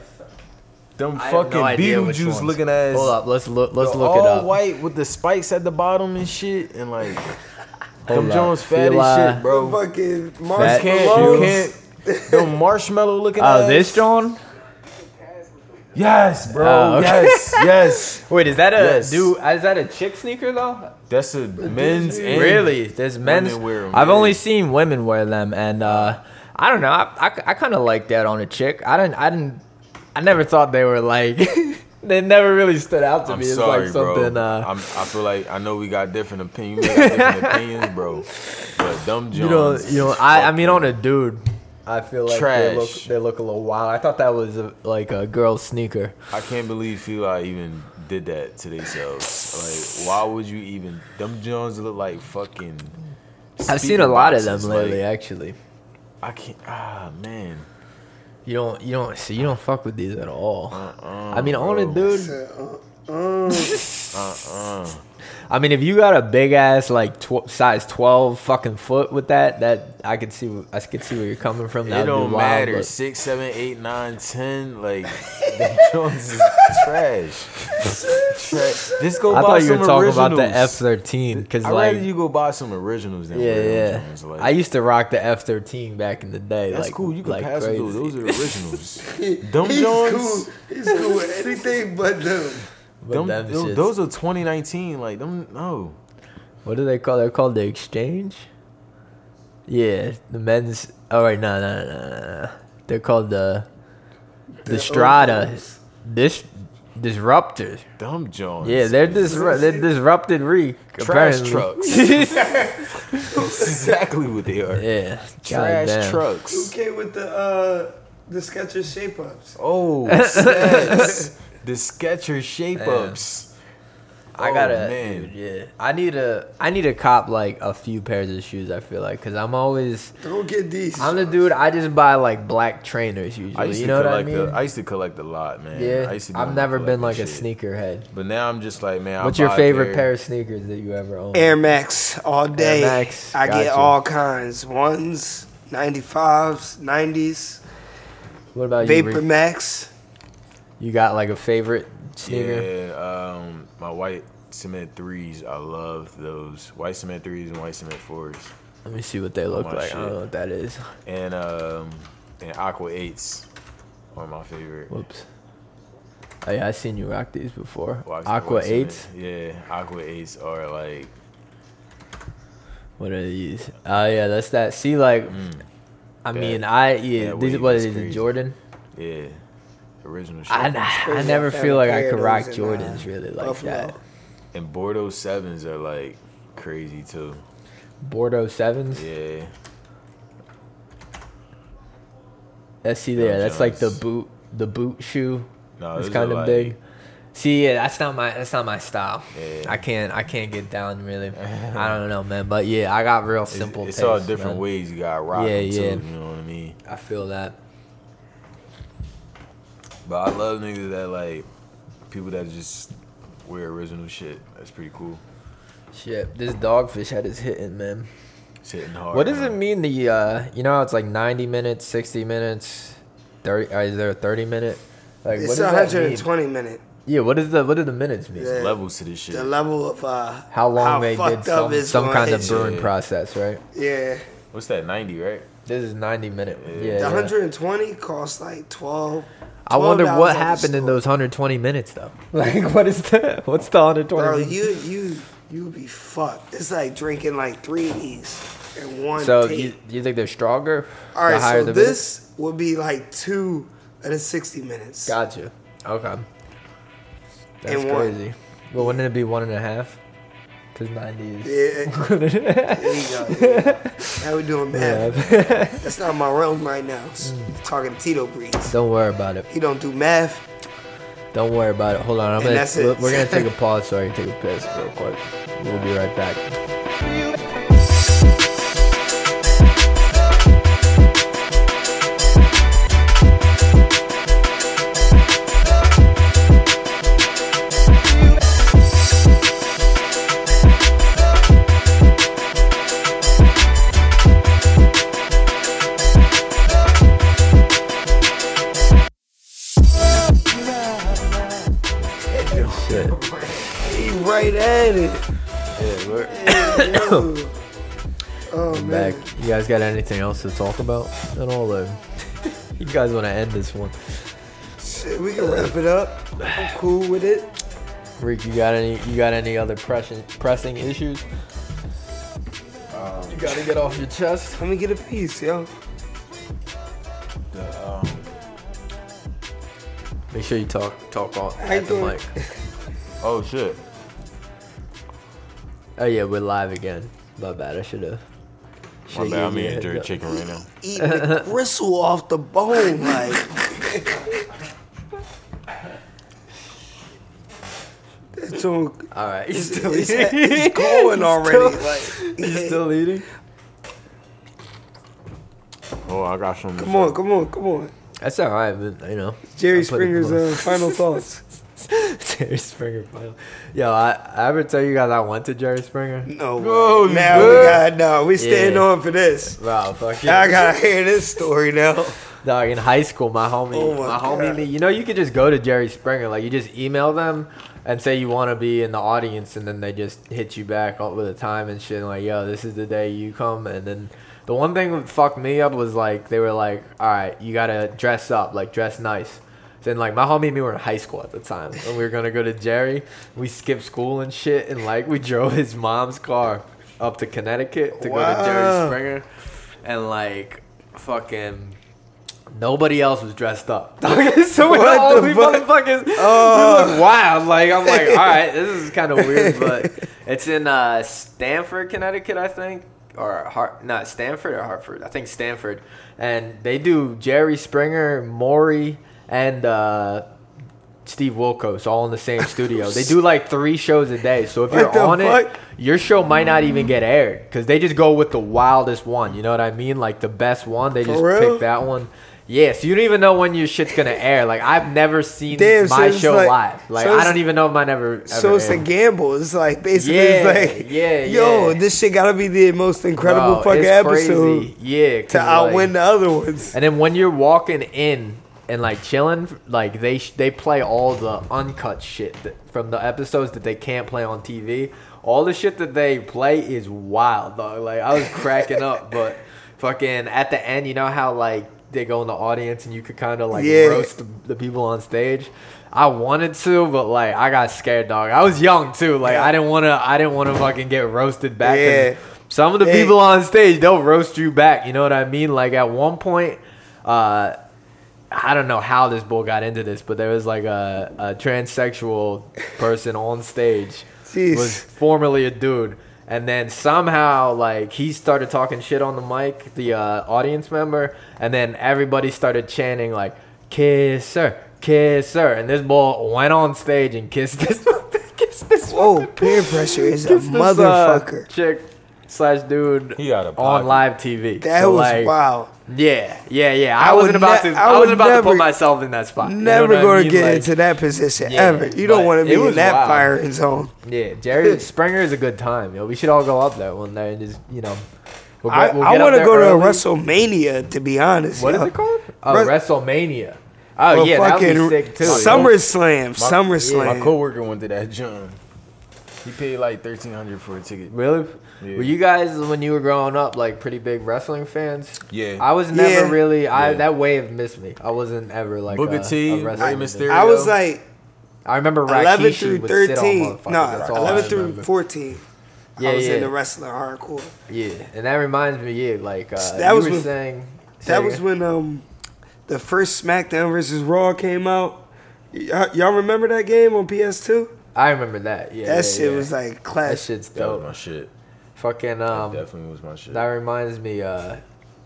[SPEAKER 2] them fucking Beetlejuice looking ass.
[SPEAKER 1] Hold up, let's look. Let's
[SPEAKER 2] the
[SPEAKER 1] look
[SPEAKER 2] all
[SPEAKER 1] it up.
[SPEAKER 2] white with the spikes at the bottom and shit, and like them
[SPEAKER 1] up.
[SPEAKER 2] Jones fat
[SPEAKER 1] Feli.
[SPEAKER 2] as shit, bro.
[SPEAKER 3] Fucking
[SPEAKER 2] You
[SPEAKER 3] Marsh
[SPEAKER 1] Fat
[SPEAKER 2] can't,
[SPEAKER 3] Malone.
[SPEAKER 2] you can't. The marshmallow looking.
[SPEAKER 1] Oh,
[SPEAKER 2] ass.
[SPEAKER 1] this John?
[SPEAKER 2] Yes, bro.
[SPEAKER 1] Oh, okay.
[SPEAKER 2] Yes, yes.
[SPEAKER 1] Wait, is that a
[SPEAKER 2] Yes.
[SPEAKER 1] do? Is that a chick sneaker though?
[SPEAKER 2] That's a men's and
[SPEAKER 1] really? There's
[SPEAKER 2] women
[SPEAKER 1] men's.
[SPEAKER 2] wear 'em,
[SPEAKER 1] I've
[SPEAKER 2] yeah.
[SPEAKER 1] only seen women wear them, and uh, I don't know. I, I, kind of like that on a chick. I didn't. I didn't. I never thought they were like. they never really stood out to
[SPEAKER 2] I'm
[SPEAKER 1] me. It's
[SPEAKER 2] sorry,
[SPEAKER 1] like something.
[SPEAKER 2] bro.
[SPEAKER 1] Uh,
[SPEAKER 2] I'm, I feel like I know we got different opinions, we got different opinions, bro. But dumb Jones,
[SPEAKER 1] you know. You know.
[SPEAKER 2] is
[SPEAKER 1] I. I
[SPEAKER 2] fucking
[SPEAKER 1] mean, on a dude. I feel like they look,
[SPEAKER 2] Trash.
[SPEAKER 1] they look a little wild. I thought that was a, like a girl's sneaker.
[SPEAKER 2] I can't believe Feli even did that to themselves. Like, why would you even? Them Jones look like fucking.
[SPEAKER 1] I've seen
[SPEAKER 2] speaker
[SPEAKER 1] a lot of them
[SPEAKER 2] boxes,
[SPEAKER 1] lately,
[SPEAKER 2] Like,
[SPEAKER 1] actually.
[SPEAKER 2] I can't. Ah, man.
[SPEAKER 1] You don't, you don't see, you don't fuck with these at all. I mean, on a
[SPEAKER 2] Uh-uh, bro.
[SPEAKER 1] dude.
[SPEAKER 2] Uh.
[SPEAKER 1] I mean, if you got a big ass like tw- size twelve fucking foot with that, that I could see, I could see where you're coming from. That
[SPEAKER 2] It
[SPEAKER 1] would
[SPEAKER 2] don't
[SPEAKER 1] be wild,
[SPEAKER 2] matter.
[SPEAKER 1] but-
[SPEAKER 2] Six, seven, eight, nine, ten. Like, them Jones is trash. trash. Just go
[SPEAKER 1] I
[SPEAKER 2] buy
[SPEAKER 1] thought you
[SPEAKER 2] some
[SPEAKER 1] were talking about the F
[SPEAKER 2] originals.
[SPEAKER 1] thirteen because
[SPEAKER 2] I'd
[SPEAKER 1] like,
[SPEAKER 2] rather you go buy some originals than
[SPEAKER 1] yeah,
[SPEAKER 2] wear them
[SPEAKER 1] yeah.
[SPEAKER 2] Jones, like-
[SPEAKER 1] I used to rock the F thirteen back in the day.
[SPEAKER 2] That's
[SPEAKER 1] like,
[SPEAKER 2] cool. You can
[SPEAKER 1] like
[SPEAKER 2] pass them
[SPEAKER 1] crazy.
[SPEAKER 2] those. Those are originals. Dumb
[SPEAKER 3] He's
[SPEAKER 2] Jones.
[SPEAKER 3] cool. He's cool with anything but them.
[SPEAKER 1] But
[SPEAKER 2] Them,
[SPEAKER 1] them
[SPEAKER 2] tho-
[SPEAKER 1] shits-
[SPEAKER 2] those are 2019. Like them. No.
[SPEAKER 1] What do they call? They're called the exchange. Yeah, the men's. All right, no, no, no, no, no. They're called the the strata, dis disruptors.
[SPEAKER 2] Dumb Jones.
[SPEAKER 1] Yeah, they're disru- they're disrupted reek.
[SPEAKER 2] Trash
[SPEAKER 1] apparently.
[SPEAKER 2] trucks. That's exactly what they are.
[SPEAKER 1] yeah,
[SPEAKER 2] Trash
[SPEAKER 1] goddamn.
[SPEAKER 3] Who
[SPEAKER 2] trucks.
[SPEAKER 3] came with the uh the Skechers shape ups?
[SPEAKER 2] Oh, snacks. the Skechers shape ups.
[SPEAKER 1] I
[SPEAKER 2] Oh,
[SPEAKER 1] gotta,
[SPEAKER 2] man.
[SPEAKER 1] dude, yeah. I need a, I need to cop like a few pairs of shoes. I feel like, cause I'm always,
[SPEAKER 3] Don't get these.
[SPEAKER 1] I'm the dude. I just buy like black trainers usually.
[SPEAKER 2] I used
[SPEAKER 1] you
[SPEAKER 2] to
[SPEAKER 1] know what I
[SPEAKER 2] collect.
[SPEAKER 1] mean?
[SPEAKER 2] the, I used to collect a lot, man. I
[SPEAKER 1] yeah,
[SPEAKER 2] used to do
[SPEAKER 1] I've
[SPEAKER 2] my
[SPEAKER 1] never been
[SPEAKER 2] collecting
[SPEAKER 1] like a
[SPEAKER 2] shit.
[SPEAKER 1] sneakerhead.
[SPEAKER 2] But now I'm just like, man. I'll
[SPEAKER 1] What's your
[SPEAKER 2] buy a
[SPEAKER 1] favorite pair of sneakers that you ever owned?
[SPEAKER 3] Air Max all day.
[SPEAKER 1] Max,
[SPEAKER 3] I get
[SPEAKER 1] gotcha.
[SPEAKER 3] all kinds. Ones, 95s, 90s,
[SPEAKER 1] What about you?
[SPEAKER 3] Vapor
[SPEAKER 1] Reek?
[SPEAKER 3] Max.
[SPEAKER 1] You got like a favorite sneaker?
[SPEAKER 2] Yeah, um, my white cement threes. I love those white cement threes and white cement fours,
[SPEAKER 1] Let me see what they look
[SPEAKER 2] my
[SPEAKER 1] like. I
[SPEAKER 2] shit.
[SPEAKER 1] don't know what that is.
[SPEAKER 2] and um, and aqua eights are my favorite.
[SPEAKER 1] Whoops. Oh yeah, I seen you rock these before.
[SPEAKER 2] White-
[SPEAKER 1] Aqua
[SPEAKER 2] white cement.
[SPEAKER 1] eights.
[SPEAKER 2] Yeah, aqua eights are like
[SPEAKER 1] What are these? Oh yeah, that's that. See, like, I
[SPEAKER 2] Mm. That-
[SPEAKER 1] mean, I yeah,
[SPEAKER 2] that
[SPEAKER 1] these
[SPEAKER 2] wave
[SPEAKER 1] what
[SPEAKER 2] is
[SPEAKER 1] is it,
[SPEAKER 2] crazy.
[SPEAKER 1] Jordan?
[SPEAKER 2] yeah, original shit.
[SPEAKER 1] I, I
[SPEAKER 3] crazy.
[SPEAKER 1] never
[SPEAKER 3] I found
[SPEAKER 1] feel
[SPEAKER 3] a
[SPEAKER 1] like
[SPEAKER 3] pair
[SPEAKER 1] I
[SPEAKER 3] of
[SPEAKER 1] could
[SPEAKER 3] those
[SPEAKER 1] rock
[SPEAKER 3] in, uh,
[SPEAKER 1] Jordans really like
[SPEAKER 3] Buffalo.
[SPEAKER 1] that.
[SPEAKER 2] and Bordeaux sevens are like crazy too.
[SPEAKER 1] Bordeaux sevens.
[SPEAKER 2] Yeah,
[SPEAKER 1] That's see there.
[SPEAKER 2] Them
[SPEAKER 1] That's like the
[SPEAKER 2] joints.
[SPEAKER 1] boot, the boot shoe. it's
[SPEAKER 2] No, Oh, those are
[SPEAKER 1] kind of
[SPEAKER 2] like-
[SPEAKER 1] big. See, yeah, that's not my that's not my style.
[SPEAKER 2] Yeah.
[SPEAKER 1] I can't I can't get down really. I don't know, man. But yeah, I got real
[SPEAKER 2] it's,
[SPEAKER 1] simple.
[SPEAKER 2] it's all
[SPEAKER 1] taste,
[SPEAKER 2] different
[SPEAKER 1] man.
[SPEAKER 2] ways you got rock
[SPEAKER 1] Yeah,
[SPEAKER 2] them
[SPEAKER 1] yeah.
[SPEAKER 2] too. You know what I mean?
[SPEAKER 1] I feel that.
[SPEAKER 2] But I love niggas that like people that just wear original shit. That's pretty cool.
[SPEAKER 1] Shit, this dogfish head is hitting, man.
[SPEAKER 2] It's hitting hard.
[SPEAKER 1] What does
[SPEAKER 2] huh?
[SPEAKER 1] it mean? The uh, you know, how it's like ninety minutes, sixty minutes, thirty. Or is there a thirty minute? Like what
[SPEAKER 3] It's
[SPEAKER 1] does that mean?
[SPEAKER 3] 120 minute.
[SPEAKER 1] Yeah, what is the what do the minutes mean?
[SPEAKER 3] Yeah.
[SPEAKER 2] Levels to this shit.
[SPEAKER 3] The level of uh,
[SPEAKER 1] How long they did
[SPEAKER 3] fucked up
[SPEAKER 1] some,
[SPEAKER 3] it's
[SPEAKER 1] some
[SPEAKER 3] gonna
[SPEAKER 1] kind of
[SPEAKER 3] hit you.
[SPEAKER 1] brewing
[SPEAKER 2] Yeah.
[SPEAKER 1] process, right?
[SPEAKER 3] Yeah,
[SPEAKER 2] What's that? Ninety, right?
[SPEAKER 1] This is ninety minute. Yeah,
[SPEAKER 3] the
[SPEAKER 1] yeah.
[SPEAKER 3] 120 costs like 12.
[SPEAKER 1] I wonder
[SPEAKER 3] $12
[SPEAKER 1] what
[SPEAKER 3] at the
[SPEAKER 1] happened in
[SPEAKER 3] store.
[SPEAKER 1] those 120 minutes though. Like, what is the what's the 120?
[SPEAKER 3] Bro,
[SPEAKER 1] minutes?
[SPEAKER 3] you you you be fucked. It's like drinking like three of these in one.
[SPEAKER 1] so
[SPEAKER 3] take.
[SPEAKER 1] you, you think they're stronger?
[SPEAKER 3] All right,
[SPEAKER 1] the higher
[SPEAKER 3] so
[SPEAKER 1] the minutes?
[SPEAKER 3] this would be like two of the 60 minutes.
[SPEAKER 1] Gotcha. Okay. That's
[SPEAKER 3] And one.
[SPEAKER 1] crazy. Well, wouldn't it be one and a half? Because 90 is.
[SPEAKER 3] Yeah, there you go. Now we're doing math. That's not my realm right now.
[SPEAKER 1] Mm.
[SPEAKER 3] Talking Tito Breeze.
[SPEAKER 1] don't worry about it.
[SPEAKER 3] He don't do math.
[SPEAKER 1] Don't worry about it. Hold on. I'm
[SPEAKER 3] And
[SPEAKER 1] gonna,
[SPEAKER 3] that's it.
[SPEAKER 1] We're gonna take a pause so I can take a piss real quick. We'll be right back. Shit.
[SPEAKER 3] He right at it.
[SPEAKER 2] Yeah, we're,
[SPEAKER 3] Yo. oh
[SPEAKER 1] I'm
[SPEAKER 3] man.
[SPEAKER 1] back. You guys got anything else to talk about at all? Though? you guys want to end this one?
[SPEAKER 3] Shit, we can wrap it up. I'm cool with it.
[SPEAKER 1] Rick, you got any? You got any other pressing pressing issues? you gotta get off your chest.
[SPEAKER 3] Let me get a piece, yo.
[SPEAKER 2] The, um,
[SPEAKER 1] Make sure you talk talk on
[SPEAKER 3] How you
[SPEAKER 1] at the
[SPEAKER 3] doing?
[SPEAKER 1] mic.
[SPEAKER 2] oh shit.
[SPEAKER 1] Oh yeah, we're live again. My bad. I should have.
[SPEAKER 2] My bad. I'm eating jerk chicken right now.
[SPEAKER 3] Eating the gristle off the bone, like. That joint
[SPEAKER 1] All right, you
[SPEAKER 3] is-
[SPEAKER 1] still
[SPEAKER 3] is-
[SPEAKER 1] eating?
[SPEAKER 3] is going already.
[SPEAKER 1] Still-
[SPEAKER 3] Like,
[SPEAKER 1] you still eating?
[SPEAKER 2] Oh, I got some.
[SPEAKER 3] come on, come on, come on.
[SPEAKER 1] That's all right, but you know.
[SPEAKER 3] Jerry
[SPEAKER 1] I put it
[SPEAKER 3] Springer's
[SPEAKER 1] below.
[SPEAKER 3] uh, final thoughts.
[SPEAKER 1] Jerry Springer final. Yo, I, I ever tell you guys I went to Jerry Springer?
[SPEAKER 3] No, way.
[SPEAKER 2] No,
[SPEAKER 3] now we
[SPEAKER 2] man.
[SPEAKER 3] got no. We staying
[SPEAKER 1] Yeah.
[SPEAKER 3] on for this.
[SPEAKER 1] Wow, fuck
[SPEAKER 3] Now I
[SPEAKER 1] yeah.
[SPEAKER 3] gotta hear this story now.
[SPEAKER 1] Dog, in high school, my homie,
[SPEAKER 3] Oh
[SPEAKER 1] my,
[SPEAKER 3] my
[SPEAKER 1] homie,
[SPEAKER 3] God.
[SPEAKER 1] Lee- you know, you could just go to Jerry Springer. Like, you just email them and say you want to be in the audience, and then they just hit you back all with a time and shit. like, yo, this is the day you come. And then the one thing that fucked me up was like, they were like, all right, you gotta dress up, like, dress nice. Then like my homie and me were in high school at the time, and we were gonna go to Jerry. We skipped school and shit, and like we drove his mom's car up to Connecticut to go to Jerry
[SPEAKER 3] Wow.
[SPEAKER 1] Springer, and like fucking nobody else was dressed up. so we
[SPEAKER 3] What
[SPEAKER 1] all
[SPEAKER 3] the Oh.
[SPEAKER 1] we
[SPEAKER 3] fuck?
[SPEAKER 1] motherfuckers we look wild. Like I'm like, all right, this is kind of weird, but it's in uh, Stanford, Connecticut, I think, or Har- not Stanford or Hartford. I think Stanford, and they do Jerry Springer, Maury, and. Uh, Steve Wilkos all in the same studio. They do like three shows a day. So if
[SPEAKER 3] What
[SPEAKER 1] you're
[SPEAKER 3] the
[SPEAKER 1] on
[SPEAKER 3] fuck?
[SPEAKER 1] it, your show might not even get aired because they just go with the wildest one. You know what I mean? Like the best one. They just
[SPEAKER 3] real?
[SPEAKER 1] pick that one. Yeah, so you don't even know when your shit's gonna air. Like I've never seen
[SPEAKER 3] Damn, so
[SPEAKER 1] my
[SPEAKER 3] it's
[SPEAKER 1] show
[SPEAKER 3] like-
[SPEAKER 1] live. Like
[SPEAKER 3] so
[SPEAKER 1] I
[SPEAKER 3] it's-
[SPEAKER 1] don't even know if mine ever. ever
[SPEAKER 3] So it's a
[SPEAKER 1] aired.
[SPEAKER 3] gamble. It's like basically,
[SPEAKER 1] Yeah,
[SPEAKER 3] it's like,
[SPEAKER 1] yeah,
[SPEAKER 3] yo,
[SPEAKER 1] yeah.
[SPEAKER 3] this shit gotta be the most incredible
[SPEAKER 1] Bro,
[SPEAKER 3] fucking
[SPEAKER 1] it's
[SPEAKER 3] episode
[SPEAKER 1] crazy. Yeah, 'cause,
[SPEAKER 3] to outwin
[SPEAKER 1] like-
[SPEAKER 3] the other ones.
[SPEAKER 1] And then when you're walking in and like chilling, like they sh- they play all the uncut shit that, from the episodes that they can't play on TV. All the shit that they play is wild, dog. Like I was cracking up, but fucking at the end, you know how like they go in the audience and you could kind of like
[SPEAKER 3] Yeah.
[SPEAKER 1] roast the, the people on stage. I wanted to, but like I got scared, dog. I was young too. Like I didn't want to. I didn't want to fucking get roasted back. 'cause
[SPEAKER 3] Yeah.
[SPEAKER 1] Some of the
[SPEAKER 3] Hey.
[SPEAKER 1] people on stage, they'll roast you back. You know what I mean? Like at one point, uh, I don't know how this bull got into this, but there was like a, a transsexual person on stage.
[SPEAKER 3] Jeez.
[SPEAKER 1] Was formerly a dude. And then somehow, like, he started talking shit on the mic, the uh, audience member, and then everybody started chanting, like, kiss her, kiss her. And this bull went on stage and kissed this, kissed this
[SPEAKER 3] Whoa, peer pressure is a
[SPEAKER 1] It's this, uh,
[SPEAKER 3] motherfucker.
[SPEAKER 1] chick slash dude
[SPEAKER 2] He out of
[SPEAKER 1] on
[SPEAKER 2] pocket.
[SPEAKER 1] live TV.
[SPEAKER 3] That
[SPEAKER 1] So,
[SPEAKER 3] was
[SPEAKER 1] like,
[SPEAKER 3] wow.
[SPEAKER 1] Yeah, yeah, yeah. I,
[SPEAKER 3] I would
[SPEAKER 1] wasn't about
[SPEAKER 3] ne-
[SPEAKER 1] to.
[SPEAKER 3] I
[SPEAKER 1] I,
[SPEAKER 3] would
[SPEAKER 1] wasn't about to
[SPEAKER 3] never-
[SPEAKER 1] put myself in that spot. You know
[SPEAKER 3] Never
[SPEAKER 1] what I
[SPEAKER 3] gonna
[SPEAKER 1] mean?
[SPEAKER 3] get
[SPEAKER 1] Like,
[SPEAKER 3] into that position
[SPEAKER 1] Yeah,
[SPEAKER 3] ever. You don't
[SPEAKER 1] but
[SPEAKER 3] want to be
[SPEAKER 1] it was
[SPEAKER 3] in that
[SPEAKER 1] wild.
[SPEAKER 3] firing zone.
[SPEAKER 1] Yeah, Jerry Springer is a good time. Yo, we should all go up there one day and just you know. We'll
[SPEAKER 3] I,
[SPEAKER 1] get- we'll
[SPEAKER 3] I
[SPEAKER 1] get up
[SPEAKER 3] want to
[SPEAKER 1] there
[SPEAKER 3] go
[SPEAKER 1] early.
[SPEAKER 3] to a WrestleMania to be honest.
[SPEAKER 1] What is
[SPEAKER 3] yo.
[SPEAKER 1] it called? Oh,
[SPEAKER 3] Wres-
[SPEAKER 1] WrestleMania. Oh
[SPEAKER 3] Or
[SPEAKER 1] yeah, that would be
[SPEAKER 3] fucking
[SPEAKER 1] sick too. yo.
[SPEAKER 3] SummerSlam, SummerSlam.
[SPEAKER 2] My coworker went to that joint. He paid like thirteen hundred for a ticket.
[SPEAKER 1] Really?
[SPEAKER 2] Yeah.
[SPEAKER 1] Were you guys when you were growing up like pretty big wrestling fans?
[SPEAKER 2] Yeah.
[SPEAKER 1] I was never
[SPEAKER 3] Yeah.
[SPEAKER 1] really. I
[SPEAKER 2] Yeah.
[SPEAKER 1] that wave missed me. I wasn't ever like
[SPEAKER 2] Booker
[SPEAKER 1] a,
[SPEAKER 2] T,
[SPEAKER 1] a
[SPEAKER 2] Rey
[SPEAKER 1] wrestling fan.
[SPEAKER 2] Mysterio.
[SPEAKER 3] I was
[SPEAKER 2] Yo.
[SPEAKER 3] like
[SPEAKER 1] I remember
[SPEAKER 3] 11
[SPEAKER 1] Rakishi
[SPEAKER 3] through
[SPEAKER 1] would sit on
[SPEAKER 3] 13.
[SPEAKER 1] motherfuckers.
[SPEAKER 3] No,
[SPEAKER 1] That's all I
[SPEAKER 3] 11 through
[SPEAKER 1] remember.
[SPEAKER 3] 14.
[SPEAKER 1] Yeah,
[SPEAKER 3] I was
[SPEAKER 1] yeah.
[SPEAKER 3] in the wrestling hardcore.
[SPEAKER 1] Yeah, and that reminds me. Yeah, like uh,
[SPEAKER 3] That
[SPEAKER 1] you
[SPEAKER 3] was
[SPEAKER 1] were
[SPEAKER 3] when-
[SPEAKER 1] saying.
[SPEAKER 3] That
[SPEAKER 1] saying-
[SPEAKER 3] was when um the first SmackDown versus Raw came out. Y- y'all remember that game on PS2?
[SPEAKER 1] I remember that. Yeah,
[SPEAKER 3] That
[SPEAKER 1] yeah,
[SPEAKER 3] shit
[SPEAKER 1] yeah.
[SPEAKER 3] was like
[SPEAKER 1] that
[SPEAKER 3] classic.
[SPEAKER 1] shit's
[SPEAKER 2] That was
[SPEAKER 1] dope.
[SPEAKER 2] my shit.
[SPEAKER 1] Fucking
[SPEAKER 2] That
[SPEAKER 1] um,
[SPEAKER 2] definitely was my shit.
[SPEAKER 1] That reminds me, uh,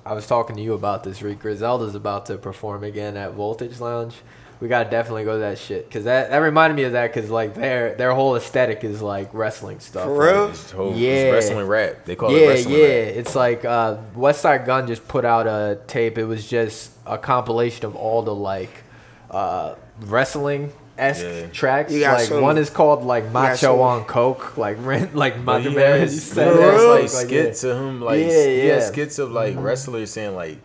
[SPEAKER 1] I was talking to you about this, Rick. Griselda's about to perform again at Voltage Lounge. We gotta definitely go to that shit. Cause that, that reminded me of that, cause like their their whole aesthetic is like wrestling stuff.
[SPEAKER 3] For real?
[SPEAKER 2] It's whole- it's
[SPEAKER 1] Yeah.
[SPEAKER 2] wrestling rap. They call
[SPEAKER 1] yeah,
[SPEAKER 2] it wrestling
[SPEAKER 1] yeah.
[SPEAKER 2] rap.
[SPEAKER 1] It's like uh, West Side Gun just put out a tape. It was just a compilation of all the like uh, wrestling esque
[SPEAKER 2] Yeah.
[SPEAKER 1] tracks.
[SPEAKER 3] You got
[SPEAKER 1] Like
[SPEAKER 3] some-
[SPEAKER 1] one is called like
[SPEAKER 3] got
[SPEAKER 1] Macho
[SPEAKER 3] some-
[SPEAKER 1] on Coke, like Ren- like
[SPEAKER 2] But
[SPEAKER 1] Macho
[SPEAKER 2] he
[SPEAKER 1] Man
[SPEAKER 2] has,
[SPEAKER 1] said
[SPEAKER 2] he
[SPEAKER 1] that,
[SPEAKER 2] has,
[SPEAKER 1] like-
[SPEAKER 2] like,
[SPEAKER 1] like,
[SPEAKER 2] skits
[SPEAKER 1] yeah.
[SPEAKER 2] of him, like
[SPEAKER 1] Yeah,
[SPEAKER 2] he has
[SPEAKER 1] yeah. Mm-hmm.
[SPEAKER 2] skits of like wrestlers saying like,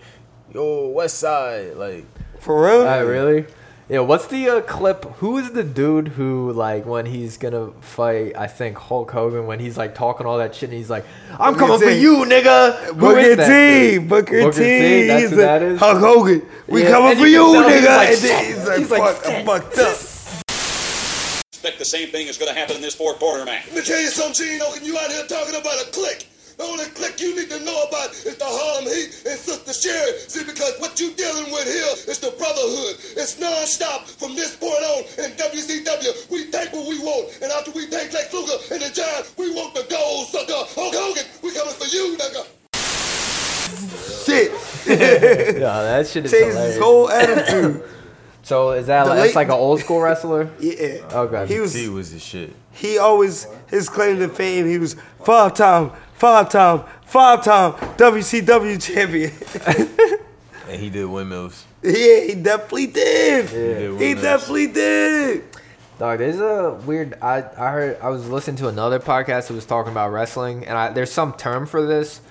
[SPEAKER 2] "Yo, West Side," like
[SPEAKER 3] For real?
[SPEAKER 1] Oh, really? Yeah, what's the uh, clip? Who is the dude who like when he's gonna fight? I think Hulk Hogan when he's like talking all that shit and he's like, "I'm
[SPEAKER 3] Booker
[SPEAKER 1] coming for
[SPEAKER 3] T.
[SPEAKER 1] you, nigga." Who
[SPEAKER 3] Booker
[SPEAKER 1] is that
[SPEAKER 3] T,
[SPEAKER 1] dude?
[SPEAKER 3] Booker,
[SPEAKER 1] Booker
[SPEAKER 3] T,
[SPEAKER 1] T, that's
[SPEAKER 3] he's
[SPEAKER 1] who
[SPEAKER 3] a-
[SPEAKER 1] that is.
[SPEAKER 3] Hulk Hogan. We
[SPEAKER 1] Yeah,
[SPEAKER 3] coming
[SPEAKER 1] and
[SPEAKER 3] for
[SPEAKER 1] you
[SPEAKER 3] you,
[SPEAKER 1] can tell he's
[SPEAKER 3] nigga.
[SPEAKER 1] like,
[SPEAKER 3] And
[SPEAKER 1] "Shit."
[SPEAKER 3] he's like,
[SPEAKER 1] He's like,
[SPEAKER 3] fuck, I'm
[SPEAKER 1] "Shit."
[SPEAKER 3] fucked up.
[SPEAKER 5] expect the same thing is going to happen in this fourth quarter match.
[SPEAKER 6] Let me tell you something, Gene Oaken. You out here talking about a clique. The only clique you need to know about is the Harlem Heat and Sister Sherry. See, because what you dealing with here is the brotherhood. It's nonstop from this point on in WCW. We take what we want, and after we take Lex Luger and the Giant, we want the gold, sucker. Hulk Hogan, we coming for you, nigga.
[SPEAKER 3] Shit,
[SPEAKER 1] Yeah, that shit is
[SPEAKER 3] changed his
[SPEAKER 1] hilarious.
[SPEAKER 3] whole attitude.
[SPEAKER 1] so is that
[SPEAKER 3] The
[SPEAKER 1] like,
[SPEAKER 3] late-
[SPEAKER 1] that's like an old school wrestler?
[SPEAKER 3] Yeah.
[SPEAKER 1] Okay.
[SPEAKER 3] He was
[SPEAKER 2] T was the shit.
[SPEAKER 3] he always his claim to fame. He was five time, five time, five time WCW champion.
[SPEAKER 2] And he did windmills.
[SPEAKER 3] yeah, he definitely did.
[SPEAKER 2] did
[SPEAKER 3] He
[SPEAKER 2] win that.
[SPEAKER 3] definitely did.
[SPEAKER 1] Dog, there's a weird. I I heard I was listening to another podcast that was talking about wrestling, and I, there's some term for this,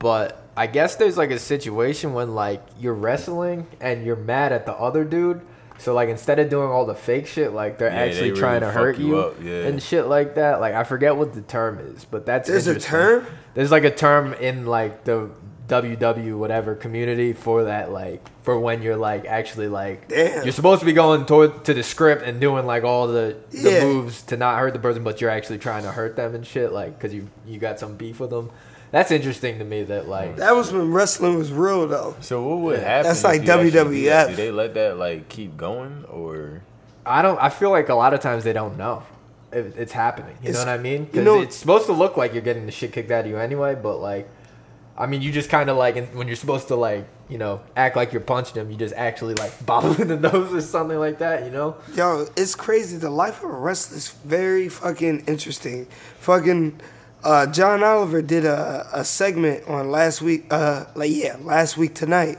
[SPEAKER 1] but I guess there's like a situation when like you're wrestling and you're mad at the other dude. So like instead of doing all the fake shit, like they're
[SPEAKER 2] Yeah, they
[SPEAKER 1] actually
[SPEAKER 2] really
[SPEAKER 1] trying to
[SPEAKER 2] fuck
[SPEAKER 1] hurt
[SPEAKER 2] you
[SPEAKER 1] you,
[SPEAKER 2] up, yeah.
[SPEAKER 1] and shit like that. Like I forget what the term is, but that's
[SPEAKER 3] There's a
[SPEAKER 1] interesting.
[SPEAKER 3] term?
[SPEAKER 1] There's like a term in like the WW whatever community for that like for when you're like actually like
[SPEAKER 3] Damn.
[SPEAKER 1] you're supposed to be going toward to the script and doing like all the, the
[SPEAKER 3] Yeah.
[SPEAKER 1] moves to not hurt the person, but you're actually trying to hurt them and shit, like because you you got some beef with them. That's interesting to me. That like
[SPEAKER 3] That was when wrestling was real though.
[SPEAKER 2] So what would happen?
[SPEAKER 3] That's
[SPEAKER 2] if
[SPEAKER 3] like
[SPEAKER 2] you actually do
[SPEAKER 3] WWF.
[SPEAKER 1] E
[SPEAKER 2] that? Do they let that like keep going or?
[SPEAKER 1] I don't. I feel like a lot of times they don't know it, it's happening. You know
[SPEAKER 3] It's-
[SPEAKER 1] what I mean?
[SPEAKER 3] you
[SPEAKER 1] Because
[SPEAKER 3] know-
[SPEAKER 1] it's supposed to look like you're getting the shit kicked out of you anyway. But like, I mean, you just kind of like and when you're supposed to like you know act like you're punching them, you just actually like bop them in the nose or something like that. You know?
[SPEAKER 3] Yo, it's crazy. The life of a wrestler is very fucking interesting. Fucking uh, John Oliver did a, a segment on last week, uh, like yeah, last week tonight,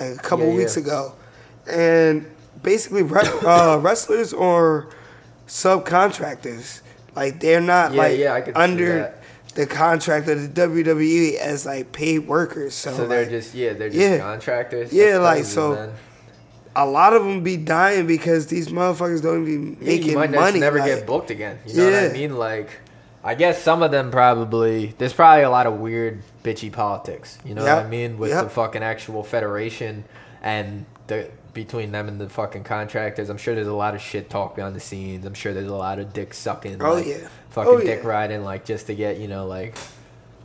[SPEAKER 3] like a couple
[SPEAKER 1] Yeah, yeah.
[SPEAKER 3] weeks ago, and basically re- uh, wrestlers are subcontractors. Like they're not
[SPEAKER 1] Yeah,
[SPEAKER 3] like
[SPEAKER 1] yeah, I could see
[SPEAKER 3] under
[SPEAKER 1] that.
[SPEAKER 3] the contract of the WWE as like paid workers. So,
[SPEAKER 1] So they're
[SPEAKER 3] like,
[SPEAKER 1] just yeah, they're just
[SPEAKER 3] yeah.
[SPEAKER 1] contractors.
[SPEAKER 3] Yeah,
[SPEAKER 1] That's
[SPEAKER 3] like,
[SPEAKER 1] crazy,
[SPEAKER 3] so a lot of them be dying because these motherfuckers don't even
[SPEAKER 1] Yeah,
[SPEAKER 3] making
[SPEAKER 1] you might just
[SPEAKER 3] money.
[SPEAKER 1] never
[SPEAKER 3] like-
[SPEAKER 1] get booked again. You know
[SPEAKER 3] Yeah.
[SPEAKER 1] what I mean? Like, I guess some of them probably there's probably a lot of weird bitchy politics. You know what
[SPEAKER 3] Yep,
[SPEAKER 1] I mean with
[SPEAKER 3] yep.
[SPEAKER 1] the fucking actual federation and the between them and the fucking contractors. I'm sure there's a lot of shit talk behind the scenes. I'm sure there's a lot of dick sucking.
[SPEAKER 3] Oh,
[SPEAKER 1] like,
[SPEAKER 3] yeah.
[SPEAKER 1] fucking
[SPEAKER 3] Oh,
[SPEAKER 1] dick
[SPEAKER 3] yeah.
[SPEAKER 1] riding like just to get you know like.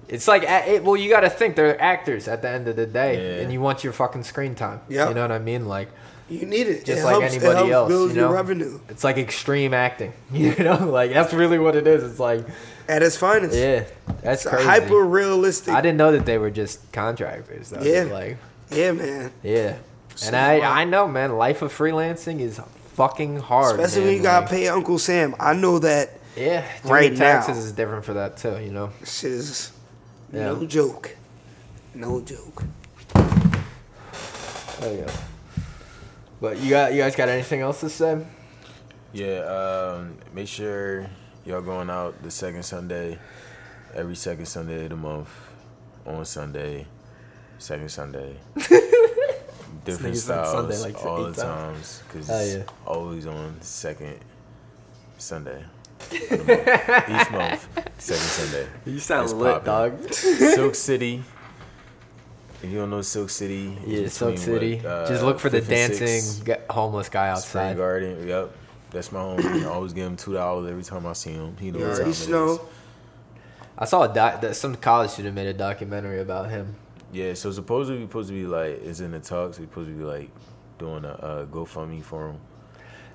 [SPEAKER 1] It's like a- it, well, you got to think they're actors at the end of the day,
[SPEAKER 2] Yeah.
[SPEAKER 1] and you want your fucking screen time.
[SPEAKER 3] Yep.
[SPEAKER 1] you know what I mean, like.
[SPEAKER 3] You need it.
[SPEAKER 1] just
[SPEAKER 3] it
[SPEAKER 1] like
[SPEAKER 3] helps, it
[SPEAKER 1] anybody
[SPEAKER 3] helps
[SPEAKER 1] else.
[SPEAKER 3] Build
[SPEAKER 1] you know?
[SPEAKER 3] your revenue
[SPEAKER 1] It's like extreme acting. You know, like that's really what it is. It's like,
[SPEAKER 3] at its finest.
[SPEAKER 1] yeah, that's
[SPEAKER 3] It's
[SPEAKER 1] crazy.
[SPEAKER 3] hyper realistic.
[SPEAKER 1] I didn't know that they were just contractors. Though.
[SPEAKER 3] Yeah.
[SPEAKER 1] like
[SPEAKER 3] Yeah, man.
[SPEAKER 1] yeah. And
[SPEAKER 3] So
[SPEAKER 1] I,
[SPEAKER 3] wild.
[SPEAKER 1] I know, man. Life of freelancing is fucking hard.
[SPEAKER 3] Especially
[SPEAKER 1] man.
[SPEAKER 3] when you gotta
[SPEAKER 1] like,
[SPEAKER 3] pay Uncle Sam. I know that
[SPEAKER 1] Yeah, doing
[SPEAKER 3] right now.
[SPEAKER 1] taxes is different for that too. You know.
[SPEAKER 3] shit is
[SPEAKER 1] Yeah.
[SPEAKER 3] no joke. No joke.
[SPEAKER 1] There you go. But you got, you guys got anything else to say?
[SPEAKER 2] Yeah. Um. Make sure y'all going out the second Sunday, every second Sunday of the month, on Sunday, second Sunday. Different
[SPEAKER 1] This nigga said
[SPEAKER 2] styles
[SPEAKER 1] Sunday like
[SPEAKER 2] all
[SPEAKER 1] eight
[SPEAKER 2] the
[SPEAKER 1] times.
[SPEAKER 2] times because
[SPEAKER 1] Oh,
[SPEAKER 2] it's
[SPEAKER 1] yeah.
[SPEAKER 2] always on second Sunday. of the month. Each month, second Sunday.
[SPEAKER 1] You sound
[SPEAKER 2] It's
[SPEAKER 1] lit,
[SPEAKER 2] poppin'.
[SPEAKER 1] dog.
[SPEAKER 2] Silk City. If you don't know Silk City, it's
[SPEAKER 1] Yeah, Silk
[SPEAKER 2] between what,
[SPEAKER 1] City.
[SPEAKER 2] uh,
[SPEAKER 1] Just look for the
[SPEAKER 2] fifth and
[SPEAKER 1] dancing
[SPEAKER 2] sixth,
[SPEAKER 1] g homeless guy
[SPEAKER 2] Spring
[SPEAKER 1] outside.
[SPEAKER 2] Garden. Yep, that's my homie. I always give him two dollars every time I see him. He knows.
[SPEAKER 3] You
[SPEAKER 2] what time
[SPEAKER 3] already
[SPEAKER 2] it is.
[SPEAKER 3] know.
[SPEAKER 1] I saw a doc that some college student made a documentary about him.
[SPEAKER 2] Yeah, so supposedly we supposed to be like, it's in the talks. We supposed to be like doing a uh, GoFundMe for him.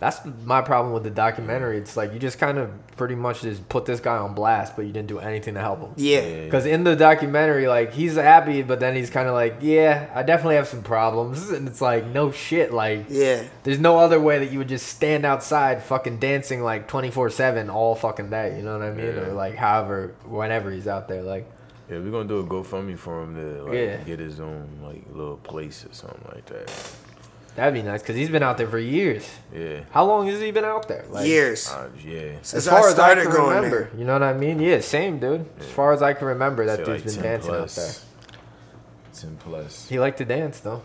[SPEAKER 1] That's my problem with the documentary. It's like you just kind of pretty much just put this guy on blast, but you didn't do anything to help him.
[SPEAKER 3] Yeah.
[SPEAKER 1] Because in the documentary, like he's happy, but then he's kind of like, "Yeah, I definitely have some problems," and it's like, "No shit, like,
[SPEAKER 3] Yeah.
[SPEAKER 1] there's no other way that you would just stand outside, fucking dancing like 24 seven all fucking day." You know what I mean?
[SPEAKER 2] Yeah.
[SPEAKER 1] Or like, however, whenever he's out there, like,
[SPEAKER 2] Yeah, we're gonna do a GoFundMe for him to like
[SPEAKER 1] Yeah.
[SPEAKER 2] get his own like little place or something like that.
[SPEAKER 1] that'd be nice because he's been out there for years.
[SPEAKER 2] Yeah,
[SPEAKER 1] How long has he been out there? Like,
[SPEAKER 3] Years.
[SPEAKER 2] uh, yeah.
[SPEAKER 3] Since I started going
[SPEAKER 1] remember, you know what I mean? Yeah, same dude. As far as I can remember, that
[SPEAKER 2] Say,
[SPEAKER 1] dude's
[SPEAKER 2] like,
[SPEAKER 1] been dancing out there.
[SPEAKER 2] Ten plus.
[SPEAKER 1] He liked to dance though.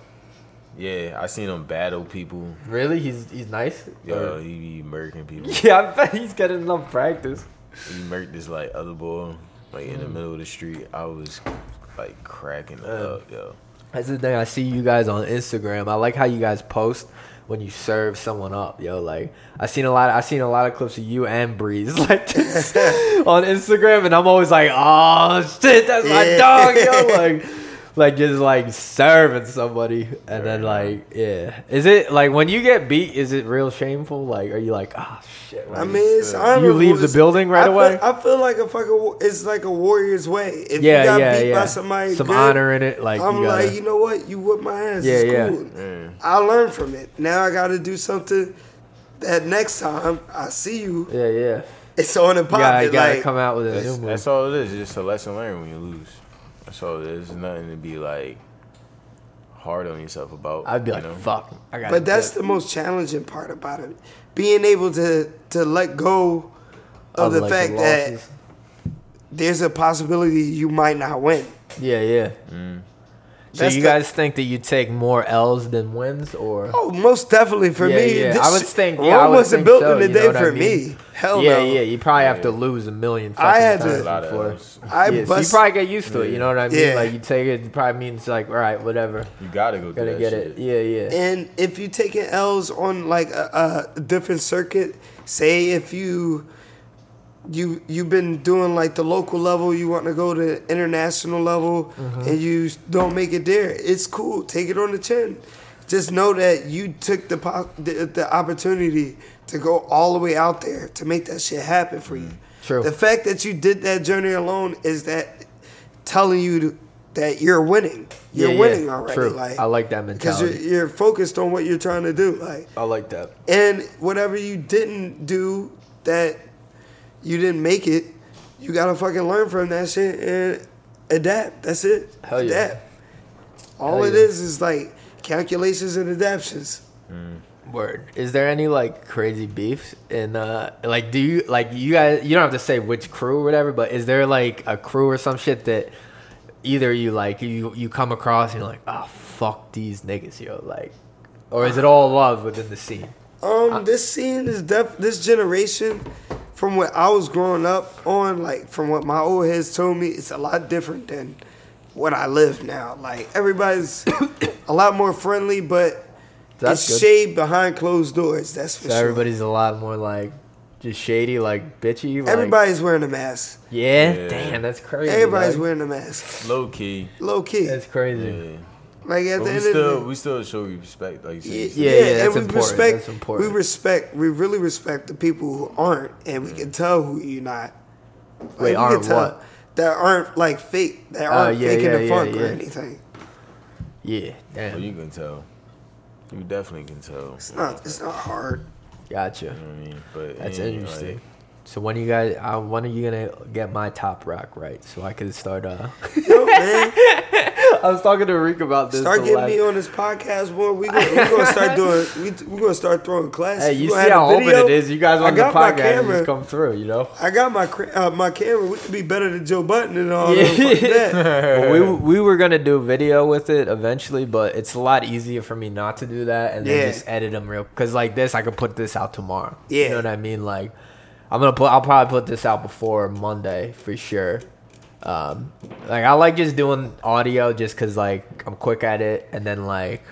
[SPEAKER 2] Yeah, I seen him battle people.
[SPEAKER 1] Really? He's he's nice.
[SPEAKER 2] Yo, he be murking people.
[SPEAKER 1] Yeah, I bet he's getting enough practice.
[SPEAKER 2] He murked this like other boy, like
[SPEAKER 1] Mm.
[SPEAKER 2] in the middle of the street. I was like cracking
[SPEAKER 1] Uh.
[SPEAKER 2] up, yo.
[SPEAKER 1] That's the thing. I see you guys on Instagram. I like how you guys post when you serve someone up, yo. Like I seen a lot. I seen a lot of clips of you and Breeze like this on Instagram, and I'm always like, oh shit, that's my
[SPEAKER 3] Yeah.
[SPEAKER 1] dog, yo. Like, like just like serving somebody, and then like, yeah. Is it like when you get beat? Is it real shameful? Like, are you like, ah shit?
[SPEAKER 3] I
[SPEAKER 1] like, uh,
[SPEAKER 3] mean, it's
[SPEAKER 1] you
[SPEAKER 3] honorable.
[SPEAKER 1] leave the
[SPEAKER 3] It's-
[SPEAKER 1] building right
[SPEAKER 3] I feel,
[SPEAKER 1] away.
[SPEAKER 3] I feel like a fucking. wa- It's like a warrior's way. If
[SPEAKER 1] yeah,
[SPEAKER 3] you got
[SPEAKER 1] yeah,
[SPEAKER 3] beat
[SPEAKER 1] yeah.
[SPEAKER 3] by somebody,
[SPEAKER 1] Some
[SPEAKER 3] good,
[SPEAKER 1] honor in it. Like,
[SPEAKER 3] I'm
[SPEAKER 1] you gotta,
[SPEAKER 3] like, you know what? You whip my ass.
[SPEAKER 1] Yeah,
[SPEAKER 3] it's
[SPEAKER 1] yeah.
[SPEAKER 3] Cool.
[SPEAKER 1] Mm.
[SPEAKER 3] I learned from it. Now I got to do something that next time I see you,
[SPEAKER 1] yeah, yeah.
[SPEAKER 3] it's on and
[SPEAKER 1] You gotta,
[SPEAKER 3] popping.
[SPEAKER 1] gotta
[SPEAKER 3] like,
[SPEAKER 1] come out with a new
[SPEAKER 2] That's,
[SPEAKER 1] move.
[SPEAKER 2] that's all it is. It's just a lesson learned when you lose. That's all it is. There's nothing to be like hard on yourself about.
[SPEAKER 1] I'd be
[SPEAKER 2] you
[SPEAKER 1] like,
[SPEAKER 2] know?
[SPEAKER 1] fuck. I got
[SPEAKER 3] but that's the most challenging part about it, being able to to let go of the fact that there's a possibility you might not win.
[SPEAKER 1] Yeah, yeah.
[SPEAKER 2] Mm.
[SPEAKER 1] So
[SPEAKER 3] That's
[SPEAKER 1] you
[SPEAKER 3] the-
[SPEAKER 1] guys think that you take more L's than wins, or
[SPEAKER 3] Oh, most definitely for
[SPEAKER 1] Yeah,
[SPEAKER 3] me.
[SPEAKER 1] yeah.
[SPEAKER 3] this
[SPEAKER 1] I would
[SPEAKER 3] shit-
[SPEAKER 1] think- yeah,
[SPEAKER 3] Rome
[SPEAKER 1] I would think
[SPEAKER 3] wasn't built
[SPEAKER 1] so,
[SPEAKER 3] in a
[SPEAKER 1] you know
[SPEAKER 3] day
[SPEAKER 1] what I
[SPEAKER 3] for
[SPEAKER 1] mean?
[SPEAKER 3] me. Hell
[SPEAKER 1] yeah,
[SPEAKER 3] no.
[SPEAKER 1] yeah, you probably have to lose a million. Fucking
[SPEAKER 3] I had
[SPEAKER 1] times
[SPEAKER 3] to-
[SPEAKER 2] a lot of
[SPEAKER 1] before.
[SPEAKER 2] L's.
[SPEAKER 3] I
[SPEAKER 1] yeah, so you
[SPEAKER 3] bust-
[SPEAKER 1] probably get used to it. You know what I mean?
[SPEAKER 3] Yeah.
[SPEAKER 1] Like you take it, it probably means like, all right, whatever,
[SPEAKER 2] You gotta go.
[SPEAKER 1] gonna
[SPEAKER 2] through that
[SPEAKER 1] get it.
[SPEAKER 2] shit.
[SPEAKER 1] Yeah, yeah.
[SPEAKER 3] And if you taking L's on like a, a different circuit, say if you you you've been doing like the local level, you want to go to international level,
[SPEAKER 1] Mm-hmm.
[SPEAKER 3] and you don't make it there, it's cool. Take it on the chin. Just know that you took the, po- the the opportunity to go all the way out there to make that shit happen for you.
[SPEAKER 1] True.
[SPEAKER 3] The fact that you did that journey alone is that telling you to, that you're winning. You're
[SPEAKER 1] Yeah, yeah.
[SPEAKER 3] winning already.
[SPEAKER 1] True.
[SPEAKER 3] Like
[SPEAKER 1] I like that
[SPEAKER 3] because you're,
[SPEAKER 1] mentality.
[SPEAKER 3] you're focused on what you're trying to do like
[SPEAKER 1] I like that.
[SPEAKER 3] and whatever you didn't do that you didn't make it you gotta fucking learn from that shit and adapt that's it
[SPEAKER 1] Hell yeah.
[SPEAKER 3] adapt all
[SPEAKER 1] Hell
[SPEAKER 3] it
[SPEAKER 1] yeah.
[SPEAKER 3] is is like calculations and adaptions
[SPEAKER 1] Word. Is there any like crazy beefs in uh like do you like you guys you don't have to say which crew or whatever, but is there like a crew or some shit that either you like you you come across and you're like, oh fuck these niggas, yo, like or is it all love within the scene?
[SPEAKER 3] Um, this scene is def this generation from what I was growing up on, like from what my old heads told me, it's a lot different than what I live now. Like everybody's a lot more friendly, but
[SPEAKER 1] That's
[SPEAKER 3] it's
[SPEAKER 1] good.
[SPEAKER 3] shade behind closed doors. That's for
[SPEAKER 1] So
[SPEAKER 3] sure.
[SPEAKER 1] everybody's a lot more like just shady, like bitchy. Like,
[SPEAKER 3] everybody's wearing a mask.
[SPEAKER 1] yeah?
[SPEAKER 2] Yeah.
[SPEAKER 1] damn, that's crazy.
[SPEAKER 3] Everybody's
[SPEAKER 1] dog.
[SPEAKER 3] wearing a mask.
[SPEAKER 2] Low key.
[SPEAKER 3] Low key.
[SPEAKER 1] That's crazy.
[SPEAKER 2] Yeah.
[SPEAKER 3] Like at
[SPEAKER 2] But
[SPEAKER 3] the
[SPEAKER 2] we
[SPEAKER 3] end
[SPEAKER 2] still
[SPEAKER 3] of the
[SPEAKER 2] we still show respect. Like you said, you said.
[SPEAKER 1] Yeah, yeah, that's important,
[SPEAKER 3] respect
[SPEAKER 1] that's important.
[SPEAKER 3] we respect we really respect the people who aren't and we can tell who you're not. Like,
[SPEAKER 1] Mm. Wait,
[SPEAKER 3] we can
[SPEAKER 1] aren't
[SPEAKER 3] tell
[SPEAKER 1] what? Oh,
[SPEAKER 3] That aren't like fake. That aren't
[SPEAKER 1] yeah,
[SPEAKER 3] faking
[SPEAKER 1] yeah,
[SPEAKER 3] the
[SPEAKER 1] yeah,
[SPEAKER 3] funk
[SPEAKER 1] yeah.
[SPEAKER 3] or anything.
[SPEAKER 1] Yeah,
[SPEAKER 2] Well,
[SPEAKER 1] damn.
[SPEAKER 2] you can tell. You definitely can tell.
[SPEAKER 3] It's not. It's not hard.
[SPEAKER 1] Gotcha.
[SPEAKER 2] You know what I mean? But
[SPEAKER 1] That's
[SPEAKER 2] yeah,
[SPEAKER 1] interesting.
[SPEAKER 2] Like,
[SPEAKER 1] so when you guys, uh, when are you gonna get my top rock right so I can start? Uh,
[SPEAKER 3] No, man.
[SPEAKER 1] I was talking to Rick about this.
[SPEAKER 3] Start
[SPEAKER 1] the
[SPEAKER 3] getting
[SPEAKER 1] last-
[SPEAKER 3] me on this podcast, boy. We gonna, we gonna start doing. We we gonna start throwing classes.
[SPEAKER 1] Hey,
[SPEAKER 3] We
[SPEAKER 1] you
[SPEAKER 3] gonna
[SPEAKER 1] see
[SPEAKER 3] have a
[SPEAKER 1] how open
[SPEAKER 3] video.
[SPEAKER 1] it is. You guys
[SPEAKER 3] I
[SPEAKER 1] on the
[SPEAKER 3] got my
[SPEAKER 1] podcast you
[SPEAKER 3] camera.
[SPEAKER 1] just come through, you know.
[SPEAKER 3] I got my cra- uh, my camera. We could be better than Joe Button and all
[SPEAKER 1] Yeah.
[SPEAKER 3] yeah. that.
[SPEAKER 1] Well, we we were gonna do video with it eventually, but it's a lot easier for me not to do that and
[SPEAKER 3] Yeah.
[SPEAKER 1] then just edit them real. Cause like this, I could put this out tomorrow. you
[SPEAKER 3] Yeah.
[SPEAKER 1] know what I mean. Like, I'm gonna put. I'll probably put this out before Monday for sure. Um, like I like just doing audio just cause like I'm quick at it, and then like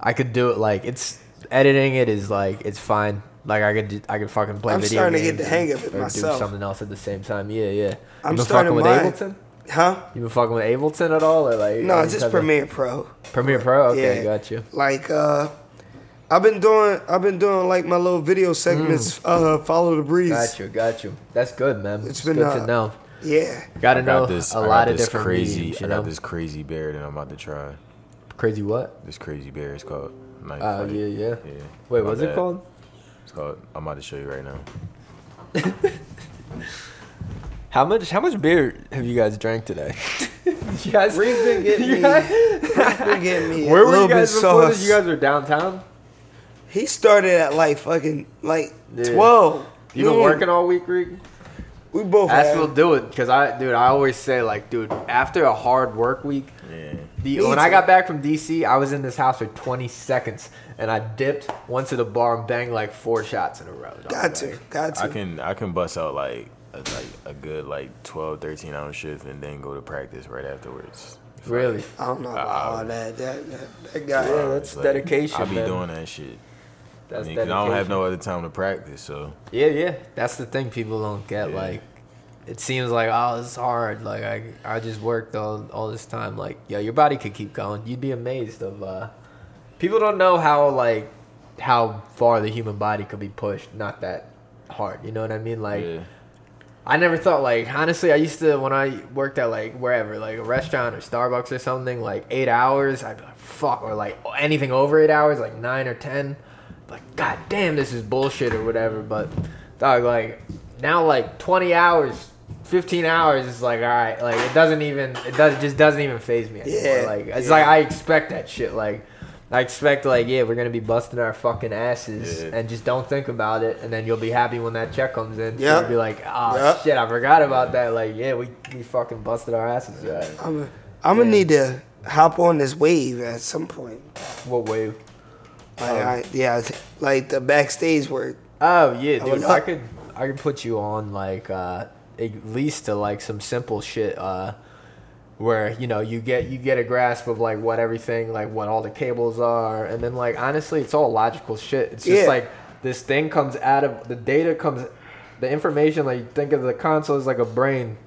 [SPEAKER 1] I could do it. Like it's editing it is like it's fine. Like I could do- I could fucking play
[SPEAKER 3] I'm
[SPEAKER 1] video
[SPEAKER 3] starting to
[SPEAKER 1] games
[SPEAKER 3] get the
[SPEAKER 1] and-
[SPEAKER 3] hang of it
[SPEAKER 1] or
[SPEAKER 3] myself.
[SPEAKER 1] Do something else at the same time. Yeah, yeah.
[SPEAKER 3] I'm
[SPEAKER 1] you been fucking
[SPEAKER 3] starting
[SPEAKER 1] with
[SPEAKER 3] mine.
[SPEAKER 1] Ableton.
[SPEAKER 3] Huh?
[SPEAKER 1] You been fucking with Ableton at all, or like?
[SPEAKER 3] No,
[SPEAKER 1] or
[SPEAKER 3] it's
[SPEAKER 1] you
[SPEAKER 3] just
[SPEAKER 1] have a-
[SPEAKER 3] Premiere Pro.
[SPEAKER 1] Premiere Pro. Okay,
[SPEAKER 3] Yeah.
[SPEAKER 1] got you.
[SPEAKER 3] Like uh, I've been doing. I've been doing like my little video
[SPEAKER 1] Mm.
[SPEAKER 3] segments. Uh, follow the breeze.
[SPEAKER 1] Got you. Got you. That's good, man. It's,
[SPEAKER 3] It's been,
[SPEAKER 1] good
[SPEAKER 3] uh,
[SPEAKER 1] to know.
[SPEAKER 3] Yeah.
[SPEAKER 1] Got to
[SPEAKER 2] I got
[SPEAKER 1] know
[SPEAKER 2] this.
[SPEAKER 1] a
[SPEAKER 2] I got
[SPEAKER 1] lot of
[SPEAKER 2] this
[SPEAKER 1] different
[SPEAKER 2] crazy.
[SPEAKER 1] mediums,
[SPEAKER 2] I
[SPEAKER 1] you
[SPEAKER 2] got
[SPEAKER 1] know?
[SPEAKER 2] this crazy bear that I'm about to try.
[SPEAKER 1] Crazy what?
[SPEAKER 2] This crazy bear is called. Knife
[SPEAKER 1] Oh
[SPEAKER 2] Fight.
[SPEAKER 1] yeah, yeah.
[SPEAKER 2] Yeah.
[SPEAKER 1] Wait,
[SPEAKER 2] my
[SPEAKER 1] what's
[SPEAKER 2] bad.
[SPEAKER 1] it called?
[SPEAKER 2] It's called. I'm about to show you right now.
[SPEAKER 1] How much? How much beer have you guys drank today? you guys,
[SPEAKER 3] Reeves been getting
[SPEAKER 1] you
[SPEAKER 3] me-
[SPEAKER 1] guys-
[SPEAKER 3] Been getting me
[SPEAKER 1] Where
[SPEAKER 3] a
[SPEAKER 1] were
[SPEAKER 3] little
[SPEAKER 1] you guys
[SPEAKER 3] bit
[SPEAKER 1] before this?
[SPEAKER 3] sauce.
[SPEAKER 1] You guys were downtown.
[SPEAKER 3] He started at like fucking like
[SPEAKER 1] Yeah.
[SPEAKER 3] twelve.
[SPEAKER 1] You been
[SPEAKER 3] noon.
[SPEAKER 1] working all week, Rick?
[SPEAKER 3] We both.
[SPEAKER 1] That's
[SPEAKER 3] Have.
[SPEAKER 1] will do it, cause I, dude, I always say like, dude, after a hard work week,
[SPEAKER 2] Yeah.
[SPEAKER 1] The,
[SPEAKER 3] Me
[SPEAKER 1] when I
[SPEAKER 3] too.
[SPEAKER 1] got back from DC, I was in this house for 20 seconds, and I dipped, went to the bar, and banged like four shots in a row. dog.
[SPEAKER 3] Got to, got to.
[SPEAKER 2] I can I can bust out like a, like a good like 12, 13 hour shift and then go to practice right afterwards.
[SPEAKER 1] Really?
[SPEAKER 3] I don't know about all that. That that, that guy.
[SPEAKER 1] Yeah, that's
[SPEAKER 2] Like,
[SPEAKER 1] dedication.
[SPEAKER 2] I be
[SPEAKER 1] man.
[SPEAKER 2] doing that shit. I,
[SPEAKER 1] That's
[SPEAKER 2] mean, 'cause I don't have
[SPEAKER 1] dedication.
[SPEAKER 2] no other time to practice, so
[SPEAKER 1] Yeah, yeah. That's the thing people don't get.
[SPEAKER 2] Yeah.
[SPEAKER 1] Like, it seems like oh, it's hard. Like I, I just worked all all this time. Like, yo, your body could keep going. You'd be amazed of. uh People don't know how like how far the human body could be pushed. Not that hard. You know what I mean? Like.
[SPEAKER 2] yeah.
[SPEAKER 1] I never thought like honestly. I used to when I worked at like wherever, like a restaurant or Starbucks or something, like eight hours. I'd be like, fuck, or like anything over eight hours, like nine or ten. Like, god damn, this is bullshit or whatever. But dog, like now, like twenty hours, fifteen hours is like all right. Like it doesn't even it does it just doesn't even phase me anymore.
[SPEAKER 3] Yeah,
[SPEAKER 1] like it's
[SPEAKER 3] yeah.
[SPEAKER 1] like I expect that shit. Like I expect like yeah, we're gonna be busting our fucking asses
[SPEAKER 2] Yeah.
[SPEAKER 1] and just don't think about it, and then you'll be happy when that check comes in.
[SPEAKER 3] Yeah.
[SPEAKER 1] Yeah. You'll be like, oh
[SPEAKER 3] Yeah.
[SPEAKER 1] shit, I forgot about that. Like, yeah, we, we fucking busted our asses. Yeah.
[SPEAKER 3] I'm, I'm gonna
[SPEAKER 1] Yeah.
[SPEAKER 3] need to hop on this wave at some point.
[SPEAKER 1] What wave?
[SPEAKER 3] Like, I, yeah, like the backstage work.
[SPEAKER 1] Oh yeah, dude.
[SPEAKER 3] would
[SPEAKER 1] I
[SPEAKER 3] not-
[SPEAKER 1] could I could put you on like uh at least to like some simple shit uh where you know you get you get a grasp of like what everything like what all the cables are and then like honestly it's all logical shit it's just
[SPEAKER 3] Yeah.
[SPEAKER 1] like this thing comes out of the data comes the information like think of the console as like a brain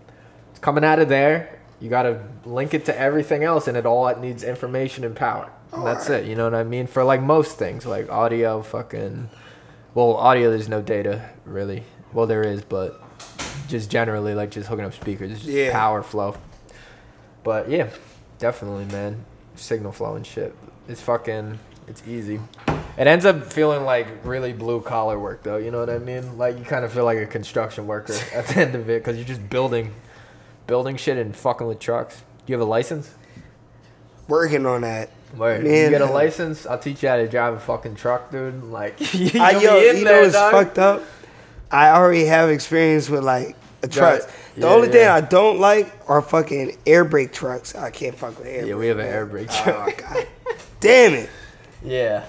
[SPEAKER 1] it's coming out of there you gotta link it to everything else and it all it needs information and power and that's it you know what i mean for like most things like audio fucking well audio there's no data really well there is but just generally like just hooking up speakers it's just
[SPEAKER 3] Yeah.
[SPEAKER 1] power flow but yeah, definitely, man. Signal flow and shit. It's fucking. It's easy. It ends up feeling like really blue collar work, though. You know what I mean? Like you kind of feel like a construction worker at the end of it because you're just building, building shit and fucking with trucks. You have a license?
[SPEAKER 3] Working on that.
[SPEAKER 1] Word. you
[SPEAKER 3] Man,
[SPEAKER 1] get a
[SPEAKER 3] uh,
[SPEAKER 1] license? I'll teach you how to drive a fucking truck, dude. Like you
[SPEAKER 3] I
[SPEAKER 1] be
[SPEAKER 3] yo,
[SPEAKER 1] in
[SPEAKER 3] you know
[SPEAKER 1] there,
[SPEAKER 3] it's
[SPEAKER 1] dog.
[SPEAKER 3] fucked up. I already have experience with like a truck. The
[SPEAKER 1] yeah,
[SPEAKER 3] only thing
[SPEAKER 1] yeah.
[SPEAKER 3] I don't like are fucking air brake trucks. I can't fuck with air.
[SPEAKER 1] Yeah,
[SPEAKER 3] brake,
[SPEAKER 1] we have an
[SPEAKER 3] man.
[SPEAKER 1] air brake
[SPEAKER 3] Oh,
[SPEAKER 1] truck.
[SPEAKER 3] God. Damn it!
[SPEAKER 1] yeah.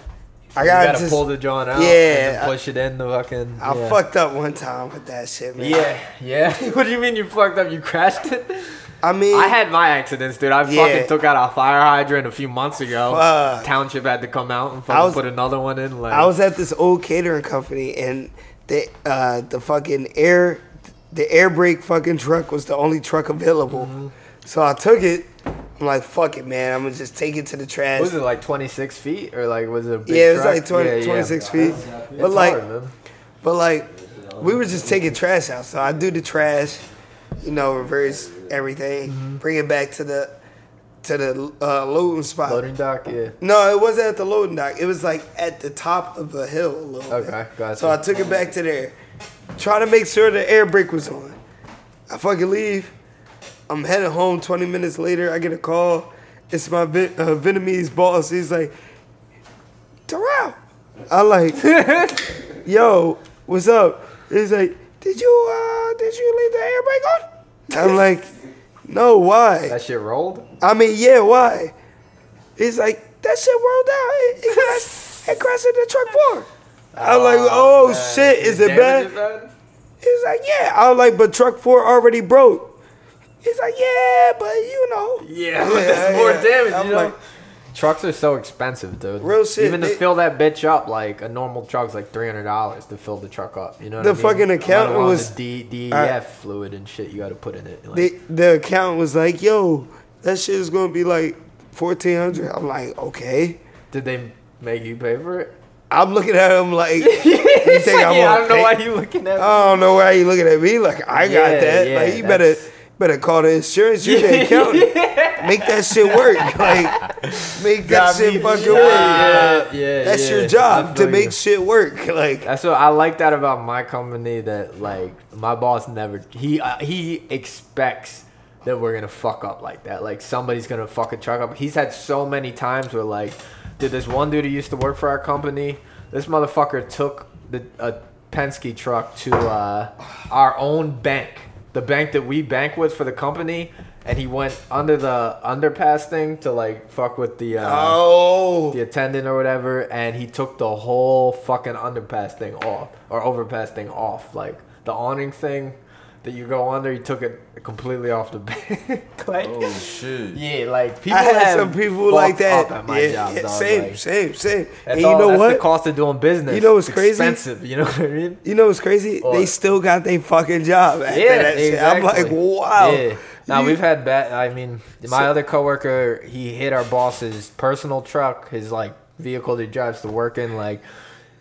[SPEAKER 3] I
[SPEAKER 1] You
[SPEAKER 3] gotta,
[SPEAKER 1] gotta
[SPEAKER 3] just,
[SPEAKER 1] pull the joint out.
[SPEAKER 3] Yeah,
[SPEAKER 1] And then push it in the fucking.
[SPEAKER 3] I
[SPEAKER 1] yeah.
[SPEAKER 3] fucked up one time with that shit, man.
[SPEAKER 1] Yeah, yeah. what do you mean you fucked up? You crashed it?
[SPEAKER 3] I mean,
[SPEAKER 1] I had my accidents, dude. I
[SPEAKER 3] Yeah.
[SPEAKER 1] fucking took out a fire hydrant a few months ago.
[SPEAKER 3] Fuck.
[SPEAKER 1] Township had to come out and
[SPEAKER 3] I
[SPEAKER 1] fucking
[SPEAKER 3] was-
[SPEAKER 1] put another one in. Like,
[SPEAKER 3] I was at this old catering company, and the uh, the fucking air the air brake fucking truck was the only truck available.
[SPEAKER 1] Mm-hmm.
[SPEAKER 3] So I took it. I'm like, fuck it, man. I'm gonna just take it to the trash.
[SPEAKER 1] what was it like 26 feet or like was it? A big
[SPEAKER 3] yeah, it was
[SPEAKER 1] truck?
[SPEAKER 3] like 20,
[SPEAKER 1] Yeah, yeah.
[SPEAKER 3] 26 feet.
[SPEAKER 1] It's
[SPEAKER 3] But like,
[SPEAKER 1] hard, man.
[SPEAKER 3] but like, we were just taking trash out. So I do the trash, you know, reverse everything, bring it back to the to the uh, loading spot.
[SPEAKER 1] loading dock, yeah.
[SPEAKER 3] No, it wasn't at the loading dock. It was like at the top of a hill a little
[SPEAKER 1] Okay,
[SPEAKER 3] bit.
[SPEAKER 1] gotcha.
[SPEAKER 3] So I took it back to there. Trying to make sure the air brake was on. I fucking leave. I'm headed home 20 minutes later. I get a call. It's my Vin- uh, Vietnamese boss. He's like, Darrell. I like, yo, what's up? He's like, did you uh, did you leave the air brake on? I'm like, no, why?
[SPEAKER 1] That shit rolled.
[SPEAKER 3] I mean, yeah, why? He's like, that shit rolled out. It, it, crashed, it crashed in the truck floor. I'm like, oh
[SPEAKER 1] man.
[SPEAKER 3] shit, is it
[SPEAKER 1] Damage
[SPEAKER 3] bad? He's like, yeah. I'm like, but truck four already broke. He's like, yeah, but you know.
[SPEAKER 1] Yeah, but that's more
[SPEAKER 3] yeah.
[SPEAKER 1] damage.
[SPEAKER 3] I'm
[SPEAKER 1] you know?
[SPEAKER 3] like-
[SPEAKER 1] Trucks are so expensive, dude.
[SPEAKER 3] Real shit,
[SPEAKER 1] Even to
[SPEAKER 3] they-
[SPEAKER 1] fill that bitch up, like a normal truck's like three hundred dollars to fill the truck up. You know, what
[SPEAKER 3] The
[SPEAKER 1] I mean?
[SPEAKER 3] fucking
[SPEAKER 1] Let
[SPEAKER 3] accountant
[SPEAKER 1] alone
[SPEAKER 3] was-
[SPEAKER 1] the D, DEF fluid and shit. You got to put in it. Like,
[SPEAKER 3] The, the accountant was like, yo, that shit is going to be like 1400 I'm like, okay.
[SPEAKER 1] did they make you pay for it?
[SPEAKER 3] I'm looking at him like, you think I'm
[SPEAKER 1] yeah, I don't
[SPEAKER 3] gonna
[SPEAKER 1] know
[SPEAKER 3] pay? Oh,
[SPEAKER 1] why you looking at. me.
[SPEAKER 3] I don't know why you looking at me like I got
[SPEAKER 1] Yeah,
[SPEAKER 3] that.
[SPEAKER 1] yeah,
[SPEAKER 3] like you better
[SPEAKER 1] that's-
[SPEAKER 3] better call the insurance. You the accountant. Make that shit work. Like make that shit fucking work.
[SPEAKER 1] yeah, yeah,
[SPEAKER 3] That's
[SPEAKER 1] yeah.
[SPEAKER 3] your
[SPEAKER 1] I
[SPEAKER 3] job to
[SPEAKER 1] feel
[SPEAKER 3] make
[SPEAKER 1] you.
[SPEAKER 3] shit work. Like
[SPEAKER 1] That's what I like that about my company. That like my boss never he uh, he expects that we're gonna fuck up like that. Like somebody's gonna fuck a truck up. He's had so many times where like, did this one dude who used to work for our company? This motherfucker took the a Penske truck to uh, our own bank, the bank that we bank with for the company, and he went under the underpass thing to like fuck with the uh,
[SPEAKER 3] Oh.
[SPEAKER 1] the attendant or whatever, and he took the whole fucking underpass thing off or overpass thing off, like the awning thing that you go under. He took it completely off the back. like,
[SPEAKER 2] Oh shit.
[SPEAKER 1] yeah, like people
[SPEAKER 3] I had
[SPEAKER 1] have
[SPEAKER 3] some people like
[SPEAKER 1] fucked up
[SPEAKER 3] that.
[SPEAKER 1] at my
[SPEAKER 3] yeah,
[SPEAKER 1] job,
[SPEAKER 3] yeah,
[SPEAKER 1] dog,
[SPEAKER 3] same,
[SPEAKER 1] like,
[SPEAKER 3] same, same.
[SPEAKER 1] That's
[SPEAKER 3] and you
[SPEAKER 1] all-
[SPEAKER 3] know
[SPEAKER 1] that's
[SPEAKER 3] what?
[SPEAKER 1] the cost of doing business.
[SPEAKER 3] You know what's
[SPEAKER 1] It's
[SPEAKER 3] crazy?
[SPEAKER 1] Expensive. You know what I mean?
[SPEAKER 3] You know what's crazy?
[SPEAKER 1] Or-
[SPEAKER 3] they still got their fucking job after
[SPEAKER 1] Yeah,
[SPEAKER 3] that shit. I'm
[SPEAKER 1] exactly.
[SPEAKER 3] like, wow.
[SPEAKER 1] Yeah. Now
[SPEAKER 3] You-
[SPEAKER 1] we've had bad. I mean, my other coworker, he hit our boss's personal truck, his like vehicle that he drives to work in, like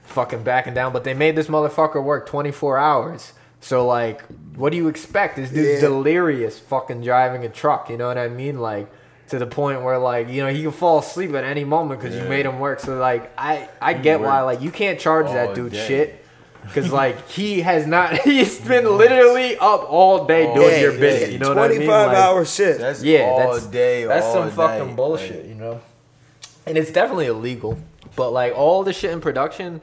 [SPEAKER 1] fucking backing down. But they made this motherfucker work 24 hours. So like, what do you expect? This dude's
[SPEAKER 3] Yeah.
[SPEAKER 1] delirious, fucking driving a truck. You know what I mean? Like. To the point where, like, you know, he can fall asleep at any moment because you
[SPEAKER 2] Yeah.
[SPEAKER 1] made him work. So, like, I, I get why,
[SPEAKER 2] worked
[SPEAKER 1] like, you can't charge that
[SPEAKER 2] all
[SPEAKER 1] dude
[SPEAKER 2] day.
[SPEAKER 1] shit. Cause like he has not, he's been literally up all day doing
[SPEAKER 3] Yeah,
[SPEAKER 1] your
[SPEAKER 3] yeah,
[SPEAKER 1] bit. You know what I mean?
[SPEAKER 3] 25
[SPEAKER 1] Like,
[SPEAKER 3] hour shift.
[SPEAKER 2] That's
[SPEAKER 1] Yeah,
[SPEAKER 2] all
[SPEAKER 1] that's
[SPEAKER 2] day.
[SPEAKER 1] That's
[SPEAKER 2] all
[SPEAKER 1] some
[SPEAKER 2] night,
[SPEAKER 1] fucking bullshit, you know. And it's definitely illegal, but like all the shit in production,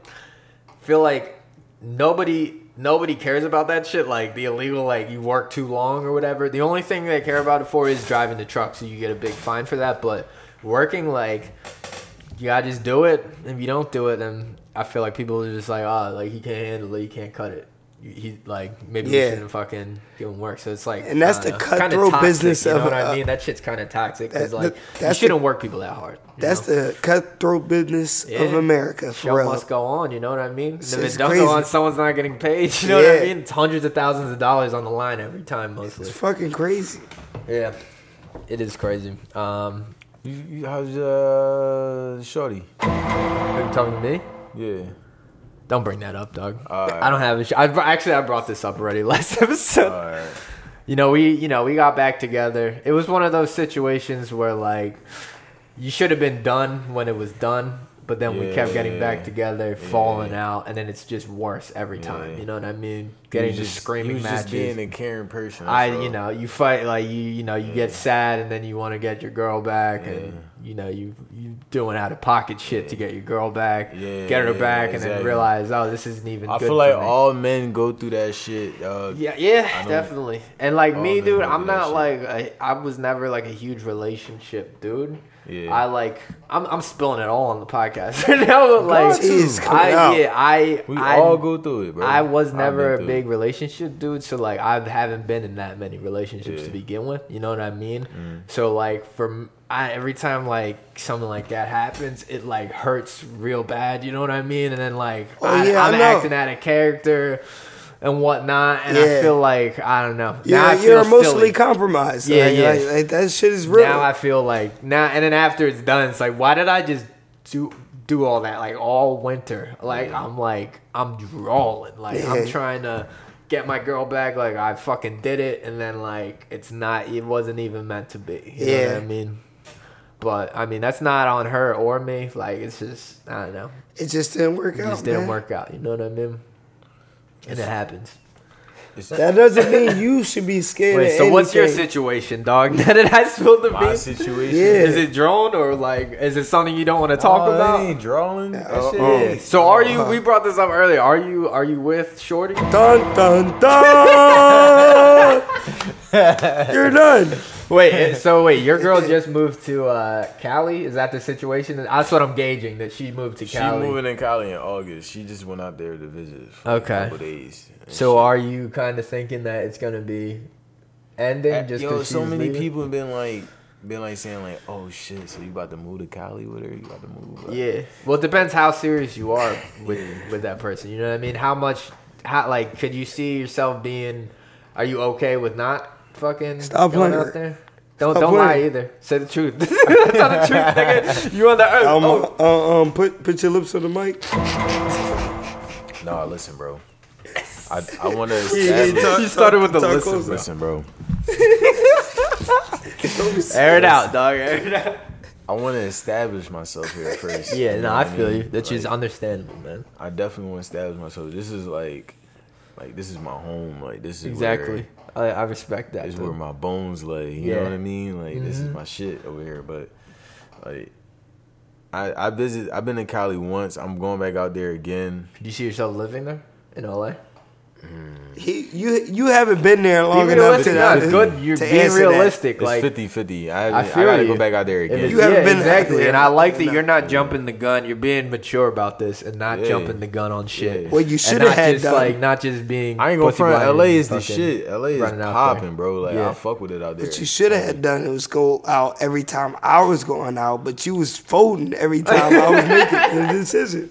[SPEAKER 1] feel like nobody nobody cares about that shit. Like the illegal, like you work too long or whatever. The only thing they care about it for is driving the truck, so you get a big fine for that. But working like you gotta just do it. If you don't do it, then I feel like people are just like, ah, like he can't handle it, he can't cut it. You- He like maybe
[SPEAKER 3] Yeah.
[SPEAKER 1] we shouldn't fucking give him work. So it's like,
[SPEAKER 3] And that's
[SPEAKER 1] I
[SPEAKER 3] the
[SPEAKER 1] don't know, Uh, it's kinda
[SPEAKER 3] cutthroat
[SPEAKER 1] toxic,
[SPEAKER 3] business
[SPEAKER 1] You know
[SPEAKER 3] of,
[SPEAKER 1] what
[SPEAKER 3] uh,
[SPEAKER 1] I mean? That shit's kind of toxic because
[SPEAKER 3] that-
[SPEAKER 1] like you
[SPEAKER 3] that's the-
[SPEAKER 1] shouldn't work people that hard. you
[SPEAKER 3] That's
[SPEAKER 1] know?
[SPEAKER 3] the cutthroat business of
[SPEAKER 1] Yeah.
[SPEAKER 3] America,
[SPEAKER 1] Show
[SPEAKER 3] for real.
[SPEAKER 1] must go on. You know what I mean? And if
[SPEAKER 3] shit's
[SPEAKER 1] it don't
[SPEAKER 3] crazy.
[SPEAKER 1] go on, someone's not getting paid. You know what I
[SPEAKER 3] Yeah.
[SPEAKER 1] mean? It's hundreds of thousands of dollars on the line every time, mostly.
[SPEAKER 3] It's fucking crazy.
[SPEAKER 1] Yeah, it is crazy. Um,
[SPEAKER 2] You, you, how's uh, Shorty?
[SPEAKER 1] are you talking to me?
[SPEAKER 2] Yeah.
[SPEAKER 1] Don't bring that up, dog.
[SPEAKER 2] Alright.
[SPEAKER 1] I don't have a sh- I br- actually I brought this up already last episode.
[SPEAKER 2] All right.
[SPEAKER 1] You know, we you know, we got back together. It was one of those situations where like you should have been done when it was done, but then we kept getting back
[SPEAKER 2] Yeah.
[SPEAKER 1] together, falling out, and then it's just worse every time. You know what I mean? Getting
[SPEAKER 2] You
[SPEAKER 1] just,
[SPEAKER 2] just- you
[SPEAKER 1] screaming
[SPEAKER 2] was
[SPEAKER 1] matches.
[SPEAKER 2] Just being a caring person.
[SPEAKER 1] I
[SPEAKER 2] that's all.
[SPEAKER 1] you know you fight like you you know you get sad and then you want to get your girl back and you know you you doing out of pocket shit to get your girl back
[SPEAKER 2] Yeah,
[SPEAKER 1] get her
[SPEAKER 2] yeah,
[SPEAKER 1] back and then
[SPEAKER 2] exactly.
[SPEAKER 1] realize oh this isn't even
[SPEAKER 2] I
[SPEAKER 1] good
[SPEAKER 2] feel like
[SPEAKER 1] for me.
[SPEAKER 2] all men go through that shit. Uh,
[SPEAKER 1] yeah yeah
[SPEAKER 2] know
[SPEAKER 1] definitely and like me
[SPEAKER 2] men
[SPEAKER 1] dude
[SPEAKER 2] go
[SPEAKER 1] I'm
[SPEAKER 2] through that
[SPEAKER 1] not
[SPEAKER 2] shit.
[SPEAKER 1] like I, I was never like a huge relationship dude
[SPEAKER 2] Yeah.
[SPEAKER 1] I like I'm I'm spilling it all on the podcast right now but like
[SPEAKER 3] Jeez, come
[SPEAKER 1] I
[SPEAKER 3] out.
[SPEAKER 1] yeah I
[SPEAKER 2] We
[SPEAKER 1] I,
[SPEAKER 2] all go through it, bro.
[SPEAKER 1] I was
[SPEAKER 2] I've
[SPEAKER 1] never
[SPEAKER 2] been
[SPEAKER 1] a
[SPEAKER 2] through it.
[SPEAKER 1] big relationship dude, so like I haven't been in that many relationships to begin with. You know what I mean?
[SPEAKER 3] Mm.
[SPEAKER 1] So like for m- I, every time like something like that happens, it like hurts real bad. You know what I mean? And then like
[SPEAKER 3] Oh,
[SPEAKER 1] I,
[SPEAKER 3] yeah, I
[SPEAKER 1] am
[SPEAKER 3] know.
[SPEAKER 1] acting out of character and whatnot, and I
[SPEAKER 3] Yeah.
[SPEAKER 1] feel like I don't know.
[SPEAKER 3] You're,
[SPEAKER 1] Now I
[SPEAKER 3] you're
[SPEAKER 1] feel
[SPEAKER 3] emotionally
[SPEAKER 1] silly.
[SPEAKER 3] compromised.
[SPEAKER 1] Yeah,
[SPEAKER 3] like,
[SPEAKER 1] yeah.
[SPEAKER 3] Like, like, that shit is real.
[SPEAKER 1] Now I feel like now, and then after it's done, it's like, why did I just do do all that like all winter? Like I'm like I'm drawling, like I'm
[SPEAKER 3] Yeah.
[SPEAKER 1] trying to get my girl back. Like I fucking did it, and then like it's not, it wasn't even meant to be. You know
[SPEAKER 3] Yeah.
[SPEAKER 1] what I mean? But I mean, that's not on her or me. Like it's just I don't know,
[SPEAKER 3] it just didn't work
[SPEAKER 1] it
[SPEAKER 3] out.
[SPEAKER 1] just didn't
[SPEAKER 3] man.
[SPEAKER 1] work out. You know what I mean? And it happens.
[SPEAKER 3] That doesn't mean you should be scared.
[SPEAKER 1] Wait,
[SPEAKER 3] of
[SPEAKER 1] so what's your
[SPEAKER 3] anything.
[SPEAKER 1] situation, dog? Now that I spilled the
[SPEAKER 2] my
[SPEAKER 1] beans?
[SPEAKER 2] situation.
[SPEAKER 3] Yeah.
[SPEAKER 1] Is it drone or like is it something you don't want to talk
[SPEAKER 2] Oh, that
[SPEAKER 1] about? Uh, oh.
[SPEAKER 2] ain't drawing. That shit
[SPEAKER 1] Yeah.
[SPEAKER 2] is-
[SPEAKER 1] So are you? We brought this up earlier. Are you? Are you with Shorty?
[SPEAKER 3] Dun dun dun. You're done.
[SPEAKER 1] Wait. eh, So wait, your girl just moved to uh, Cali. Is that the situation? That's what I'm gauging. That she moved to
[SPEAKER 2] She
[SPEAKER 1] Cali.
[SPEAKER 2] moving in Cali in August. She just went out there to visit for
[SPEAKER 1] Okay.
[SPEAKER 2] a couple days. and
[SPEAKER 1] so are you kind of thinking that it's gonna be ending?
[SPEAKER 2] shit.
[SPEAKER 1] just
[SPEAKER 2] Eh, yo,
[SPEAKER 1] 'cause
[SPEAKER 2] so
[SPEAKER 1] she's
[SPEAKER 2] many
[SPEAKER 1] leaving?
[SPEAKER 2] people have been like, been like saying like, oh shit, so you about to move to Cali with her? You about to move? Like,
[SPEAKER 1] Yeah. Well, it depends how serious you are with with that person. You know what I mean? How much? How like could you see yourself being? Are you okay with not fucking
[SPEAKER 3] Stop
[SPEAKER 1] going
[SPEAKER 3] playing.
[SPEAKER 1] out there? Don't
[SPEAKER 3] Stop
[SPEAKER 1] don't
[SPEAKER 3] playing.
[SPEAKER 1] lie either. Say the truth. Tell the truth, nigga. You on the earth?
[SPEAKER 3] Um,
[SPEAKER 1] Oh,
[SPEAKER 3] uh, um, put put your lips on the mic.
[SPEAKER 2] Nah, listen, bro. I I want to
[SPEAKER 1] you started with the
[SPEAKER 3] Talk
[SPEAKER 1] listen.
[SPEAKER 3] closer.
[SPEAKER 2] listen, bro.
[SPEAKER 1] Air it out, dog. Air it out.
[SPEAKER 2] I want to establish myself here first.
[SPEAKER 1] Yeah,
[SPEAKER 2] you
[SPEAKER 1] no,
[SPEAKER 2] know
[SPEAKER 1] I
[SPEAKER 2] what
[SPEAKER 1] feel
[SPEAKER 2] mean?
[SPEAKER 1] you. That's
[SPEAKER 2] Like,
[SPEAKER 1] just understandable, man.
[SPEAKER 2] I definitely want to establish myself. This is like, like this is my home. Like this is
[SPEAKER 1] Exactly.
[SPEAKER 2] Where,
[SPEAKER 1] I, I respect that.
[SPEAKER 2] this is
[SPEAKER 1] dude.
[SPEAKER 2] where my bones lay. You
[SPEAKER 1] Yeah. Mm-hmm.
[SPEAKER 2] know what I mean? Like this is my shit over here. But like, I I visit. I've been to Cali once. I'm going back out there again.
[SPEAKER 1] Could you see yourself living there in LA?
[SPEAKER 3] He, you you haven't been there long
[SPEAKER 1] Be
[SPEAKER 3] enough
[SPEAKER 1] realistic.
[SPEAKER 3] to,
[SPEAKER 1] No, it's
[SPEAKER 3] to-
[SPEAKER 1] good. You're
[SPEAKER 3] to
[SPEAKER 1] being
[SPEAKER 3] answer that.
[SPEAKER 1] realistic.
[SPEAKER 2] It's
[SPEAKER 1] Like
[SPEAKER 2] 50 50. I,
[SPEAKER 1] I
[SPEAKER 2] I,
[SPEAKER 1] feel
[SPEAKER 2] gotta
[SPEAKER 1] you.
[SPEAKER 2] go back out there
[SPEAKER 1] If
[SPEAKER 2] again.
[SPEAKER 1] it's-
[SPEAKER 3] You haven't
[SPEAKER 1] yeah,
[SPEAKER 3] been there.
[SPEAKER 1] exactly.
[SPEAKER 3] Yeah.
[SPEAKER 1] And I like that you're not jumping the gun. You're being mature about this and not
[SPEAKER 2] Yeah.
[SPEAKER 1] jumping the gun on shit.
[SPEAKER 2] Yeah.
[SPEAKER 3] Well, you
[SPEAKER 1] And
[SPEAKER 3] shoulda
[SPEAKER 1] not
[SPEAKER 3] had
[SPEAKER 1] just
[SPEAKER 3] done.
[SPEAKER 1] like not just being.
[SPEAKER 2] I ain't gonna
[SPEAKER 1] pussy
[SPEAKER 2] front.
[SPEAKER 1] blind
[SPEAKER 2] LA
[SPEAKER 1] and
[SPEAKER 2] is the
[SPEAKER 1] fucking
[SPEAKER 2] shit. LA is
[SPEAKER 1] running out there.
[SPEAKER 2] popping, bro. Like
[SPEAKER 1] Yeah.
[SPEAKER 2] I fuck with it out there.
[SPEAKER 3] What you should have done it was go out every time I was going out, but you was folding every time I was making the decision.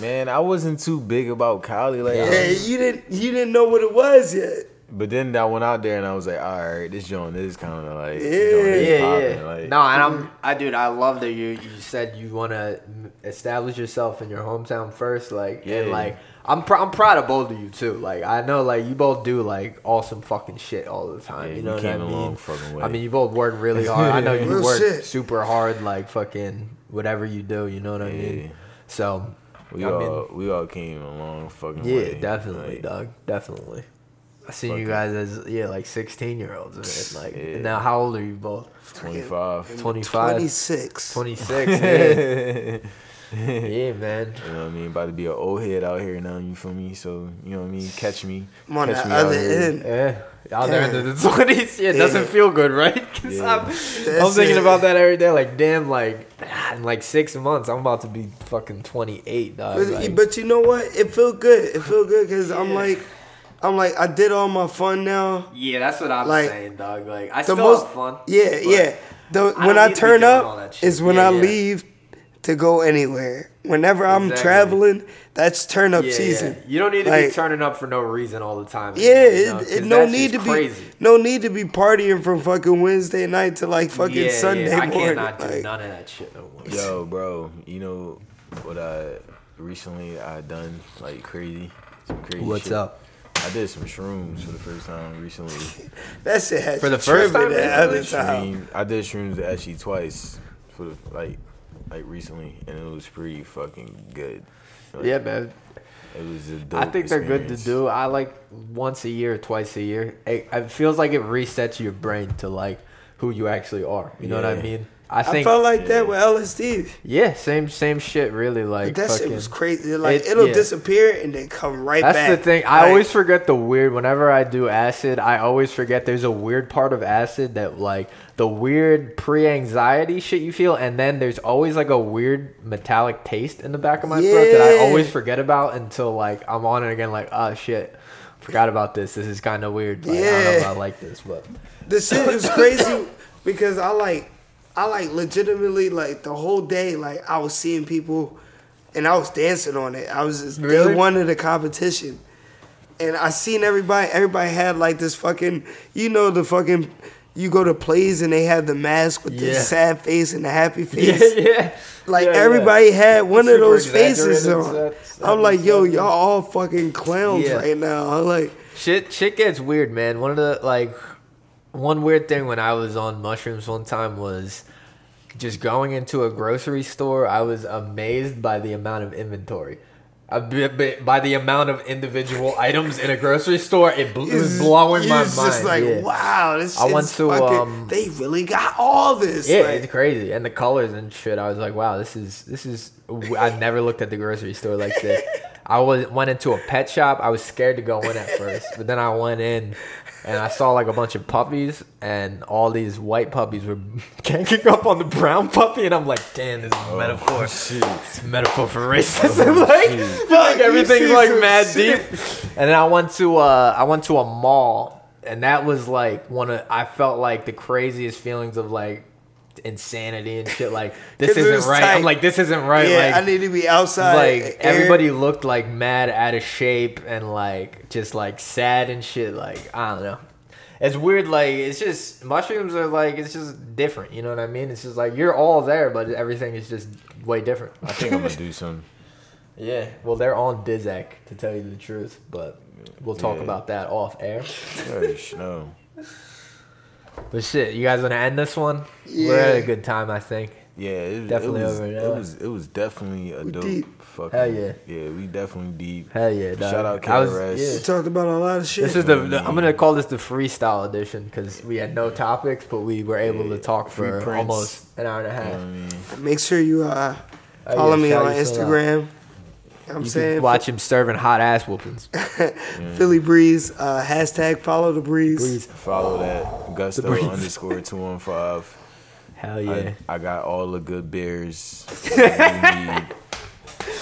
[SPEAKER 2] Man, I wasn't too big about Cali. Like, I
[SPEAKER 3] Yeah,
[SPEAKER 2] was-
[SPEAKER 3] you didn't you didn't know what it was yet.
[SPEAKER 2] but then I went out there and I was like, all right, this joint is kind of like, yeah,
[SPEAKER 1] Yeah,
[SPEAKER 2] popping.
[SPEAKER 1] yeah.
[SPEAKER 2] Like, mm.
[SPEAKER 1] no, and I'm, I, dude, I love that you, you said you want to establish yourself in your hometown first, like, and
[SPEAKER 2] Yeah.
[SPEAKER 1] like, I'm, pr- I'm proud of both of you too. Like, I know, like, you both do like awesome fucking shit all the time.
[SPEAKER 2] Yeah,
[SPEAKER 1] you
[SPEAKER 2] you
[SPEAKER 1] know what I
[SPEAKER 2] came a long
[SPEAKER 1] mean?
[SPEAKER 2] fucking way.
[SPEAKER 1] I mean, you both work really hard. I know you
[SPEAKER 3] Real
[SPEAKER 1] work
[SPEAKER 3] shit.
[SPEAKER 1] super hard, like fucking whatever you do. You know what I mean? So,
[SPEAKER 2] we
[SPEAKER 1] I
[SPEAKER 2] all
[SPEAKER 1] mean,
[SPEAKER 2] we all came a long fucking
[SPEAKER 1] yeah,
[SPEAKER 2] way.
[SPEAKER 1] definitely,
[SPEAKER 2] Like,
[SPEAKER 1] dog, definitely. I seen you guys
[SPEAKER 2] Fucking-
[SPEAKER 1] as yeah, like 16 year olds, man. Like,
[SPEAKER 2] Yeah.
[SPEAKER 1] now how old are you both?
[SPEAKER 2] 25.
[SPEAKER 1] 25.
[SPEAKER 3] Twenty six.
[SPEAKER 1] 26.
[SPEAKER 2] you
[SPEAKER 1] yeah.
[SPEAKER 2] know
[SPEAKER 1] yeah, man.
[SPEAKER 2] what I mean? About to be an old head out here now, you feel me? So, you know what I mean? Catch me.
[SPEAKER 3] I'm on
[SPEAKER 2] catch
[SPEAKER 3] the
[SPEAKER 2] me out
[SPEAKER 3] other
[SPEAKER 2] here.
[SPEAKER 3] end.
[SPEAKER 1] Yeah. Out there in the 20s, yeah, it doesn't
[SPEAKER 3] Yeah.
[SPEAKER 1] feel good, right? 'Cause I'm, I'm
[SPEAKER 3] That's
[SPEAKER 1] thinking
[SPEAKER 3] it.
[SPEAKER 1] about that every day. Like, damn, like ah, in like six months, I'm about to be fucking 28, dog.
[SPEAKER 3] But,
[SPEAKER 1] like-
[SPEAKER 3] but you know what? It felt good. It felt good because I'm like, I'm like, I did all my fun now.
[SPEAKER 1] yeah, that's what I'm
[SPEAKER 3] like,
[SPEAKER 1] saying, dog. Like, I
[SPEAKER 3] The
[SPEAKER 1] still
[SPEAKER 3] most
[SPEAKER 1] have fun.
[SPEAKER 3] Yeah,
[SPEAKER 1] but
[SPEAKER 3] yeah. The,
[SPEAKER 1] I
[SPEAKER 3] when
[SPEAKER 1] don't
[SPEAKER 3] I
[SPEAKER 1] need to be
[SPEAKER 3] turn
[SPEAKER 1] doing all that
[SPEAKER 3] up
[SPEAKER 1] shit.
[SPEAKER 3] is when
[SPEAKER 1] Yeah,
[SPEAKER 3] I
[SPEAKER 1] yeah.
[SPEAKER 3] leave to go anywhere. Whenever I'm
[SPEAKER 1] Exactly.
[SPEAKER 3] traveling, that's turn up
[SPEAKER 1] yeah,
[SPEAKER 3] season.
[SPEAKER 1] yeah. You don't need to be
[SPEAKER 3] Like,
[SPEAKER 1] turning up for no reason all the time.
[SPEAKER 3] Yeah,
[SPEAKER 1] anymore, you know,
[SPEAKER 3] it,
[SPEAKER 1] 'cause
[SPEAKER 3] it no
[SPEAKER 1] that's
[SPEAKER 3] need to
[SPEAKER 1] just
[SPEAKER 3] be
[SPEAKER 1] crazy.
[SPEAKER 3] no need to be partying from fucking Wednesday night to like fucking
[SPEAKER 1] yeah,
[SPEAKER 3] Sunday
[SPEAKER 1] yeah. I
[SPEAKER 3] morning.
[SPEAKER 1] cannot do
[SPEAKER 3] like,
[SPEAKER 1] none of that shit no more.
[SPEAKER 2] Yo, bro, you know what I recently I done like crazy, some crazy.
[SPEAKER 1] What's
[SPEAKER 2] shit.
[SPEAKER 1] up?
[SPEAKER 2] I did some shrooms for the first time recently.
[SPEAKER 3] that shit had
[SPEAKER 1] For the
[SPEAKER 3] you
[SPEAKER 1] first time,
[SPEAKER 3] tripping the
[SPEAKER 1] man?
[SPEAKER 3] other time.
[SPEAKER 2] Shroom- I did shrooms actually twice for the, like like recently, and it was pretty fucking good. Like,
[SPEAKER 1] Yeah, man.
[SPEAKER 2] it was a
[SPEAKER 1] I
[SPEAKER 2] dope
[SPEAKER 1] think they're good to
[SPEAKER 2] experience.
[SPEAKER 1] do. I like once a year, twice a year. It, it feels like it resets your brain to like who you actually are. You know what I
[SPEAKER 2] Yeah.
[SPEAKER 1] mean? I
[SPEAKER 3] I
[SPEAKER 1] think
[SPEAKER 3] felt like that with LSD.
[SPEAKER 1] yeah, same same shit. Really, like
[SPEAKER 3] That shit
[SPEAKER 1] fucking-
[SPEAKER 3] was crazy. Like
[SPEAKER 1] it-
[SPEAKER 3] it, will
[SPEAKER 1] yeah.
[SPEAKER 3] disappear and then come right
[SPEAKER 1] That's
[SPEAKER 3] back.
[SPEAKER 1] the thing. I
[SPEAKER 3] Like,
[SPEAKER 1] always forget the weird. Whenever I do acid, I always forget there's a weird part of acid that like the weird pre-anxiety shit you feel, and then there's always like a weird metallic taste in the back of my throat that I
[SPEAKER 3] Yeah.
[SPEAKER 1] always forget about until like I'm on it again. Like oh shit, forgot about this. This is kind of weird. Like, I don't know if
[SPEAKER 3] Yeah.
[SPEAKER 1] I like this, but
[SPEAKER 3] the shit was crazy because I like I like legitimately like the whole day like I was seeing people and I was dancing on it. I was just
[SPEAKER 1] Really?
[SPEAKER 3] day one of the competition. And I seen everybody everybody had like this fucking you know the fucking you go to plays and they have the mask with the
[SPEAKER 1] Yeah.
[SPEAKER 3] sad face and the happy face.
[SPEAKER 1] yeah,
[SPEAKER 3] Like
[SPEAKER 1] Yeah, yeah.
[SPEAKER 3] everybody had one
[SPEAKER 1] Super
[SPEAKER 3] of those faces
[SPEAKER 1] exaggerated
[SPEAKER 3] on.
[SPEAKER 1] sets.
[SPEAKER 3] I'm like, yo, y'all all fucking clowns
[SPEAKER 1] Yeah.
[SPEAKER 3] right now. I'm like,
[SPEAKER 1] Shit, shit gets weird, man. One of the like, one weird thing when I was on mushrooms one time was just going into a grocery store. I was amazed by the amount of inventory, A bit- bit- by the amount of individual items in a grocery store. It, bl- it was
[SPEAKER 3] it's-
[SPEAKER 1] blowing my
[SPEAKER 3] it's
[SPEAKER 1] mind.
[SPEAKER 3] just like,
[SPEAKER 1] yeah.
[SPEAKER 3] wow, this
[SPEAKER 1] I
[SPEAKER 3] shit's
[SPEAKER 1] went to,
[SPEAKER 3] fucking.
[SPEAKER 1] um,
[SPEAKER 3] they really got all this.
[SPEAKER 1] Yeah,
[SPEAKER 3] like,
[SPEAKER 1] it's crazy, and the colors and shit. I was like, wow, this is this is. I never looked at the grocery store like this. I was went into a pet shop. I was scared to go in at first, but then I went in, and I saw like a bunch of puppies, and all these white puppies were ganging up on the brown puppy, and I'm like, damn, this is
[SPEAKER 3] Oh,
[SPEAKER 1] a metaphor.
[SPEAKER 2] Shit.
[SPEAKER 1] It's a metaphor for racism. like, like
[SPEAKER 3] You
[SPEAKER 1] everything's
[SPEAKER 3] see
[SPEAKER 1] like
[SPEAKER 3] some
[SPEAKER 1] mad
[SPEAKER 3] shit.
[SPEAKER 1] deep. And then I went to uh I went to a mall and that was like one of I felt like the craziest feelings of like insanity and shit like this
[SPEAKER 3] 'Cause it
[SPEAKER 1] isn't
[SPEAKER 3] was
[SPEAKER 1] right. I'm
[SPEAKER 3] tight.
[SPEAKER 1] like this isn't right.
[SPEAKER 3] yeah,
[SPEAKER 1] like
[SPEAKER 3] I need to be outside.
[SPEAKER 1] like
[SPEAKER 3] air.
[SPEAKER 1] everybody looked like mad out of shape and like just like sad and shit like i don't know it's weird like it's just mushrooms are like it's just different you know what i mean it's just like you're all there but everything is just way different
[SPEAKER 2] I think I'm gonna do some.
[SPEAKER 1] yeah well they're on dizak to tell you the truth but we'll talk
[SPEAKER 2] Yeah.
[SPEAKER 1] about that off air
[SPEAKER 2] Gosh, no.
[SPEAKER 1] but shit you guys want to end this one we're at
[SPEAKER 3] Yeah.
[SPEAKER 1] a good time i think
[SPEAKER 2] Yeah, it, was-
[SPEAKER 1] Definitely
[SPEAKER 2] it was,
[SPEAKER 1] over it,
[SPEAKER 2] it
[SPEAKER 1] yeah.
[SPEAKER 2] was it was definitely a dope
[SPEAKER 3] deep.
[SPEAKER 2] fucking
[SPEAKER 1] Hell yeah.
[SPEAKER 2] yeah we definitely deep
[SPEAKER 1] hell yeah dog.
[SPEAKER 2] shout out
[SPEAKER 1] I was-
[SPEAKER 2] KRS
[SPEAKER 1] yeah.
[SPEAKER 3] We talked about a lot of shit.
[SPEAKER 1] This is the, the- I'm gonna call this the freestyle edition because we had no topics, but we were able to talk
[SPEAKER 2] Free
[SPEAKER 1] for
[SPEAKER 2] prints.
[SPEAKER 1] almost an hour and a half.
[SPEAKER 2] You know what I mean?
[SPEAKER 3] Make sure you uh,
[SPEAKER 1] Oh,
[SPEAKER 3] follow
[SPEAKER 1] yeah,
[SPEAKER 3] me
[SPEAKER 1] shout
[SPEAKER 3] on
[SPEAKER 1] yourself out.
[SPEAKER 3] Instagram I'm
[SPEAKER 1] You
[SPEAKER 3] saying
[SPEAKER 1] can watch him serving hot ass whoopings.
[SPEAKER 3] Philly Breeze. Uh, hashtag follow the breeze.
[SPEAKER 2] Follow that. Gusto
[SPEAKER 1] breeze.
[SPEAKER 2] underscore two one five.
[SPEAKER 1] Hell
[SPEAKER 2] I-
[SPEAKER 1] yeah.
[SPEAKER 2] I, got all the good beers that you need.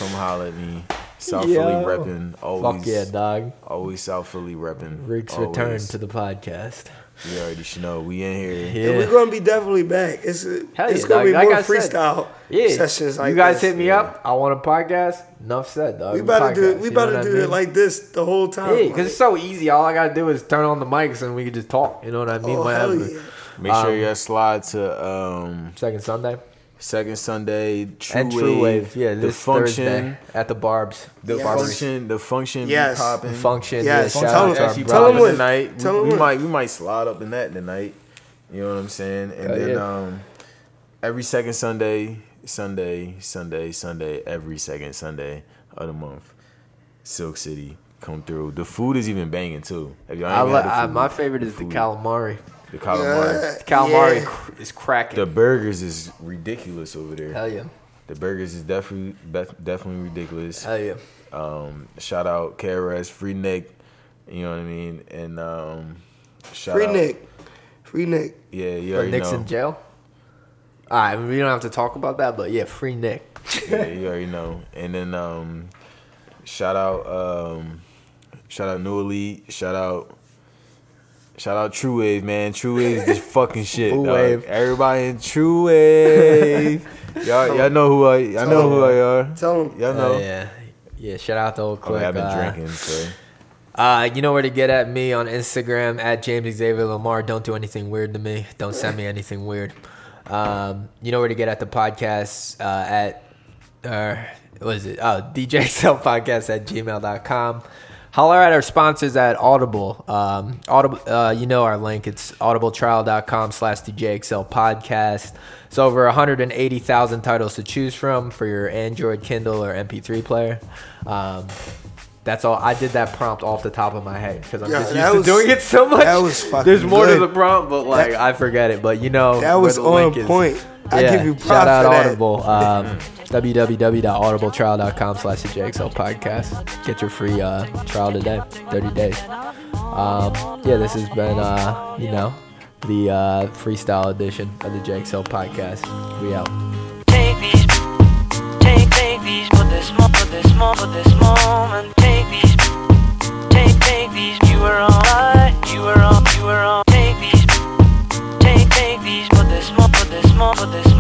[SPEAKER 2] Come holler at me. South Philly
[SPEAKER 1] Yo.
[SPEAKER 2] reppin'. Always,
[SPEAKER 1] Fuck yeah, dog.
[SPEAKER 2] always South Philly reppin'.
[SPEAKER 1] Rick's return to the podcast.
[SPEAKER 2] the. You already should know. We in here.
[SPEAKER 1] Yeah.
[SPEAKER 3] And we're gonna be definitely back. It's uh,
[SPEAKER 1] Hell
[SPEAKER 3] it's
[SPEAKER 1] yeah,
[SPEAKER 3] gonna
[SPEAKER 1] dog.
[SPEAKER 3] be
[SPEAKER 1] Like
[SPEAKER 3] more
[SPEAKER 1] I said,
[SPEAKER 3] freestyle
[SPEAKER 1] Yeah.
[SPEAKER 3] sessions like
[SPEAKER 1] you guys
[SPEAKER 3] this.
[SPEAKER 1] hit me up. I want a podcast. Enough said, dog.
[SPEAKER 3] We about to do
[SPEAKER 1] podcast,
[SPEAKER 3] we
[SPEAKER 1] you know
[SPEAKER 3] about
[SPEAKER 1] what
[SPEAKER 3] to
[SPEAKER 1] I
[SPEAKER 3] do it
[SPEAKER 1] mean?
[SPEAKER 3] like oh, this the whole
[SPEAKER 1] Yeah,
[SPEAKER 3] time.
[SPEAKER 1] because it's so easy. All I gotta do is turn on the mics and we can just talk. You know what I mean?
[SPEAKER 3] oh, hell
[SPEAKER 1] Whatever.
[SPEAKER 3] yeah.
[SPEAKER 2] Make sure
[SPEAKER 1] Um,
[SPEAKER 2] y'all slide to um,
[SPEAKER 1] Second Sunday
[SPEAKER 2] Second Sunday. True
[SPEAKER 1] and True Wave. Yeah,
[SPEAKER 2] the
[SPEAKER 1] this
[SPEAKER 2] function.
[SPEAKER 1] Thursday at the Barb's.
[SPEAKER 2] The
[SPEAKER 3] Yes.
[SPEAKER 2] function. The function.
[SPEAKER 3] Yes.
[SPEAKER 2] Be popping.
[SPEAKER 1] The function.
[SPEAKER 3] Yes.
[SPEAKER 1] Yeah,
[SPEAKER 3] Don't
[SPEAKER 1] shout
[SPEAKER 3] tell
[SPEAKER 1] out
[SPEAKER 3] us.
[SPEAKER 1] to our
[SPEAKER 2] Actually,
[SPEAKER 3] Tell 'em
[SPEAKER 2] popping
[SPEAKER 1] brothers.
[SPEAKER 3] when.
[SPEAKER 2] tonight.
[SPEAKER 3] Tell
[SPEAKER 2] we,
[SPEAKER 3] 'em
[SPEAKER 2] we
[SPEAKER 3] when.
[SPEAKER 2] might we might slide up in that tonight. You know what I'm saying? And
[SPEAKER 1] Hell
[SPEAKER 2] then
[SPEAKER 1] yeah.
[SPEAKER 2] um, every second Sunday, Sunday, Sunday, Sunday, every second Sunday of the month, Silk City come through. The food is even banging too. If y'all ain't
[SPEAKER 1] I
[SPEAKER 2] had
[SPEAKER 1] li-
[SPEAKER 2] the
[SPEAKER 1] I,
[SPEAKER 2] food,
[SPEAKER 1] my favorite is the
[SPEAKER 2] food,
[SPEAKER 1] calamari.
[SPEAKER 2] The calamari.
[SPEAKER 3] Yeah.
[SPEAKER 1] The calamari
[SPEAKER 3] Yeah.
[SPEAKER 1] cr- is cracking.
[SPEAKER 2] The burgers is ridiculous over there.
[SPEAKER 1] Hell yeah.
[SPEAKER 2] The burgers is definitely bef- definitely ridiculous.
[SPEAKER 1] Hell yeah.
[SPEAKER 2] Um, shout out KRS Free Nick, you know what I mean, and um, shout
[SPEAKER 3] Free
[SPEAKER 2] out,
[SPEAKER 3] Nick. Free Nick.
[SPEAKER 2] Yeah, you
[SPEAKER 1] But
[SPEAKER 2] already
[SPEAKER 1] Nick's
[SPEAKER 2] know.
[SPEAKER 1] in jail. All right, we don't have to talk about that, but yeah, free Nick.
[SPEAKER 2] yeah, you already know. And then um, shout out, um, shout out New Elite. Shout out, shout out True Wave, man. True Wave is the fucking shit.
[SPEAKER 1] True
[SPEAKER 2] dog.
[SPEAKER 1] Wave.
[SPEAKER 2] Everybody in True Wave. y'all, y'all know who I. Y'all know who I are.
[SPEAKER 3] Tell him.
[SPEAKER 2] Y'all know.
[SPEAKER 1] Oh, yeah. Yeah, shout out to old
[SPEAKER 2] Okay,
[SPEAKER 1] Click.
[SPEAKER 2] I've been
[SPEAKER 1] uh,
[SPEAKER 2] drinking, so
[SPEAKER 1] Uh, you know where to get at me on Instagram at James Xavier Lamar. Don't do anything weird to me. Don't send me anything weird. Um, you know where to get at the podcast uh, at, uh, what is it? Oh, DJ Self Podcast at gmail.com. Holler at our sponsors at Audible. Um, Audible, uh, you know our link. It's audibletrial.com slash DJXL podcast. It's over 180,000 titles to choose from for your Android, Kindle, or MP3 player. Um, that's all. I did that prompt off the top of my head because I'm
[SPEAKER 3] Yeah,
[SPEAKER 1] just
[SPEAKER 3] that
[SPEAKER 1] used to
[SPEAKER 3] was-
[SPEAKER 1] doing it so much.
[SPEAKER 3] that was fucking
[SPEAKER 1] There's more
[SPEAKER 3] good.
[SPEAKER 1] to the prompt, but like I forget it. But you know,
[SPEAKER 3] That was
[SPEAKER 1] where the link
[SPEAKER 3] on
[SPEAKER 1] is.
[SPEAKER 3] point. I give you props
[SPEAKER 1] shout out
[SPEAKER 3] for that.
[SPEAKER 1] Audible. Um, www.audibletrial.com slash the JXL podcast. Get your free uh, trial today, 30 days. Um, yeah, this has been, uh, you know, the uh, freestyle edition of the JXL podcast. We out.
[SPEAKER 7] Take these, take, take these for this mo, for this mo, for this moment. Take these, take, take these. You were on, I, you were on, you were on. Take these, take, take these for this mo, for this mo, for this